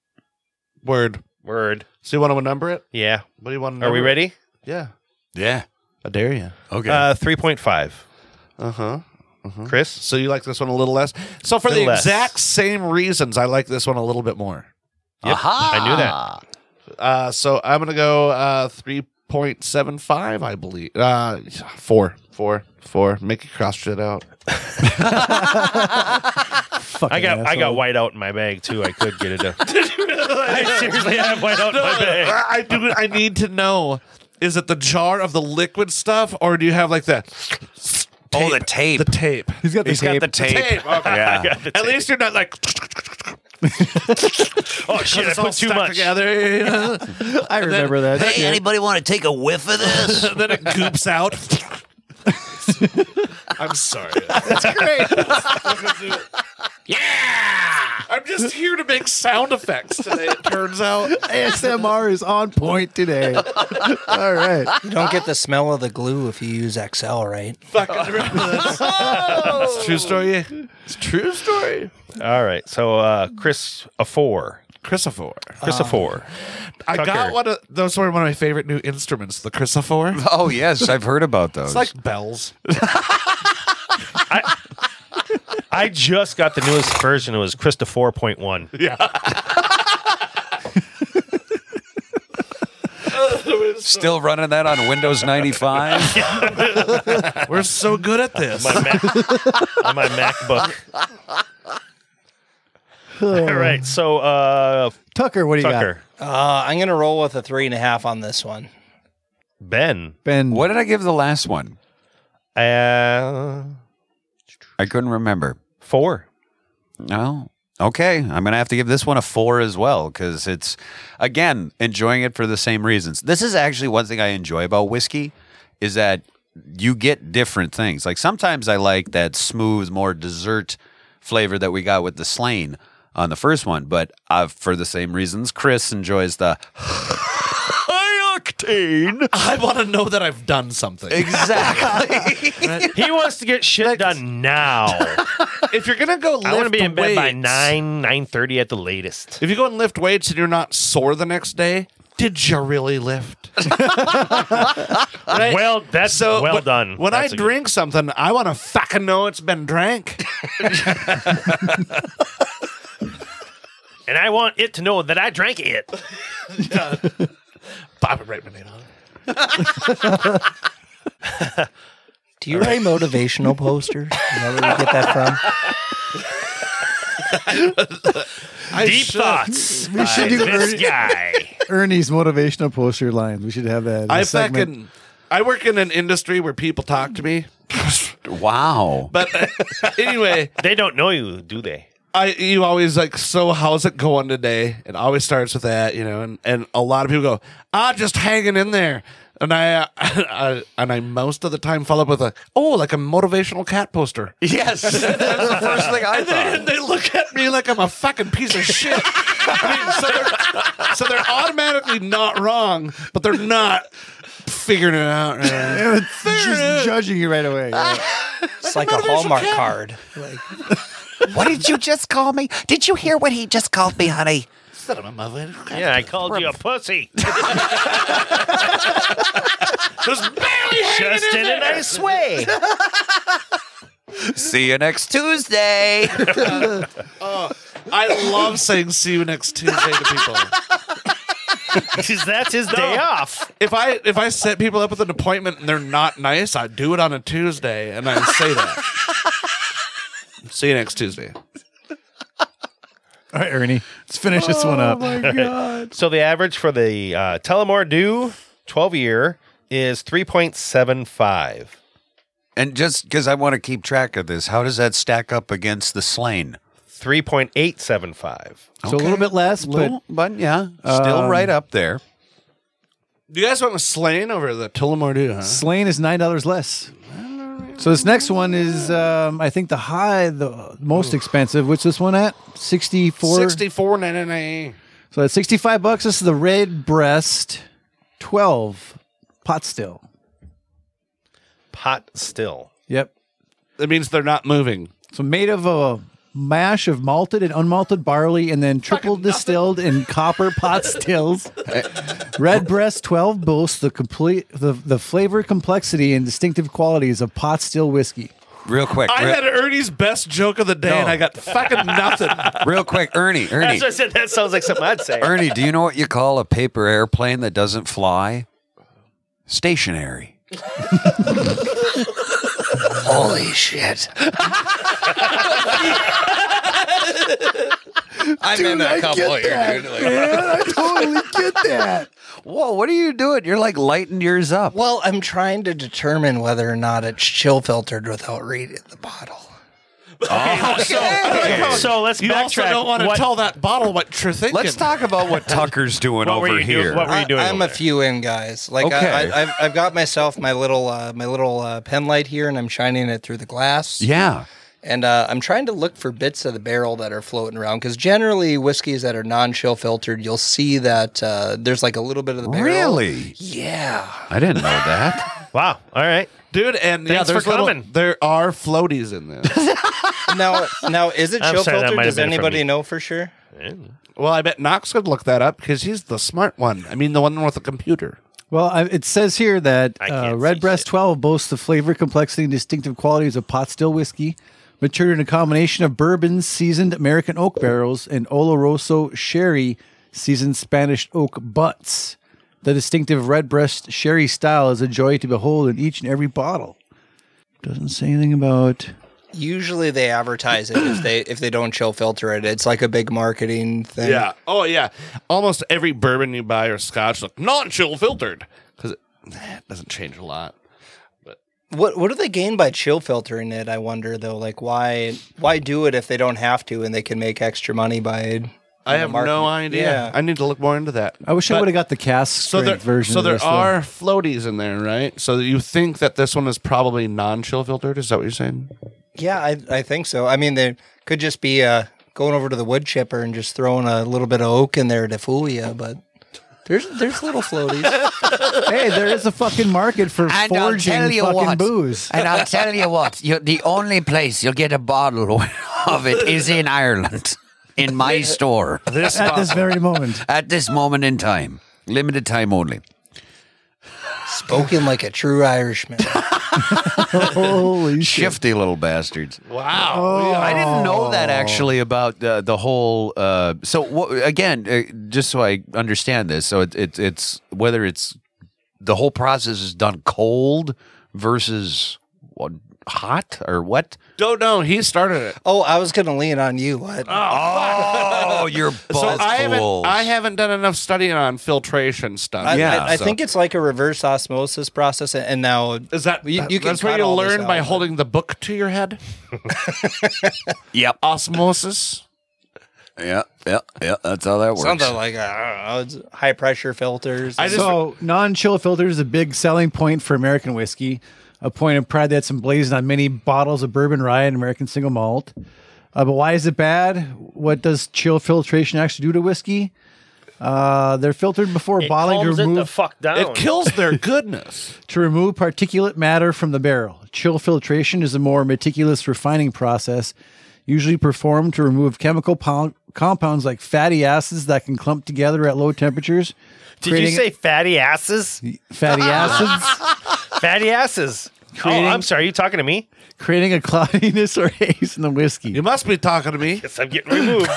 Word.
word,
So you want to number it?
yeah.
What do you want? to
Are we
number it?
ready?
Yeah.
Yeah.
I dare you.
Okay.
Uh, three point five.
Uh huh. Uh-huh.
Chris,
So you like this one a little less? So for the
Little less.
exact same reasons, I like this one a little bit more.
Yep, I knew that.
Uh, so I'm gonna go uh, three point seven five, I believe. Uh, four, four, four. Mickey crossed it out.
I got I got white out in my bag too. I could get it. Done. I seriously have white out in my bag.
I I do. I need to know: is it the jar of the liquid stuff, or do you have like the
Oh, the tape.
the tape?
He's got the
He's
tape.
got the tape.
okay.
Yeah.
At least you're not like
Oh shit! I
it's all
put too
stuck
much.
together. Yeah.
I remember that. shit.
anybody want to take a whiff of this?
then it goops out. I'm sorry. That's great. yeah! I'm just here to make sound effects today, it turns out.
ASMR is on point today. All right.
You don't get the smell of the glue if you use XL, right?
Fucking remember this. It's a true story. It's a true story.
All right. So uh, Chris a four.
Chrysophore.
Uh.
Chris a four.
I
Tucker.
got one of those were one of my favorite new instruments, the chrysophore.
oh yes, I've heard about
It's
those.
like bells.
I just got the newest version. It was Krista four point one.
Still running that on Windows 95.
We're so good at this.
My Mac, on my MacBook. All right. So uh,
Tucker, what do you got?
Tucker,
Uh, I'm gonna roll with a three and a half on this one.
Ben,
Ben.
what did I give the last one?
uh,
I couldn't remember.
four.
No. Okay. I'm going to have to give this one a four as well because it's, again, enjoying it for the same reasons. This is actually one thing I enjoy about whiskey is that you get different things. Like sometimes I like that smooth, more dessert flavor that we got with the slain on the first one, but i for the same reasons, Chris enjoys the high octane.
I want to know that I've done something.
Exactly.
He wants to get shit done now.
if you're gonna go, lift
I want to be in bed by
weights-
nine nine thirty at the latest.
If you go and lift weights and you're not sore the next day, did you really lift? Right?
Well, that's
So
well
but
done.
When
That's
I
a good-
drink something, I want to fucking know it's been drank.
and I want it to know that I drank it.
Pop it right my name on. it.
Do you write motivational posters? Is that where you get that from?
I
Deep
should.
thoughts.
We should
by
do
this
Ernie-
guy.
Ernie's motivational poster lines. We should have that. in
I
a segment.
fucking. I work in an industry where people talk to me,
wow.
but anyway,
They don't know you, do they?
I you always like so how's it going today? It always starts with that, you know, and and a lot of people go ah just hanging in there, and I, uh, I and I most of the time follow up with a oh like a motivational cat poster.
yes. That's the first thing I thought.
And they look at me like I'm a fucking piece of shit. I mean, so, they're, so they're automatically not wrong, but they're not figuring it out. Right?
It's just judging you right away. Yeah.
It's like a Hallmark card. Like,
What did you just call me? Did you hear what he just called me, honey?
Son of a mother.
Yeah, I called you a pussy.
There's barely hanging
Just
in
in a
there.
nice way.
See you next Tuesday.
I love saying see you next Tuesday to people.
Because that's his day off.
if I if I set people up with an appointment and they're not nice, I do it on a Tuesday and I say that. See you next Tuesday.
All right, Ernie, let's finish this one up.
So the average for the uh, Telemore Dew 12 year is 3.75.
And just because I want to keep track of this, how does that stack up against the slain?
3.875.
So a little bit less, but
Well, but yeah, still
Um,
right up there.
You guys went with Slain over the Tullamore Dew, huh?
Slain is nine dollars less. So this next one is, um, I think, the high, the most expensive. What's this one at? Sixty-four.
64 na, na, na.
So at sixty-five bucks, this is the red breast, twelve pot still.
Pot still.
Yep.
That means they're not moving.
So made of a mash of malted and unmalted barley, and then triple distilled in copper pot stills. Red Breast 12 boasts the complete the, the flavor complexity and distinctive qualities of pot still whiskey.
Real quick.
I
real,
had Ernie's best joke of the day and I got fucking nothing.
real quick, Ernie. Ernie.
That's what I said. That sounds like something I'd say.
Ernie, do you know what you call a paper airplane that doesn't fly? Stationary.
Holy shit.
I'm in that couple here, dude.
I totally get that.
Whoa, what are you doing? You're like lighting yours up.
Well, I'm trying to determine whether or not it's chill filtered without reading the bottle.
So let's
You
backtrack.
also don't want to
What-
tell that bottle what you're thinking.
Let's talk about what Tucker's doing
What were
over
you doing-
here.
what were you doing
I, am
over
a
there?
few in, guys. Like
Okay.
I, I, I've, I've got myself my little uh, my little uh, pen light here, and I'm shining it through the glass.
yeah.
And uh, I'm trying to look for bits of the barrel that are floating around because generally whiskeys that are non-chill filtered, you'll see that uh, there's like a little bit of the barrel.
Really?
Yeah.
I didn't know that.
Wow. All right.
Dude, and yeah,
Thanks
there's
for
little-
coming.
there are floaties in this.
Now, now is it
I'm
chill
sorry, that
filtered?
might have
Does
been from
anybody
me.
know for sure?
well, I bet Knox could look that up because he's the smart one. I mean, the one with the computer.
Well, I, it says here that
I
uh,
can't
Red
see
Breast
shit.
12 boasts the flavor, complexity, and distinctive qualities of pot still whiskey, matured in a combination of bourbon seasoned American oak barrels and Oloroso sherry seasoned Spanish oak butts. The distinctive Red Breast sherry style is a joy to behold in each and every bottle. Doesn't say anything about.
Usually they advertise it if they if they don't chill filter it. It's like a big marketing thing.
Yeah. Oh, yeah. Almost every bourbon you buy or scotch look non-chill filtered because it, it doesn't change a lot.
What what do they gain by chill filtering it? I wonder though. Like why why do it if they don't have to and they can make extra money by?
I have
market.
no idea.
Yeah.
I need to look more into that.
I wish I
But-
would have got the cast
so there,
strength version.
so
of
there
this, though.
are floaties in there, right? So you think that this one is probably non-chill filtered? Is that what you're saying?
Yeah, I I think so. I mean, they could just be uh, going over to the wood chipper and just throwing a little bit of oak in there to fool you, but. There's, there's little floaties.
Hey, there is a fucking market for
And I'll
forging
tell you
fucking
what.
booze.
And I'll tell you what, you the only place you'll get a bottle of it is in Ireland, in my store
This
At this very moment.
At this moment in time, limited time only.
Spoken like a true Irishman.
Holy shit.
Shifty little bastards.
wow.
I didn't know that actually about uh, the whole. Uh, so what, again, uh, just so I understand this, so it, it, it's whether it's the whole process is done cold versus what, hot or what?
Don't know. He started it.
Oh, I was gonna lean on you. What?
Oh, you're
So I haven't,
buzzfools.
I haven't done enough studying on filtration stuff.
I,
Yeah,
I, I
so-
think it's like a reverse osmosis process, and- and now
Is that
You- you can
that's where
cut
you
all this
learn by
out.
holding the book to your head?
Yep.
Osmosis.
Yeah, yeah, yeah. That's how that works.
something like uh, I don't know, it's high pressure filters.
I just-
So non-chill filters is a big selling point for American whiskey, a point of pride that's emblazoned on many bottles of bourbon rye and American single malt. Uh, but why is it bad? What does chill filtration actually do to whiskey? Uh, they're filtered before
It
bottling to
calms it the
remove
fuck down.
It kills their goodness.
to remove particulate matter from the barrel. Chill filtration is a more meticulous refining process, usually performed to remove chemical pound- compounds like fatty acids that can clump together at low temperatures.
Did you
creating-
say fatty asses?
fatty acids?
Fatty asses.
Creating-
Oh, I'm sorry. Are you talking to me?
creating a cloudiness or haze in the whiskey.
You must be talking to me.
Yes, I'm getting removed.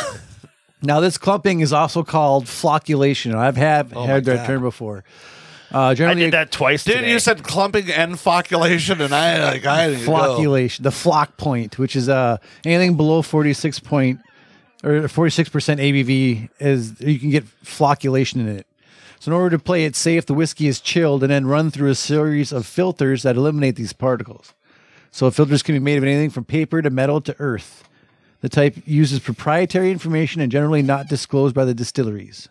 Now, this clumping is also called flocculation. I've have, had that term before. Uh,
Oh I
generally,
did that twice.
Dude,
today.
you said clumping and flocculation, and I like I didn't know.
flocculation, the flock point, which is uh, anything below forty six point or forty six percent ABV, is you can get flocculation in it. So, in order to play it safe, the whiskey is chilled and then run through a series of filters that eliminate these particles. So, filters can be made of anything from paper to metal to earth. The type uses proprietary information and generally not disclosed by the distilleries.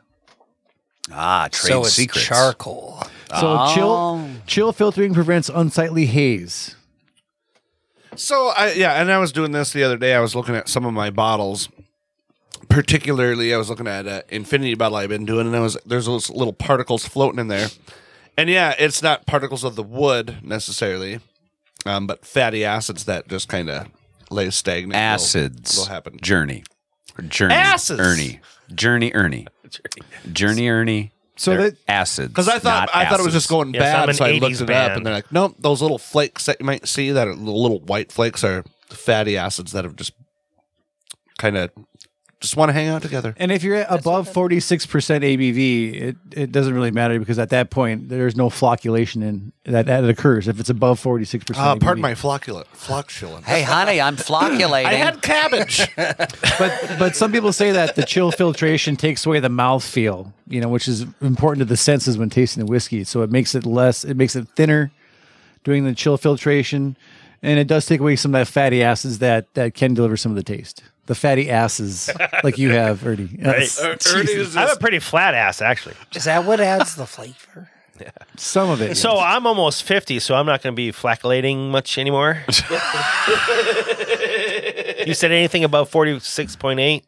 ah, trade
so it's
secrets.
charcoal.
So chill chill filtering prevents unsightly haze.
So I yeah, and I was doing this the other day. I was looking at some of my bottles. Particularly, I was looking at an infinity bottle I've been doing, and I was there's those little particles floating in there. And yeah, it's not particles of the wood necessarily, um, but fatty acids that just kind of lay stagnant. will-
acids
will happen.
journey Or journey
Acids!
ernie journey ernie journey ernie
So
so they
that-
acids
Because I thought
not
I thought it was
acids.
just going
Yes, I'm
bad,
an
so I
80s
looked it up,
band.
and they're like, nope, those little flakes that you might see that are the little white flakes are fatty acids that have just kind of just want to hang out together.
And if you're at above forty six percent ABV, it, it doesn't really matter because at that point there's no flocculation in that that occurs if it's above forty six percent.
Uh, pardon my flocculent, flocculent.
Hey, honey, I'm flocculating.
I had cabbage.
but but some people say that the chill filtration takes away the mouth feel, you know, which is important to the senses when tasting the whiskey. So it makes it less, it makes it thinner doing the chill filtration, and it does take away some of that fatty acids that that can deliver some of the taste. The fatty acids like you have, Ernie. That's- Jesus.
I'm a pretty flat ass, actually.
Is that what adds the flavor?
Some of it.
So I'm almost 50, so I'm not going to be flacculating much anymore. you said anything about 46.8?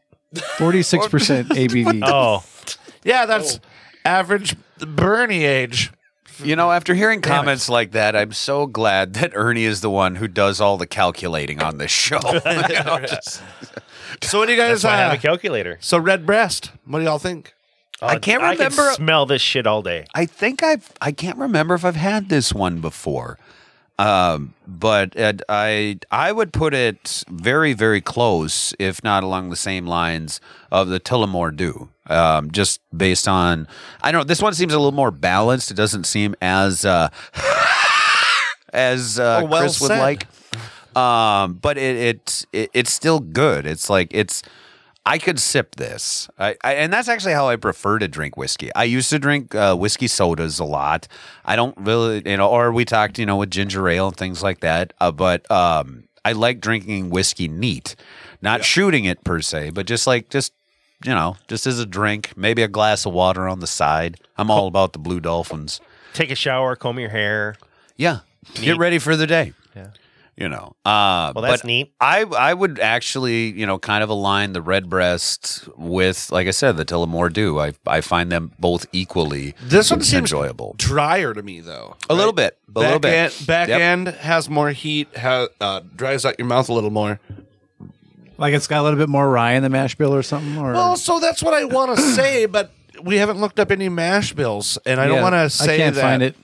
forty six percent ABV.
Oh,
yeah, that's average Bernie age.
You know, after hearing comments like that, I'm so glad that Ernie is the one who does all the calculating on this show. You know, just-
So what do you guys?
that's why I have a
Uh,
calculator.
so red breast. What do y'all think?
I can't
I can
remember. I,
smell this shit all day.
think I've. I can't remember if I've had this one before. Um, but it, I I would put it very very close, if not along the same lines of the Tullamore Dew. Um, just based on, I don't know. This one seems a little more balanced. It doesn't seem as uh, as uh,
Oh, well
Chris would
said.
like. Um, but it, it it it's still good. It's like it's I could sip this. I, I and that's actually how I prefer to drink whiskey. I used to drink uh, whiskey sodas a lot. I don't really you know, or we talked you know with ginger ale and things like that. Uh, but um, I like drinking whiskey neat, not shooting it per se, but just like just. You know, just as a drink, maybe a glass of water on the side. I'm all about the blue dolphins.
Take a shower, comb your hair.
Yeah. Get ready for the day.
Yeah.
You know. Uh
Well, that's
but
neat.
I I would actually, you know, kind of align the red breast with like I said, the Tullamore Dew. I I find them both equally
This one seems
enjoyable.
drier to me though.
A little bit. A
back
little bit.
End, back
Yep.
end has more heat. Ha- uh, dries out your mouth a little more.
like it's got a little bit more rye in the mash bill or something. Or
Well, so that's what I want to say, but we haven't looked up any mash bills, and I don't
Yeah,
want to say
I can't
that.
find it.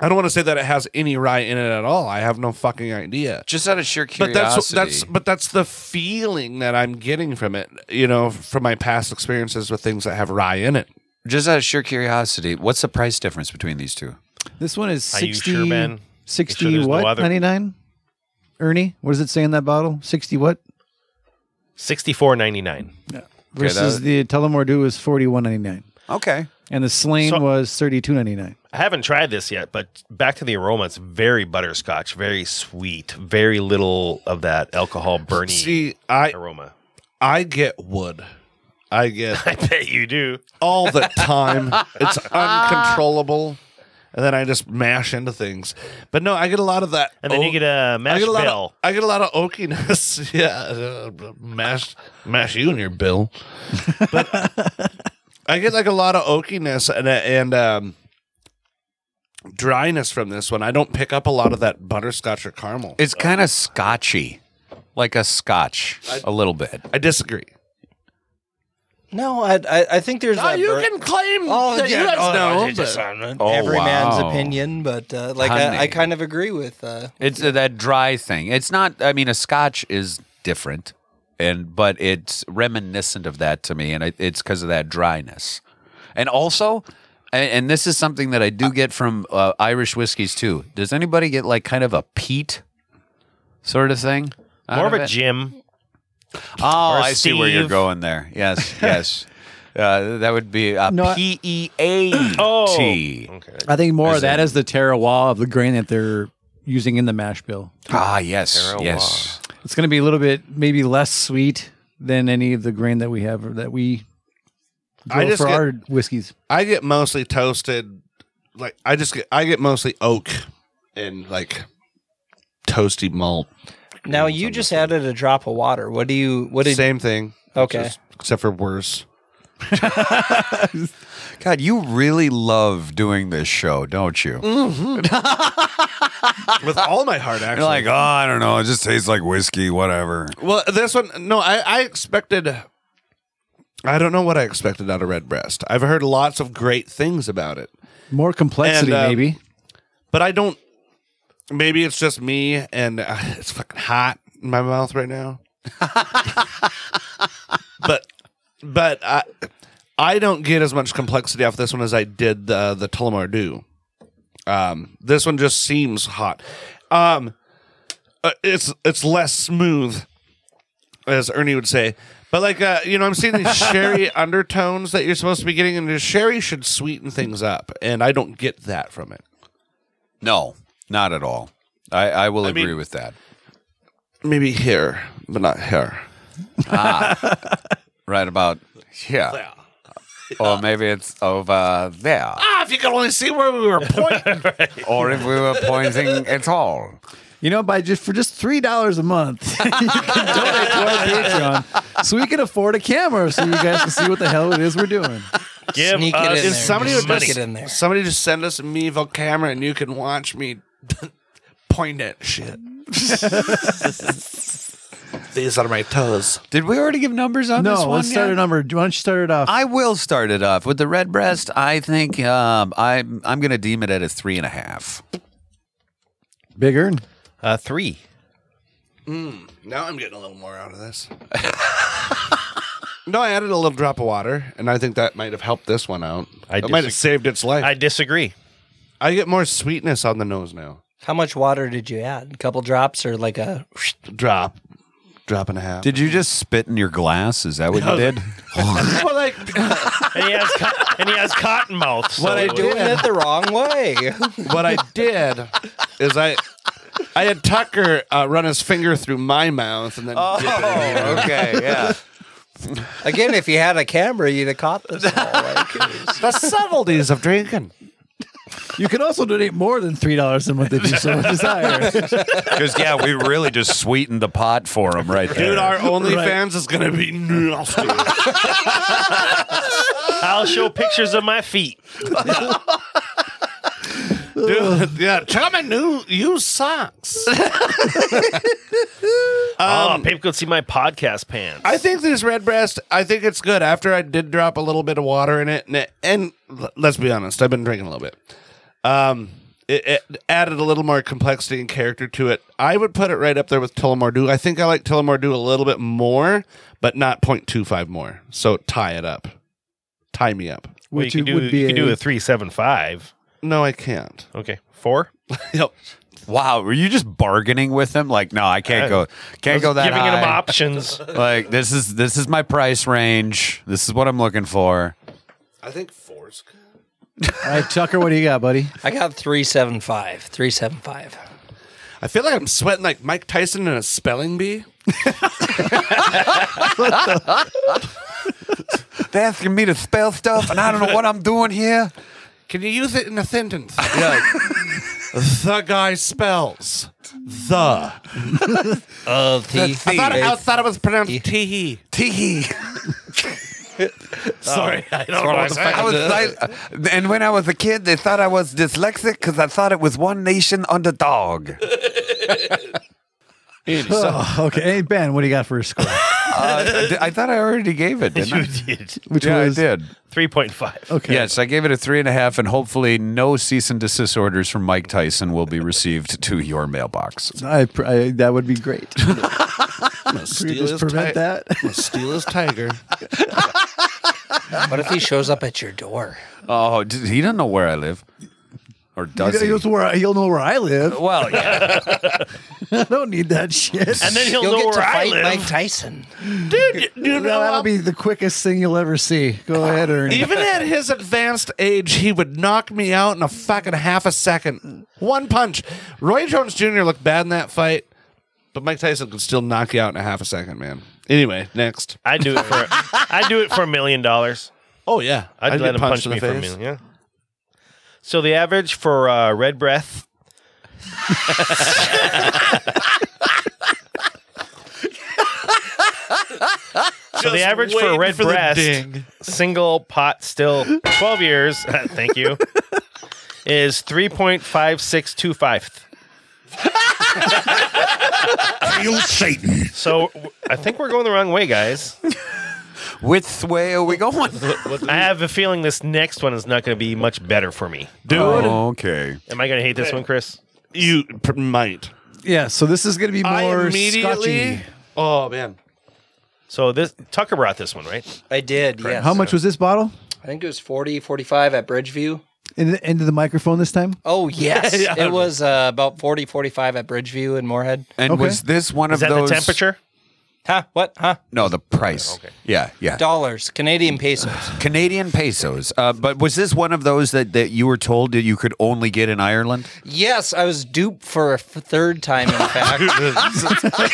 I don't want to say that it has any rye in it at all. I have no fucking idea.
Just out of sheer
But
curiosity.
that's that's but that's the feeling that I'm getting from it. You know, from my past experiences with things that have rye in it.
just out of sheer curiosity, what's the price difference between these two?
This one is
Are you
60,
sure, Ben? You sure
60
there's no
what?
other-
99? Ernie, what does it say in that bottle? 60 what?
64.99.
Versus
that-
the Tullamore Dew is 41.99.
Okay.
And the Slain
So-
was 32.99.
I haven't tried this yet, but back to the aroma. It's very butterscotch, very sweet, very little of that alcohol burning
See, I
aroma.
I get wood. I get
I bet you do.
all the time. it's uncontrollable. And then I just mash into things. But no, I get a lot of that.
And then you
oak-
get a
Oh, I
mash
get a lot
bill.
Of, I get a lot of oakiness. yeah, uh, mash, mash you and your bill. But I get like a lot of oakiness and and um, dryness from this one. I don't pick up a lot of that butterscotch or caramel.
It's kind of scotchy. Like a scotch, a little bit.
I disagree.
No, I I, I think there's
Oh,
that
you
bur-
can claim
Oh,
that
yeah,
you guys
oh,
know.
it's just,
but-
um,
Oh,
every man's
wow.
opinion, but uh, like
Honey.
I, I kind of agree with. Uh,
It's uh, that dry thing. It's not. I mean, a Scotch is different, and but it's reminiscent of that to me, and it, it's because of that dryness, and also. And, and this is something that I do get from uh, Irish whiskeys too. Does anybody get like kind of a peat sort of thing? out
More of a
it?
gym.
Oh, I see where you're
Steve.
going there. Yes, yes. uh, that would be a
No, I-
P E A T.
Oh. Okay.
I think more
As
of that
in-
is the terroir of the grain that they're using in the mash bill.
Ah, yes, yes.
It's going to be a little bit maybe less sweet than any of the grain that we have or that we
I
grow
just
for
get-
our whiskeys.
I get mostly toasted. Like I just get I get mostly oak and like toasty malt.
Now you just added a drop of water. What do you? What did?
Same thing.
Okay.
Just- except for worse.
God, you really love doing this show, don't you?
With all my heart, actually.
You're like, oh, I don't know. It just tastes like whiskey, whatever.
Well, this one, no, I, I expected. I don't know what I expected out of Red Breast. I've heard lots of great things about it,
More complexity,
And, uh,
maybe.
but I don't. Maybe it's just me, and uh, it's fucking hot in my mouth right now. but, but I, I don't get as much complexity off this one as I did the the Tullamore Dew. Um, this one just seems hot. Um, uh, it's it's less smooth, as Ernie would say. But like uh, you know, I'm seeing these sherry undertones that you're supposed to be getting, and the sherry should sweeten things up, and I don't get that from it.
No, not at all. I, I will agree
mean-
with that.
Maybe here, but not here.
Right about here. Or maybe it's over there.
Ah, if you could only see where we were pointing.
Or if we were pointing at all.
You know, by just for just three dollars a month, you can donate to our Patreon, so we can afford a camera, so you guys can see what the hell it is we're doing.
Give
Sneak it
us
in
if
there.
somebody
Just
would
sneak
just,
it in there.
somebody just send us a Mevo camera, and you can watch me point at shit. These are my toes.
Did we already give numbers on this
No,
one?
let's start
yet?
a number. Why don't you start it off?
I will start it off with the red breast. I think um, I'm I'm going to deem it at a three and a half.
Bigger.
Uh, three.
Now I'm getting a little more out of this. no, I added a little drop of water, and I think that might have helped this one out.
I
it might
disag-
have saved its life.
I
I,
disagree.
get more sweetness on the nose now.
How much water did you add? A couple drops or like a?
Drop, drop and a half.
Did you just spit in your glass? Is that what you did?
well, like
And he has co- and he has cotton mouth. So
What I
it was-
do-
Doing it the wrong way.
what I did is I. I had Tucker uh, run his finger through my mouth and then dip it in here.
Oh, okay, yeah.
Again, if you had a camera, you'd have caught this. All. Like, it was-
the subtleties of drinking.
You can also donate more than three dollars a month if you so desire.
Because yeah, we really just sweetened the pot for him right there.
Dude, our OnlyFans is gonna be nasty.
I'll show pictures of my feet.
Dude, yeah, check out my new used socks.
oh, people could see my podcast pants.
I think this red breast. I think it's good. After I did drop a little bit of water in it, and, it, and l- let's be honest, I've been drinking a little bit. Um, it, it added a little more complexity and character to it. I would put it right up there with Tullamore Dew. I think I like Tullamore Dew a little bit more, but not 0.25 more. So tie it up, tie me up.
Well,
Which
you
it
can do,
would be
you can do
a-
a three seven five.
No, I can't.
Okay, four.
Yep.
wow, were you just bargaining with him? Like, no, I can't go, can't go that
Giving
high.
them options.
Like this is this is my price range. This is what I'm looking for.
I think four's good.
All right, Tucker, what do you got, buddy?
I got three seven five. Three seven five.
I feel like I'm sweating like Mike Tyson in a spelling bee.
They're asking me to spell stuff, and I don't know what I'm doing here.
Can you use it in a sentence? Yeah. the guy spells the.
Of the
I thought, I
thief.
thought it was pronounced tee.
Tee.
Sorry, I don't know. what I said.
I was like, uh, and when I was a kid, they thought I was dyslexic because I thought it was one nation under dog.
Oh, okay, hey, Ben, what do you got for a score?
Uh, I thought I already gave it, didn't I?
You did
Which
yeah,
was
I did.
three point five.
okay.
Yes, I gave it a three and a half, and hopefully, no cease and desist orders from Mike Tyson will be received to your mailbox.
I, pr- I that would be great. Could we
Steal
just
his
prevent
ti-
that.
Steal his tiger.
What if he shows up at your door?
Oh, d- he doesn't know where I live, or does he?
He'll know, where I, he'll know where I live.
Well, yeah.
I don't need that shit.
And then he'll
You'll
know
get to
where I
fight
live.
Mike Tyson.
Well, that'll be the quickest thing you'll ever see. Go ahead, Ernie.
um, Even at his advanced age, he would knock me out in a fucking half a second. One punch. Roy Jones Jr. looked bad in that fight, but Mike Tyson could still knock you out in a half a second, man. Anyway, next.
I do it for. I do it for a million dollars.
Oh yeah,
I'd,
I'd
let
get
him
punched
punch
in
me
the
for a
face.
million. Yeah. So the average for uh, red breath. So the average for a red breast single pot still 12 years, thank you, is 3.5625.
Hail Satan.
So w- I think we're going the wrong way, guys.
Which way are we going?
I have a feeling this next one is not going to be much better for me.
Dude.
okay.
Am I going to hate this one, Chris?
You p- might.
Yeah, so this is going to be
I
more
immediately-
scotchy.
Oh, man.
So this Tucker brought this one, right?
I did, yes.
How much was this bottle?
I think it was 40, 45 at Bridgeview.
In- Into the microphone this time?
Oh, yes.
Yeah, I
it was uh, about 40, 45 at Bridgeview in Moorhead.
And
Okay.
was this one
Is
of
that
those?
the temperature?
Huh? What? Huh?
No, the price. Okay. Yeah, yeah.
Dollars, Canadian pesos.
Canadian pesos. Uh, but was this one of those that, that you were told that you could only get in Ireland?
yes, I was duped for a f- third time, in fact.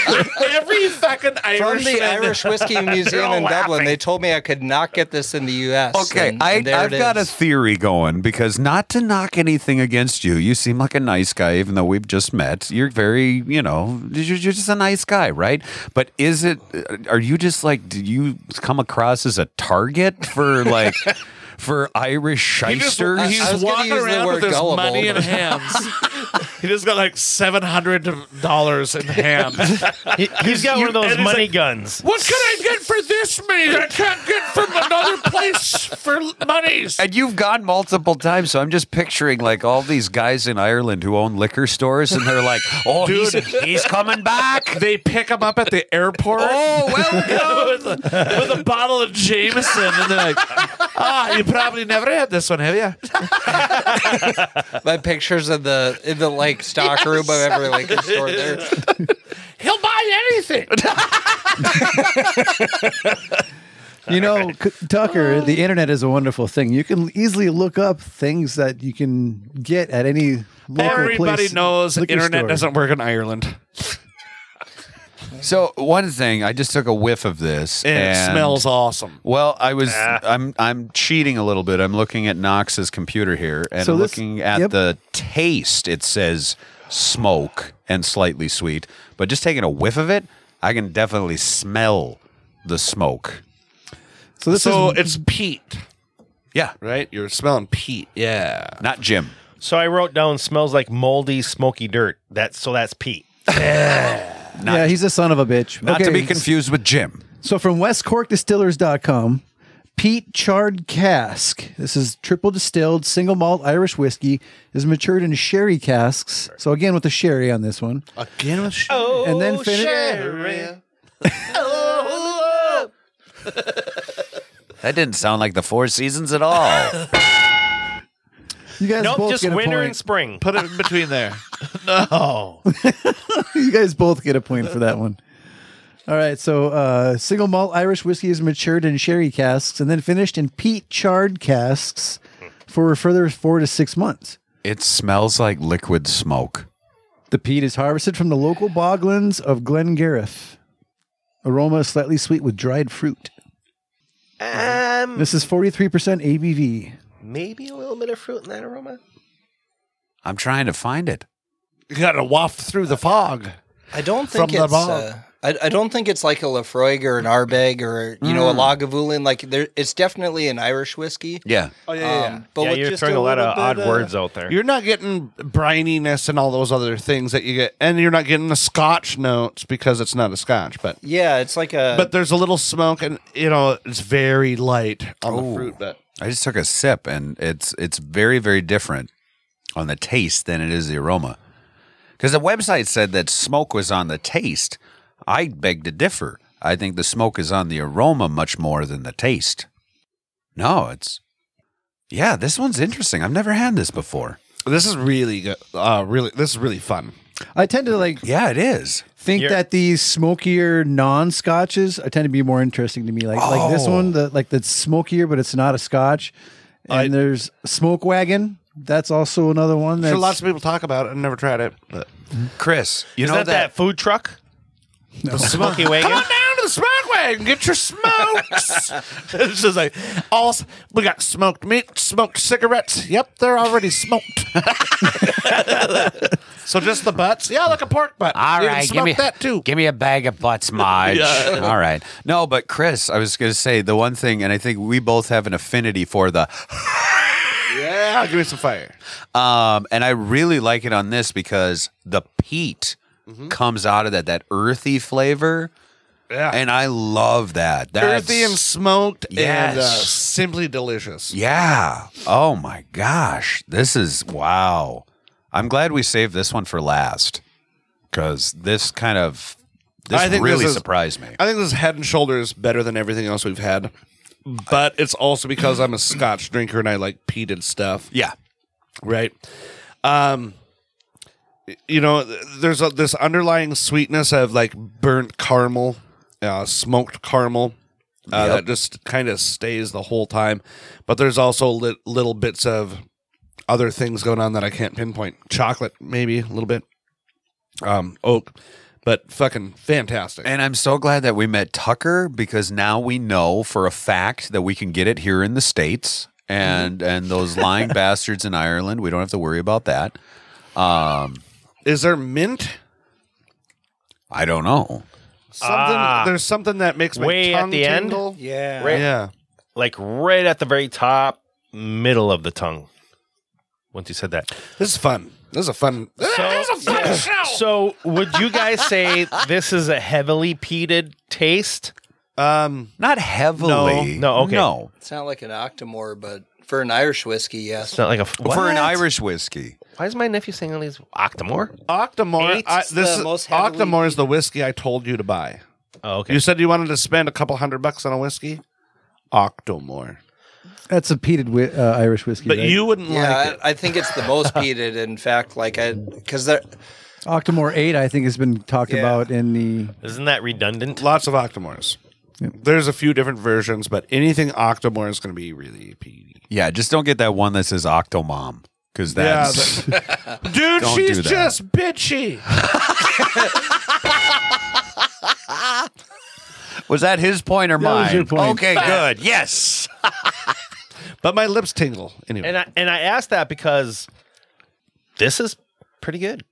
Every fucking
From
Irishman.
the Irish Whiskey Museum in Dublin, they told me I could not get this in the U.S.
Okay,
and-
I,
and there
I've
it
got a
is.
theory going because not to knock anything against you, you seem like a nice guy, even though we've just met. You're very, you know, you're, you're just a nice guy, right? But is it, uh, are you just like, do you come across as a target for like, for Irish
He just,
shysters?
I
he's
was gonna
walking
use the
around
word
with his
gullible,
money in
but-
hands. he just got like seven hundred dollars in hand.
He, has got one of those
and he's
money
like-
guns.
What can I get for this meat? I can't get from another place for monies.
And you've gone multiple times, so I'm just picturing like all these guys in Ireland who own liquor stores, and they're like, "Oh, he's,
Dude.
he's coming back."
They pick him up at the airport.
Oh, welcome.
with, a, with a bottle of Jameson, and they're like, "Ah, you probably never had this one, have you?"
my pictures of the in the like stock room of every liquor store there.
He'll buy anything.
You know, C- Tucker, the internet is a wonderful thing. You can easily look up things that you can get at any local
Everybody
place,
knows
liquor
internet
store.
doesn't work in Ireland.
So one thing, I just took a whiff of this.
It
and- Ah.
smells awesome.
Well, I was I'm I'm cheating a little bit. I'm looking at Knox's computer here and
So this-
looking at
yep.
the taste. It says smoke and slightly sweet, but just taking a whiff of it, I can definitely smell the smoke.
So this
so
is
it's peat,
Yeah,
right? You're smelling peat. Yeah.
not Jim.
So I wrote down smells like moldy, smoky dirt. That's so that's Pete.
Not
yeah, he's a son of a bitch.
Not to
Okay,
be confused with Jim.
So from westcorkdistillers.com, Pete Charred Cask. This is triple distilled single malt Irish whiskey is matured in sherry casks. So again with the sherry on this one.
Again with sh-
Oh,
and then
Oh,
finished
That didn't sound like the Four Seasons at all.
You guys
Nope,
both
just
get a
winter
point.
and spring.
Put it in between there.
you guys both get a point for that one. All right, so uh, single malt Irish whiskey is matured in sherry casks and then finished in peat charred casks for a further four to six months.
it smells like liquid smoke.
The peat is harvested from the local boglands of Glengariff. Aroma is slightly sweet with dried fruit.
Um,
This is 43% ABV.
maybe a little bit of fruit in that aroma.
I'm trying to find it.
You got to waft through the fog.
I don't
From
think
the
it's.
bog.
Uh, I, I don't think it's like a Lafroig or an Arbeg or you
Hmm.
know a Lagavulin. Like there, it's definitely an Irish whiskey.
Yeah.
Oh yeah,
Um, but
yeah,
with
you're
just
throwing a, lot
little
of
bit
odd
of-
words out there.
You're not getting brininess and all those other things that you get, and you're not getting the Scotch notes because it's not a Scotch. But
yeah, it's like
Uh,
a.
but there's a little smoke, and you know it's very light on
Ooh.
the fruit. But
I just took a sip and it's it's very very different on the taste than it is the aroma. Cuz the website said that smoke was on the taste. I beg to differ. I think the smoke is on the aroma much more than the taste. No, it's Yeah, this one's interesting. I've never had this before.
this is really good. Uh, really, this is really fun.
I tend to like
Yeah, it is.
think
You're-
that these smokier non-scotches I tend to be more interesting to me. Like like this
Oh.
one, the like that's smokier, but it's not a scotch. And
I-
there's Smoke Wagon. That's also another one.
Sure,
That's,
lots of people talk about it. I've never tried it. But.
Chris, you
is
know
that, that food truck? The smoky wagon.
Down to the smoke outside and get your smokes. it's just like all s- we got smoked meat, smoked cigarettes. Yep, they're already smoked. so just the butts. Yeah, like a pork butt.
All
You can
right, give
smoke
me
that too.
Give me a bag of butts, Marge.
Yeah.
All right. No, but Chris, I was going to say the one thing, and I think we both have an affinity for the.
yeah, give me some fire.
Um, and I really like it on this because the peat
Mm-hmm.
comes out of that that earthy flavor.
Yeah.
And I love that. That's
Earthy and smoked and uh,
Yes.
simply delicious.
Yeah. Oh my gosh. This is wow. I'm glad we saved this one for last because this kind of this
I think this
really
is-
surprised me.
I think this is head and shoulders better than everything else we've had. But it's also because I'm a scotch drinker and I like peated stuff.
Yeah.
Right. Um you know, th- there's a, this underlying sweetness of like burnt caramel, uh, smoked caramel uh, that just kind of stays the whole time. But there's also li- little bits of other things going on that I can't pinpoint. Chocolate, maybe a little bit, um, oak, but fucking fantastic.
And I'm so glad that we met Tucker because now we know for a fact that we can get it here in the states
Mm-hmm.
and and those lying bastards in Ireland, we don't have to worry about that. Um,
Is there mint?
I don't know.
Something
Ah.
there's something that makes my
Way at
tongue
the end?
tingle.
Yeah.
Right,
Yeah.
Like right at the very top, middle of the tongue. Once you said that.
This is fun. This is a fun.
So, so would you guys say this is a heavily peated taste?
Um,
Not heavily.
No, okay.
No.
It's not like an octomore, but for an Irish whiskey, yes.
It's not like a
For an
What?
Irish whiskey.
Why is my nephew saying all these octomore?
Octomore.
Eight's
I, this
the
is,
most heavily
Octomore is the whiskey I told you to buy.
Oh, okay.
You said you wanted to spend a couple hundred bucks on a whiskey. Octomore.
That's a peated wi- uh, Irish whiskey,
But
right?
you wouldn't like
Yeah,
it.
I, I think it's the most peated. In fact, like I, because there,
Octomore Eight, I think, has been talked
Yeah.
about in the
Isn't that redundant?
Lots of Octomores. There's a few different versions, but anything Octomore is going to be really peaty.
Yeah, just don't get that one that says Octomom because that's
Dude,
Don't
she's
do that.
just bitchy.
was that his point or
That was
mine?
your point.
Okay, good. Yes.
But my lips tingle anyway.
And I and I asked that because this is pretty good.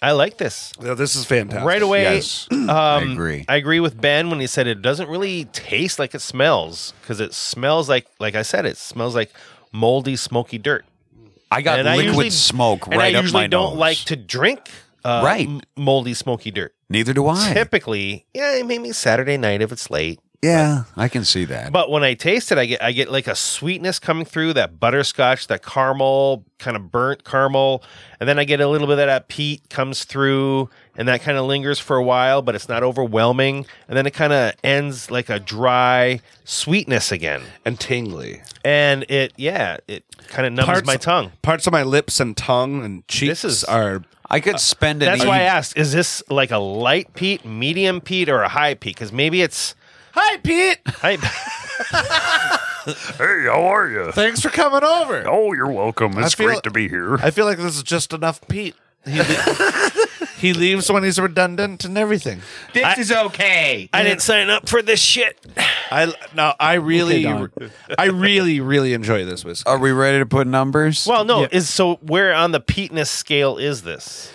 I like this.
Yeah, this is fantastic.
Right away,
Yes.
um,
agree.
I agree with Ben when he said it doesn't really taste like it smells because it smells like, like I said, it smells like moldy, smoky dirt.
I got
And I
liquid
usually-
smoke
and
right
I
up
usually
my
don't
nose.
like to drink uh,
Right.
m- moldy, smoky dirt.
Neither do I.
Typically, yeah, maybe Saturday night if it's late.
yeah, I can see that.
But when I taste it, I get I get like a sweetness coming through that butterscotch, that caramel, kind of burnt caramel, and then I get a little bit of that peat comes through, and that kind of lingers for a while, but it's not overwhelming, and then it kind of ends like a dry sweetness again,
and tingly.
and it yeah, it kind of numbs
Parts-
my tongue.
Parts of my lips and tongue and cheeks
is-
are
I could spend an
That's why I
eve-
asked: Is this like a light peat, medium peat, or a high peat? Because maybe it's
Hi, Pete.
high.
Hey, how are you?
Thanks for coming over.
Oh, you're welcome. It's
feel-
great to be here.
I feel like this is just enough Pete. He, le- he leaves when he's redundant and everything.
this is okay. I didn't sign up for this shit.
I no, I really,
Okay,
I really, really enjoy this whiskey.
Uh,
Are we ready to put numbers?
Well, no, is so where on the peatness scale is this?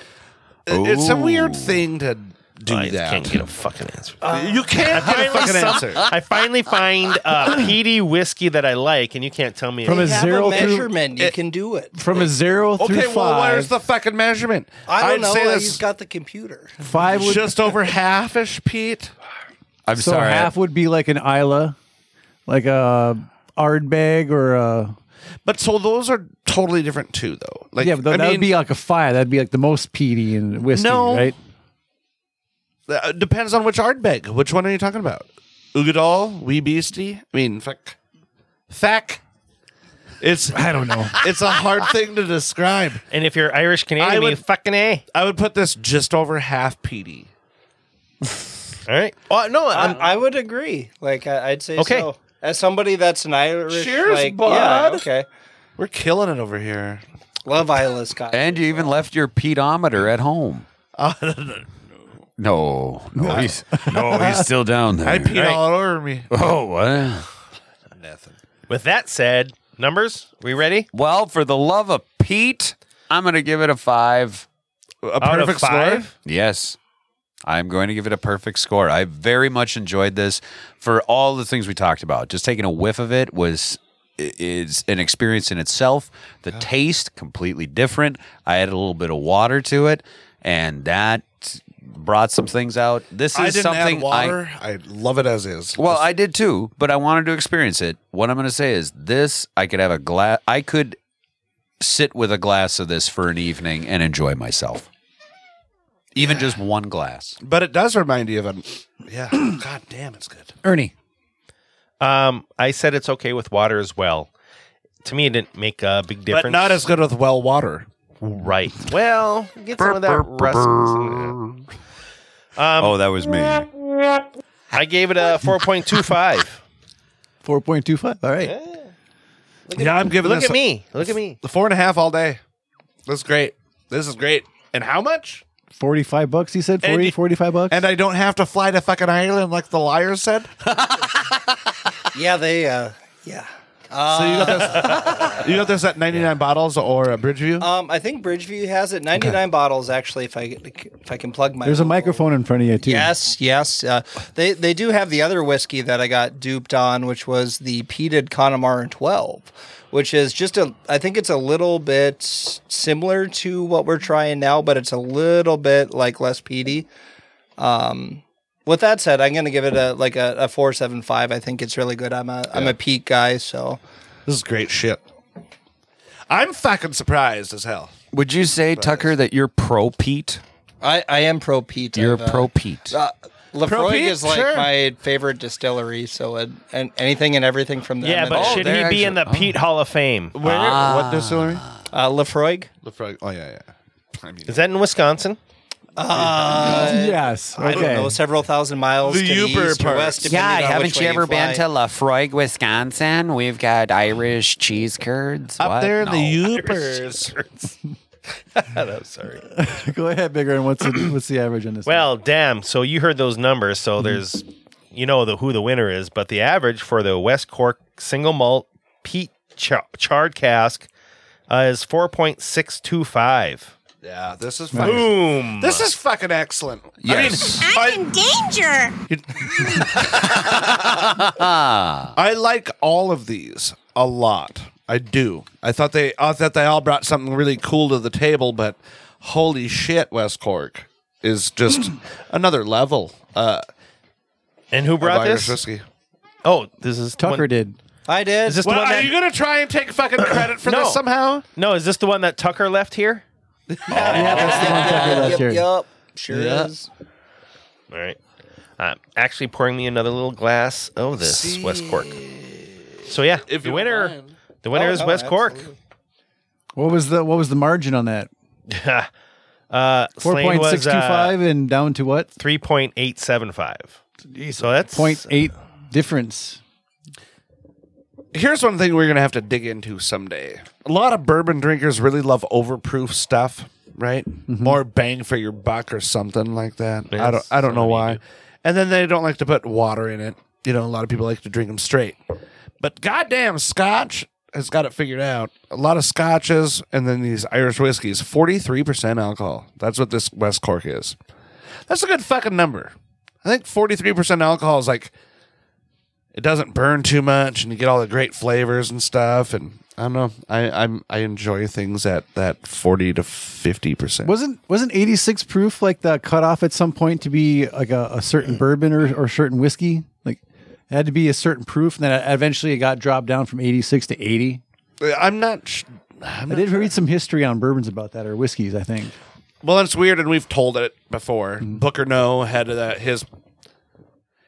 It's a
Ooh.
weird thing to do
I
that.
can't get a fucking answer.
you can't get a fucking answer.
I finally find a peaty whiskey that I like, and you can't tell me.
From
it-
a
you have
zero
a
through
measurement. you can do it.
from a zero
Okay,
through
well, where's
five.
the fucking measurement?
I don't
I'd
know.
say
I
that's
just got the computer.
five would
just over halfish, Pete.
I'm
so
sorry.
half would be like an Isla, like a Ardbeg or a
But so those are totally different too, though. Like,
yeah. But
I
that
mean,
would be like a five. That'd be like the most peaty and whiskey,
No.
right?
Uh, depends on which Ardbeg. Which one are you talking about? Ugadal, Wee Beastie? I mean, fuck. Thack. It's I don't know. It's a hard thing to describe.
and if you're Irish Canadian,
I
you
would-
fucking a.
I would put this just over half peaty.
All right. Oh no,
uh,
I'm,
I, I would agree. Like I, I'd say
Okay.
so. As somebody that's an Irish,
Cheers,
like,
bud.
Yeah, okay.
We're killing it over here.
Love Isla Scott.
and you even left your pedometer at home. No, no, he's no, he's still down there.
I peed Right. all
over me.
Oh, what?
With that said, numbers, we ready?
Well, for the love of Pete, I'm going to give it a five.
A
Out of perfect score? five?
Yes. I'm going to give it a perfect score. I very much enjoyed this for all the things we talked about. Just taking a whiff of it was i- is an experience in itself. The taste completely different. I added a little bit of water to it, and that brought some things out. This is
I didn't
something
add
I-
water. I, love it as is.
well, I did too, but I wanted to experience it. What I'm going to say is this I could have a glass, I could sit with a glass of this for an evening and enjoy myself. Even just one glass.
But it does remind you of an. Yeah. God damn, it's good.
Ernie.
Um, I said it's okay with water as well. To me, it didn't make a big difference.
But not as good with well water.
right. Well, get some of that rustiness. in there. Um,
Oh, that was me.
I gave it a four point two five.
Four point two five. All right.
Yeah, I'm giving
Look
this
at me. Look at me.
The four and a half all day. That's great. This is great. And how much?
45 bucks, he said? 40,
And you-
45 bucks?
And I don't have to fly to fucking Ireland like the liar said.
Yeah, they. Uh, yeah.
so you got this. you got this at 99 bottles or a Bridgeview.
Um, I think Bridgeview has it. Ninety nine bottles actually. If I if I can plug my
There's a microphone in front of you, too.
Yes, yes. Uh, they they do have the other whiskey that I got duped on, which was the peated Connemara 12, which is just a. I think it's a little bit similar to what we're trying now, but it's a little bit like less peaty. Um, with that said, I'm going to give it a like a, a four seven five. I think it's really good. I'm a am a peat guy, so
this is great shit. I'm fucking surprised as hell.
Would you say, Tucker, that you're pro Pete?
I I am pro peat.
You're
I've, uh,
pro Pete.
Uh, Lefroy
Propete?
is like
Sure.
my favorite distillery, so it, and anything and everything from them.
Yeah,
and-
but
Oh,
should he
they're
be in the
actually-
Pete Hall of Fame?
Where? What distillery?
uh, Lefroy.
Lefroy. Oh yeah, yeah. I mean,
Is that in Wisconsin?
Uh,
Yes. Okay.
I don't know, several thousand miles
The
to the
Uber
east or
part.
west.
Yeah,
depending on
haven't
which
you
way
ever been
fly.
to Lafroig, Wisconsin? We've got Irish cheese curds.
up
What?
there in
No.
the Upers.
I'm sorry.
Go ahead, Bigger. And what's the, what's the average on this? one?
Well, damn. So you heard those numbers. So there's, you know, the who the winner is, but the average for the West Cork single malt peat ch- charred cask uh, is four point six two five.
Yeah, this is fucking.
Boom.
This is fucking excellent.
Yes.
I mean, I,
in danger.
I like all of these a lot. I do. I thought they I thought they all brought something really cool to the table, but holy shit, West Cork is just another level. Uh,
and who
of
brought
Irish
this?
whiskey.
Oh, this is the one-
Tucker did.
I did.
Is this
Well,
the
are
one that?
you gonna try and take fucking credit for
No.
this somehow?
no, is this the one that Tucker left here?
Yeah, that's the one Tucker left
yep,
here.
yep, sure
Yeah.
is.
All right. Uh, actually, pouring me another little glass. Oh, this West Cork. So yeah,
If
the
you
winner,
don't mind.
the winner
Oh,
is
no,
West
absolutely.
What was the what was the margin on that?
Cork. uh,
Four
Slane
point
was
six two
uh,
five and down to what?
three point eight seven five. So that's
Point eight difference.
Here's one thing we're gonna have to dig into someday. A lot of bourbon drinkers really love overproof stuff, right? More bang for your buck or something like that. I don't
Yes,
I don't know
somebody
why.
do.
And then they don't like to put water in it. You know, a lot of people like to drink them straight. But goddamn, Scotch has got it figured out. A lot of Scotches and then these Irish whiskeys, forty three percent alcohol. That's what this West Cork is. That's a good fucking number. I think forty three percent alcohol is like it doesn't burn too much and you get all the great flavors and stuff and I don't know. I I'm I enjoy things at that 40 to 50%.
Wasn't wasn't eighty six proof like the cutoff at some point to be like a, a certain bourbon or, or certain whiskey? Like it had to be a certain proof, and then eventually it got dropped down from eighty six to eighty.
I'm not sh- I'm
I did read some history on bourbons about that or whiskeys. I think.
Well, it's weird, and we've told it before. Booker No had that his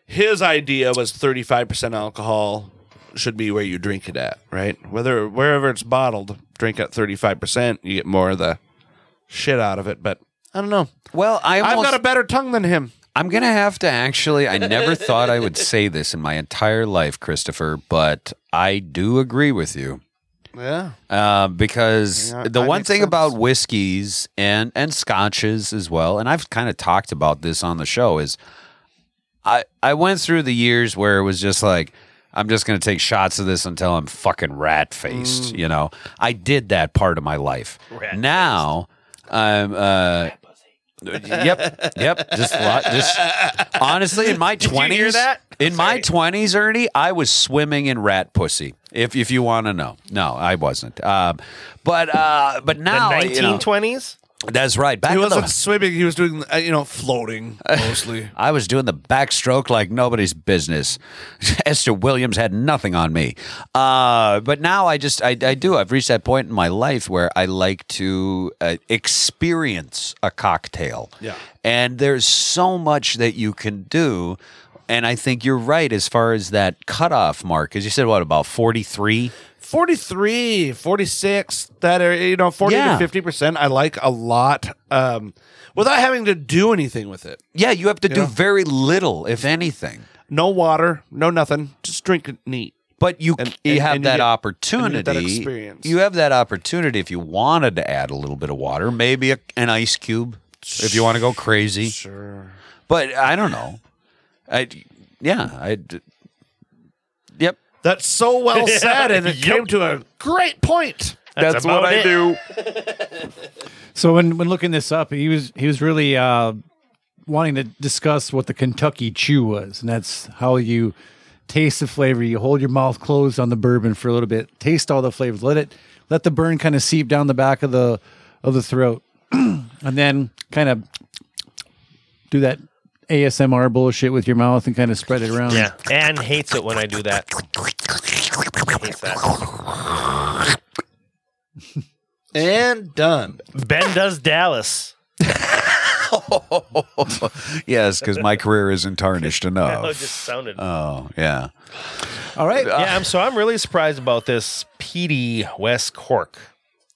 his idea was thirty five percent alcohol should be where you drink it at, right? Whether wherever it's bottled, drink at thirty five percent, you get more of the shit out of it. But I don't know.
Well, I almost,
I've got a better tongue than him.
I'm gonna have to actually. I never thought I would say this in my entire life, Christopher, but I do agree with you.
Yeah.
Uh, because
Yeah,
the
that
one
makes
thing
sense.
about whiskeys and and scotches as well, and I've kind of talked about this on the show, is I I went through the years where it was just like I'm just gonna take shots of this until I'm fucking rat
Mm.
faced. You know, I did that part of my life. now I'm. Uh, yep, yep. Just, lo- just honestly, in my
Did you hear
twenties,
that?
in my twenties, Ernie, I was swimming in rat pussy. If if you want to know, no, I wasn't. Um, but uh, but now
the
you know,
1920s.
that's right. Back
he
in the-
wasn't swimming. He was doing, uh, you know, floating mostly.
I was doing the backstroke like nobody's business. Esther Williams had nothing on me. Uh, but now I just, I, I do. I've reached that point in my life where I like to uh, experience a cocktail.
Yeah.
And there's so much that you can do. And I think you're right as far as that cutoff mark. Because you said, what, about 43?
43, 46, that are, you know, 40
Yeah.
to 50%, I like a lot um, without having to do anything with it.
Yeah, you have to do
Yeah.
very little, if anything.
No water, no nothing. Just drink it neat.
But you
And-
you
and-
have
and you
that
get- and
opportunity.
you get that experience.
You have that opportunity if you wanted to add a little bit of water, maybe a, an ice cube if you want to go crazy.
Sure.
But I don't know. I yeah, I d- Yep.
That's so well said, and it came to a great point.
That's, about it.
do.
So when when looking this up, he was he was really uh, wanting to discuss what the Kentucky Chew was, and that's how you taste the flavor. You hold your mouth closed on the bourbon for a little bit, taste all the flavors, let it let the burn kind of seep down the back of the of the throat, and then kind of do that ASMR bullshit with your mouth and kind of spread it around.
Yeah, and hates it when I do that. Hates that.
And done.
Ben does Dallas.
yes, because my career isn't tarnished
Oh, it
enough.
just sounded.
Oh yeah.
All right.
yeah, I'm, so I'm really surprised about this PD West Cork.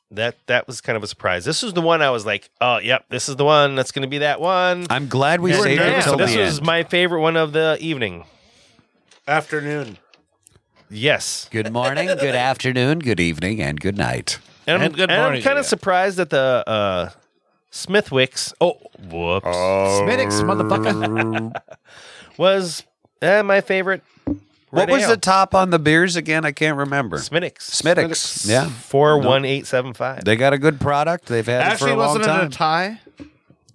That that was kind of a surprise. This is the one I was like, oh, yep, this is the one. That's going to be that one.
I'm glad we
And
saved
yeah,
it till the
this was
end.
my favorite one of the evening.
Afternoon.
Yes,
good morning, good afternoon, good evening, and good night.
and,
And good
I'm,
morning
kind
to
of
you.
surprised that the uh, Smithwicks. Oh, whoops,
Oh.
Smittix, motherfucker.
was eh, my favorite. Red
What was
ale.
the top on the beers again? I can't remember.
Smittix?
Smittix. Yeah.
four one eight seven five.
They got a good product. They've had it for
Actually,
a long
wasn't it a
time.
tie?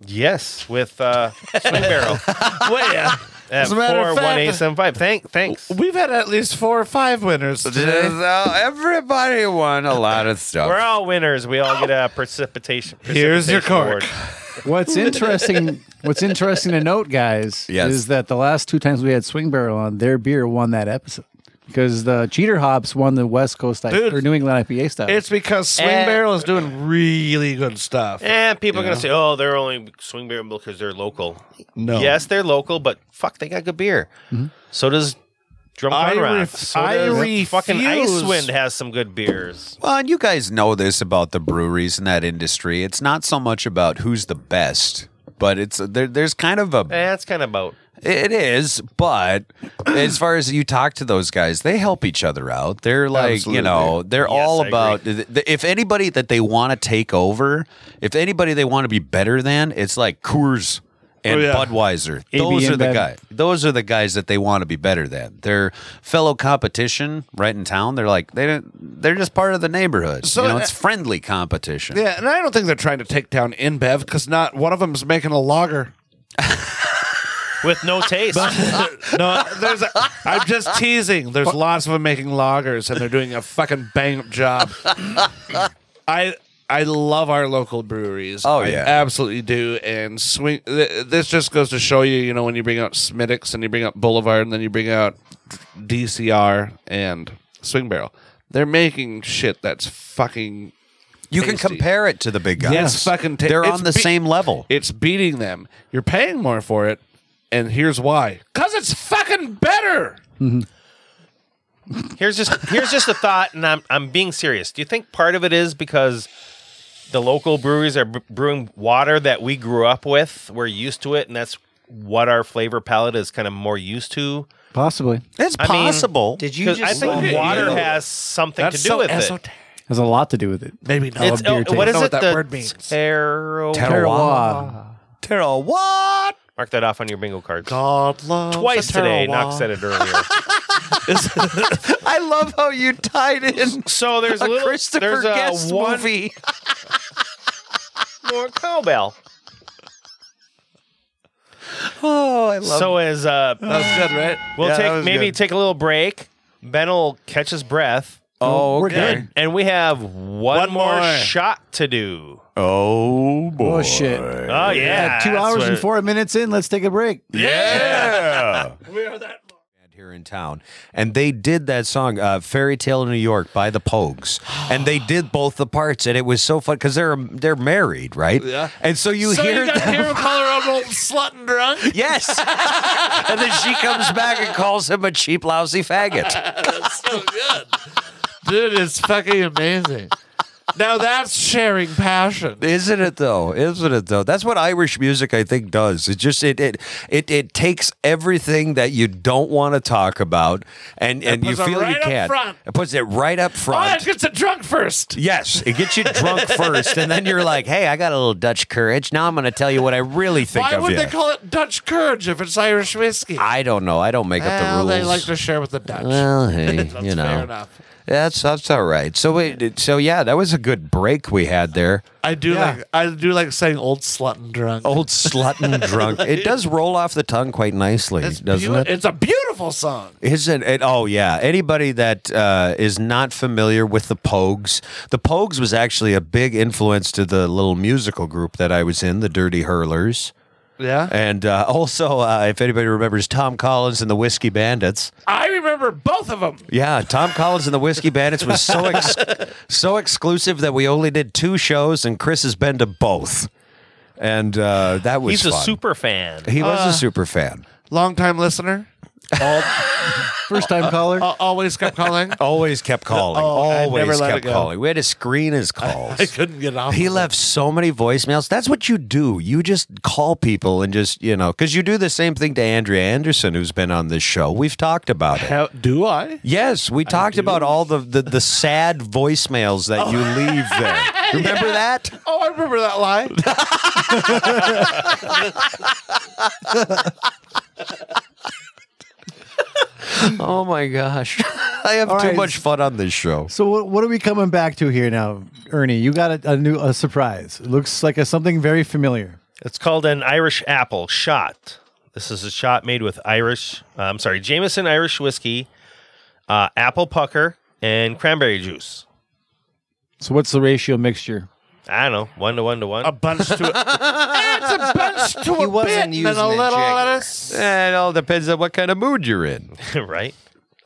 Yes, with uh, swing barrel. well, yeah. At
As a matter
four
of fact- uh,
one eight seven five. Thank, thanks.
We've had at least four or five winners today.
Uh, Everybody won a lot of stuff.
We're all winners. We all get a precipitation.
Here's your
precipitation award.
cork.
What's interesting? What's interesting to note, guys,
Yes.
is that the last two times we had Swing Barrel on, their beer won that episode because the Cheater Hops won the West Coast I-
Dude.
or New England IPA style.
It's because Swing
Eh.
Barrel is doing really good stuff.
And people are gonna say, "Oh, they're only swing barrel because they're local."
No. Mm-hmm.
Yes, they're local, but fuck, they got good beer. So does Drum
I
Conrad.
ref-
so
I
does
refuse-
fucking Icewind has some good beers.
Well, and you guys know this about the breweries in that industry. It's not so much about who's the best, but it's there, there's kind of a
Eh, That's kind of about.
It is, but as far as you talk to those guys, they help each other out. They're like, you know, they're all
I
about th- th- if anybody that they want to take over, if anybody they want to be better than, it's like Coors and
Oh, yeah.
Budweiser.
AB
Those are the
InBev.
guys. Those are the guys that they want to be better than. Their fellow competition right in town. They're like they don't, they're just part of the neighborhood.
So,
you know,
uh,
it's friendly competition.
Yeah, and I don't think they're trying to take down InBev because not one of them's making a lager.
With no taste.
no, Uh, there's. A, I'm just teasing. There's lots of them making lagers, and they're doing a fucking bang up job. I I love our local breweries.
Oh,
I
yeah.
absolutely do. And swing. Th- this just goes to show you, you know, when you bring out Smittix and you bring up Boulevard and then you bring out DCR and Swing Barrel, they're making shit that's fucking.
You can
tasty.
compare it to the big guys.
Yes, fucking ta-
they're
it's
on the
be-
same level.
It's beating them. You're paying more for it, and here's why. Cause it's fucking better.
Here's just here's just a thought, and I'm I'm being serious. Do you think part of it is because the local breweries are b- brewing water that we grew up with, we're used to it, and that's what our flavor palette is kind of more used to?
Possibly.
It's
I mean,
possible.
Did you
Because I
just
think
say-
water has something to do with it.
has a lot to do with it.
Maybe
not. It's- oh, what is it? The Tarawa.
Tarawa.
Tarawa. Mark that off on your bingo cards.
God love
Twice today. Knox said it earlier.
I love how you tied in.
So there's a little- there's
uh,
a one-
movie.
More cowbell.
Oh, I love.
so as uh,
That was good, right?
We'll
Yeah, that
take
was
maybe
good.
take a little break. Ben will catch his breath.
Oh, We're okay. good.
And we have one, more,
more.
shot to do.
Oh boy!
Oh shit!
Oh yeah,
two
that's
hours and
what-
four minutes in. Let's take a break.
Yeah. we are that here in town, and they did that song uh, "Fairy Tale of New York" by the Pogues, and they did both the parts, and it was so fun because they're they're married, right? Yeah. And so you
So
hear
you got
them-
here in Colorado slut and drunk?
Yes. and then she comes back and calls him a cheap, lousy faggot.
That's so good. Dude, it's fucking amazing. Now that's sharing passion.
Isn't it though? Isn't it though? That's what Irish music I think does. It just it it it, it takes everything that you don't want to talk about and and you
puts it
feel
right
you
up
can't.
front.
It puts it right up
Oh,
front.
it gets a drunk first.
Yes, it gets you drunk first, and then you're like, "Hey, I got a little Dutch courage. Now I'm going to tell you what I really think
Why
of
would
you."
they call it Dutch courage if it's Irish whiskey?
I don't know. I don't make up the
Well,
rules.
they like to share with the Dutch.
Well, hey,
That's
you know,
fair enough.
that's that's all right. So wait, so yeah, that was a good break we had there.
I do
Yeah.
like I do like saying old slut and drunk.
Old slut and drunk. It does roll off the tongue quite nicely, doesn't
Beau-
it?
It's a beautiful song.
Isn't it? Oh yeah. Anybody that uh, is not familiar with the Pogues, the Pogues was actually a big influence to the little musical group that I was in, the Dirty Hurlers,
Yeah.
and uh, also uh, if anybody remembers Tom Collins and the Whiskey Bandits.
I remember both of them.
Yeah, Tom Collins and the Whiskey Bandits was so ex- so exclusive that we only did two shows, and Chris has been to both, and uh, that was
He's a
fun.
super fan.
He was
Uh.
a super fan.
Long time listener.
First time caller.
Al- always kept calling.
Always kept calling.
Oh, I
always
never let
kept
it go.
calling. We had to screen his calls.
I couldn't get off.
He
of it.
left so many voicemails. That's what you do. You just call people and just, you know, because you do the same thing to Andrea Anderson, who's been on this show. We've talked about it.
How, do I?
Yes, we talked about all the, the, the sad voicemails that you leave there. Remember that?
Oh, I remember that lie.
Oh my gosh. I have
All
too
right.
much fun on this show.
So what, what are we coming back to here now, Ernie? You got a, a new a surprise. It looks like a, something very familiar.
It's called an Irish apple shot. This is a shot made with Irish, uh, I'm sorry, Jameson Irish whiskey, uh, apple pucker, and cranberry juice.
So what's the ratio mixture?
I don't know, one to one to one.
a bunch to it. it's a bunch to
He
a
wasn't
bit and then
using
a
a
little
jigger.
lettuce.
It all depends on what kind of mood you're in.
right?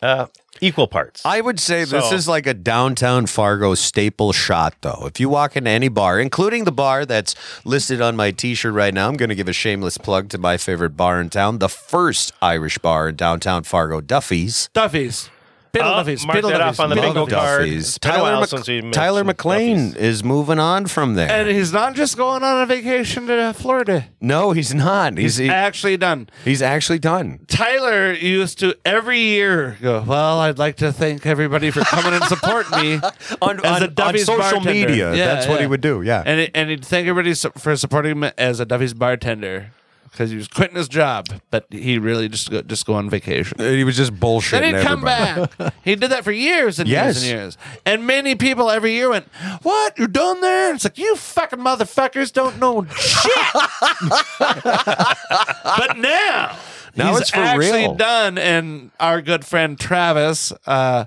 Uh, equal parts.
I would say this
So-
is like a downtown Fargo staple shot, though. If you walk into any bar, including the bar that's listed on my t shirt right now, I'm going to give a shameless plug to my favorite bar in town, the first Irish bar in downtown Fargo, Duffy's.
Duffy's. Biddle
Oh,
Duffy's.
mark
Biddle
that off
Duffy's.
on the
Biddle
bingo
Duffy's.
card. It's been a
Tyler,
while
Mc-
since we mentioned
Tyler McLean
Duffy's.
is moving on from there.
And he's not just going on a vacation to Florida.
no, he's not. He's he-
Actually done.
he's actually done.
Tyler used to every year go, Well, I'd like to thank everybody for coming and supporting me
On,
as
on-
a
on
Duffy's
social
bartender.
media,
Yeah,
that's what
yeah.
he would do. Yeah.
And, he- and he'd thank everybody su- for supporting him as a Duffy's bartender because he was quitting his job, but he really just go, just go on vacation.
he was just bullshitting
Then he'd come
everybody.
back. he did that for years and
Yes.
years and years. And many people every year went, What? You're done there? It's like, You fucking motherfuckers don't know shit. but now,
Now
he's
it's for
actually
real.
done. And our good friend Travis, uh,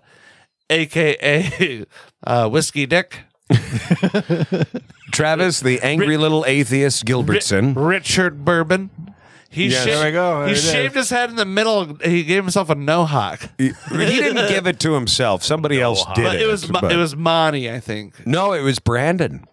AKA uh, Whiskey Dick,
Travis, the angry little atheist Gilbertson.
Richard Bourbon. He
Yeah,
sha-
there we go. There
he
it is.
shaved his head in the middle. He gave himself a no hawk.
he didn't give it to himself. Somebody else Oh, did
But
it.
it was Mo-
but-
it was Monty, I think.
no, it was Brandon.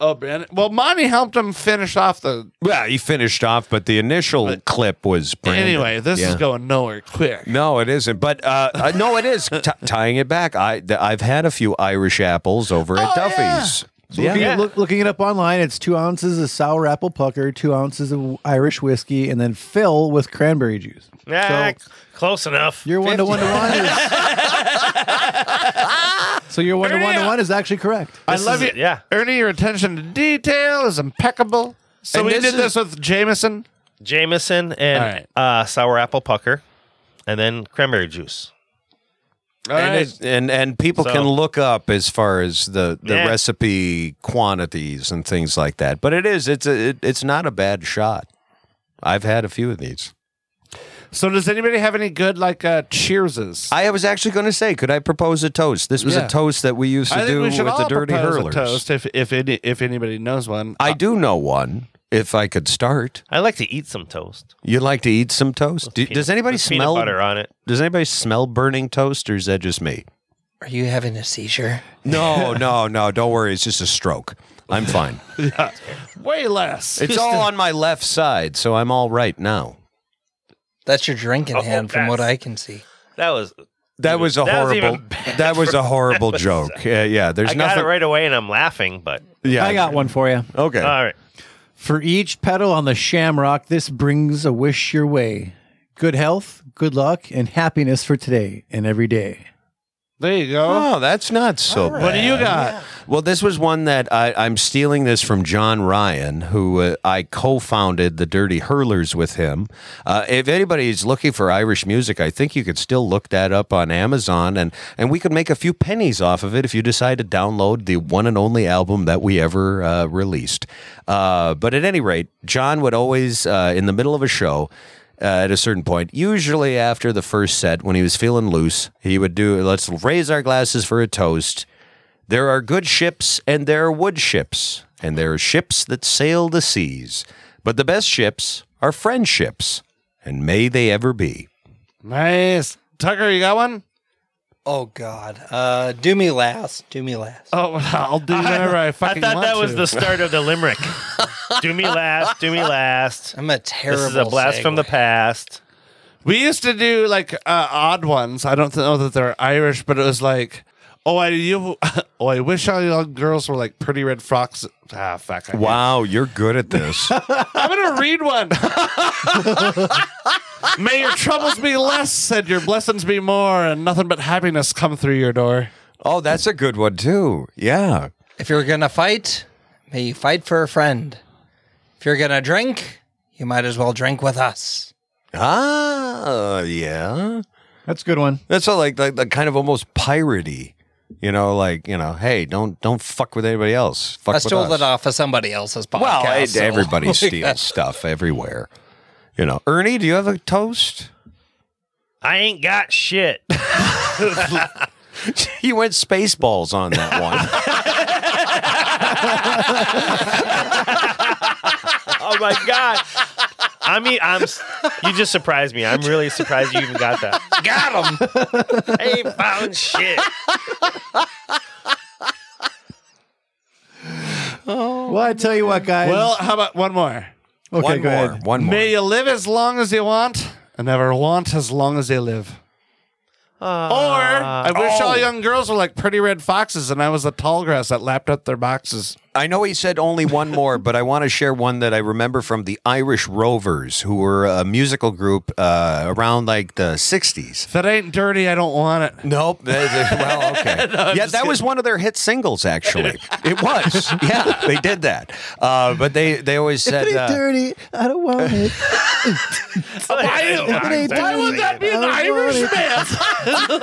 Oh, Brandon. Well, Monty helped him finish off the.
Well, he finished off, but the initial clip was Brandon.
Anyway, this
Yeah.
is going nowhere quick.
No, it isn't. But uh, uh, no, it is T- tying it back. I th- I've had a few Irish apples over at Duffy's.
So looking,
Yeah.
look, looking it up online, it's two ounces of sour apple pucker, two ounces of Irish whiskey, and then fill with cranberry juice. So
Nah, close enough.
you're one to one to one. is- So your one to one to one is actually correct.
I love you. Yeah. Ernie, your attention to detail is impeccable. So
And
we
this
did
is-
this with Jameson.
Jameson and uh, sour apple pucker, and then cranberry juice.
and, it- and and people
So-
can look up as far as the, the
Yeah.
recipe quantities and things like that. But it is it's a, it, it's not a bad shot. I've had a few of these.
So does anybody have any good like uh cheerses?
I was actually going to say, could I propose a toast? This was
Yeah.
a toast that we used to
I think
do
we
with
should
the
all
Dirty
propose
Hurlers.
A toast if if any, if anybody knows one.
I do know one. If I could start,
I like to eat some toast.
you'd like to eat some toast. Do, does anybody
with peanut
smell
butter on it?
Does anybody smell burning toast, or is that just me?
Are you having a seizure?
No, no, no. Don't worry. It's just a stroke. I'm fine.
Way less.
It's all on my left side, so I'm all right now.
That's your drinking hand, from what I can see.
That was
That was
That
a
was
horrible.
even bad
that was
for-
a horrible
that was-
joke. Yeah, yeah. There's
I got
nothing.
it right away, and I'm laughing. But
Yeah.
I got one for you.
Okay.
all right,
For each petal on the shamrock, this brings a wish your way. Good health, good luck, and happiness for today and every day.
There you go.
Oh, that's not so bad.
What do you got?
Well, this was one that I, I'm stealing this from John Ryan, who uh, I co-founded the Dirty Hurlers with him. Uh, if anybody's looking for Irish music, I think you could still look that up on Amazon, and and we could make a few pennies off of it if you decide to download the one and only album that we ever uh, released. Uh, but at any rate, John would always, uh, in the middle of a show. Uh, at a certain point, usually after the first set, when he was feeling loose, he would do, let's raise our glasses for a toast. There are good ships and there are wood ships, and there are ships that sail the seas. But the best ships are friendships, and may they ever be.
Nice. Tucker, you got one?
Oh God. Uh, do me last. Do me last.
Oh, well, I'll do whenever I,
I
fucking
thought
want
that was
to.
the start of the limerick. do me last, do me last.
I'm a terrible.
This is a blast from the
segue.
past.
We used to do like uh, odd ones. I don't know that they're Irish, but it was like, oh, I you, oh, I wish all young girls were like pretty red frocks. Ah, fuck. I
Wow, you're good at this.
I'm gonna read one. May your troubles be less and your blessings be more, and nothing but happiness come through your door.
oh, that's a good one, too. Yeah.
If you're gonna fight, may you fight for a friend. If you're gonna drink, you might as well drink with us.
Ah, yeah.
That's a good one.
That's all like, like, like kind of almost piratey. You know, like, you know, hey, don't don't fuck with anybody else. Fuck
I
with
stole
us.
it off of somebody else's podcast.
Well, it-
so-
everybody steals stuff everywhere. You know, Ernie, do you have a toast?
I ain't got shit.
He went spaceballs on that one.
oh my god. I mean, I'm. s- You just surprised me. I'm really surprised you even got that. Got him. ain't found shit.
Well, I tell you what, guys.
Well, how about one more?
okay,
one
go
more.
ahead.
One more.
May you live as long as you want, and never want as long as you live. or I wish all young girls were like pretty red foxes, and I was the tall grass that lapped up their boxes.
I know he said only one more, but I want to share one that I remember from the Irish Rovers, who were a musical group uh, around like the 60s.
If it ain't dirty, I don't want it.
Nope. They- they- well, okay. yeah, that was one of their hit singles, actually. It was. Yeah, they did that. Uh, but they, they always said.
Pretty
Uh,
dirty. I don't want it.
Why,
Why would that be an Irish man?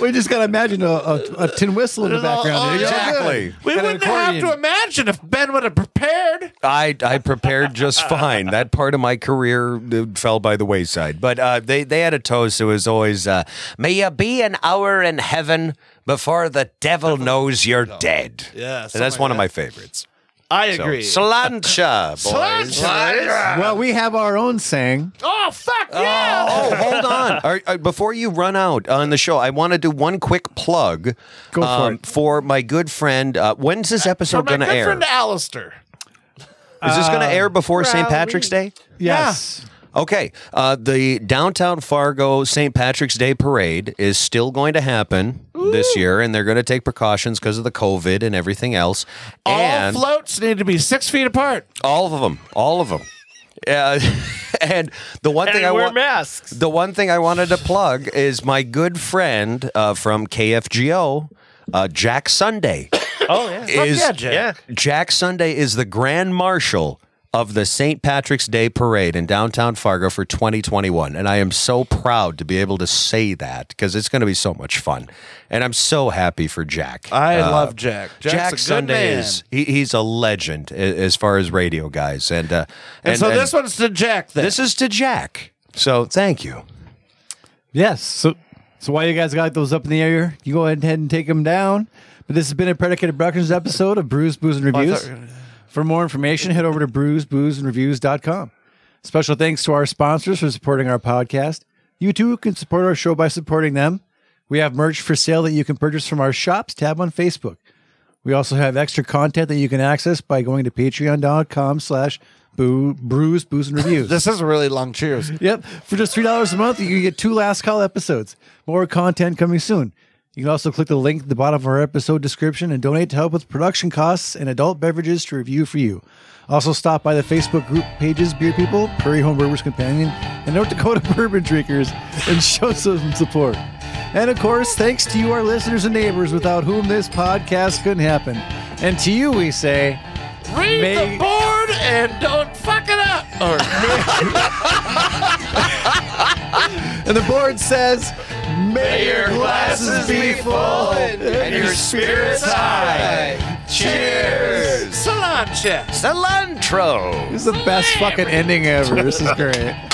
we just got to imagine a, a, a tin whistle in the background. here.
exactly.
We
Got an
wouldn't have to
accordion.
imagine if Ben would have prepared.
I, I prepared just fine. That part of my career uh, fell by the wayside. But uh, they, they had a toast. It was always, uh, may you be an hour in heaven before the devil knows you're dead.
Yeah,
And that's
something
one
like
of my favorites.
I
So,
agree.
Slancha, boys.
Well, we have our own saying.
Oh fuck yeah!
Oh, hold on. All right, all right, before you run out on the show, I want to do one quick plug
Go
um,
for it.
for my good friend. Uh, when's this
For
episode
my
going to
good
air?
friend uh, Alistair.
Is this going to air before St. Patrick's Day?
Yes.
Okay. Uh, the downtown Fargo St. Patrick's Day parade is still going to happen this year, and they're going to take precautions because of the COVID and everything else.
All
and
floats need to be six feet apart.
all of them, all of them. Uh, and the one
And
thing
we
I
wear
want
masks.
The one thing I wanted to plug is my good friend uh, from KFGO, uh, Jack Sunday.
Oh yeah.
is
yeah, Jack.
Jack Sunday is the grand marshal of the St. Patrick's Day parade in downtown Fargo for 2021 and I am so proud to be able to say that cuz it's going to be so much fun and I'm so happy for Jack.
I
Uh,
love Jack. Jack's a
Jack
good
Sunday
man.
is he, he's a legend a- as far as radio guys and uh,
And, so this one's to Jack. Then.
this is to Jack. So thank you.
Yes. So, so while you guys got those up in the air, you go ahead and take them down. But this has been a Predicated Productions episode of Brews, Booze, and Reviews. For more information, head over to brewsboozeandreviews.com. Special thanks to our sponsors for supporting our podcast. You too can support our show by supporting them. We have merch for sale that you can purchase from our shops tab on Facebook. We also have extra content that you can access by going to patreon.com slash boo- brews, booze, and reviews.
This is a really long cheers.
Yep. For just $3 a month, you can get two last call episodes. More content coming soon. You can also click the link at the bottom of our episode description and donate to help with production costs and adult beverages to review for you. Also, stop by the Facebook group pages Beer People, Prairie Home Brewers Companion, and North Dakota Bourbon Drinkers and show some support. And of course, thanks to you, our listeners and neighbors, without whom this podcast couldn't happen. And to you, we say,
Read
May-
the board and don't fuck it up.
or and the board says, May your glasses be full and your spirits high. Cheers!
Salon check.
Cilantro.
This is the best fucking ending ever. This is great.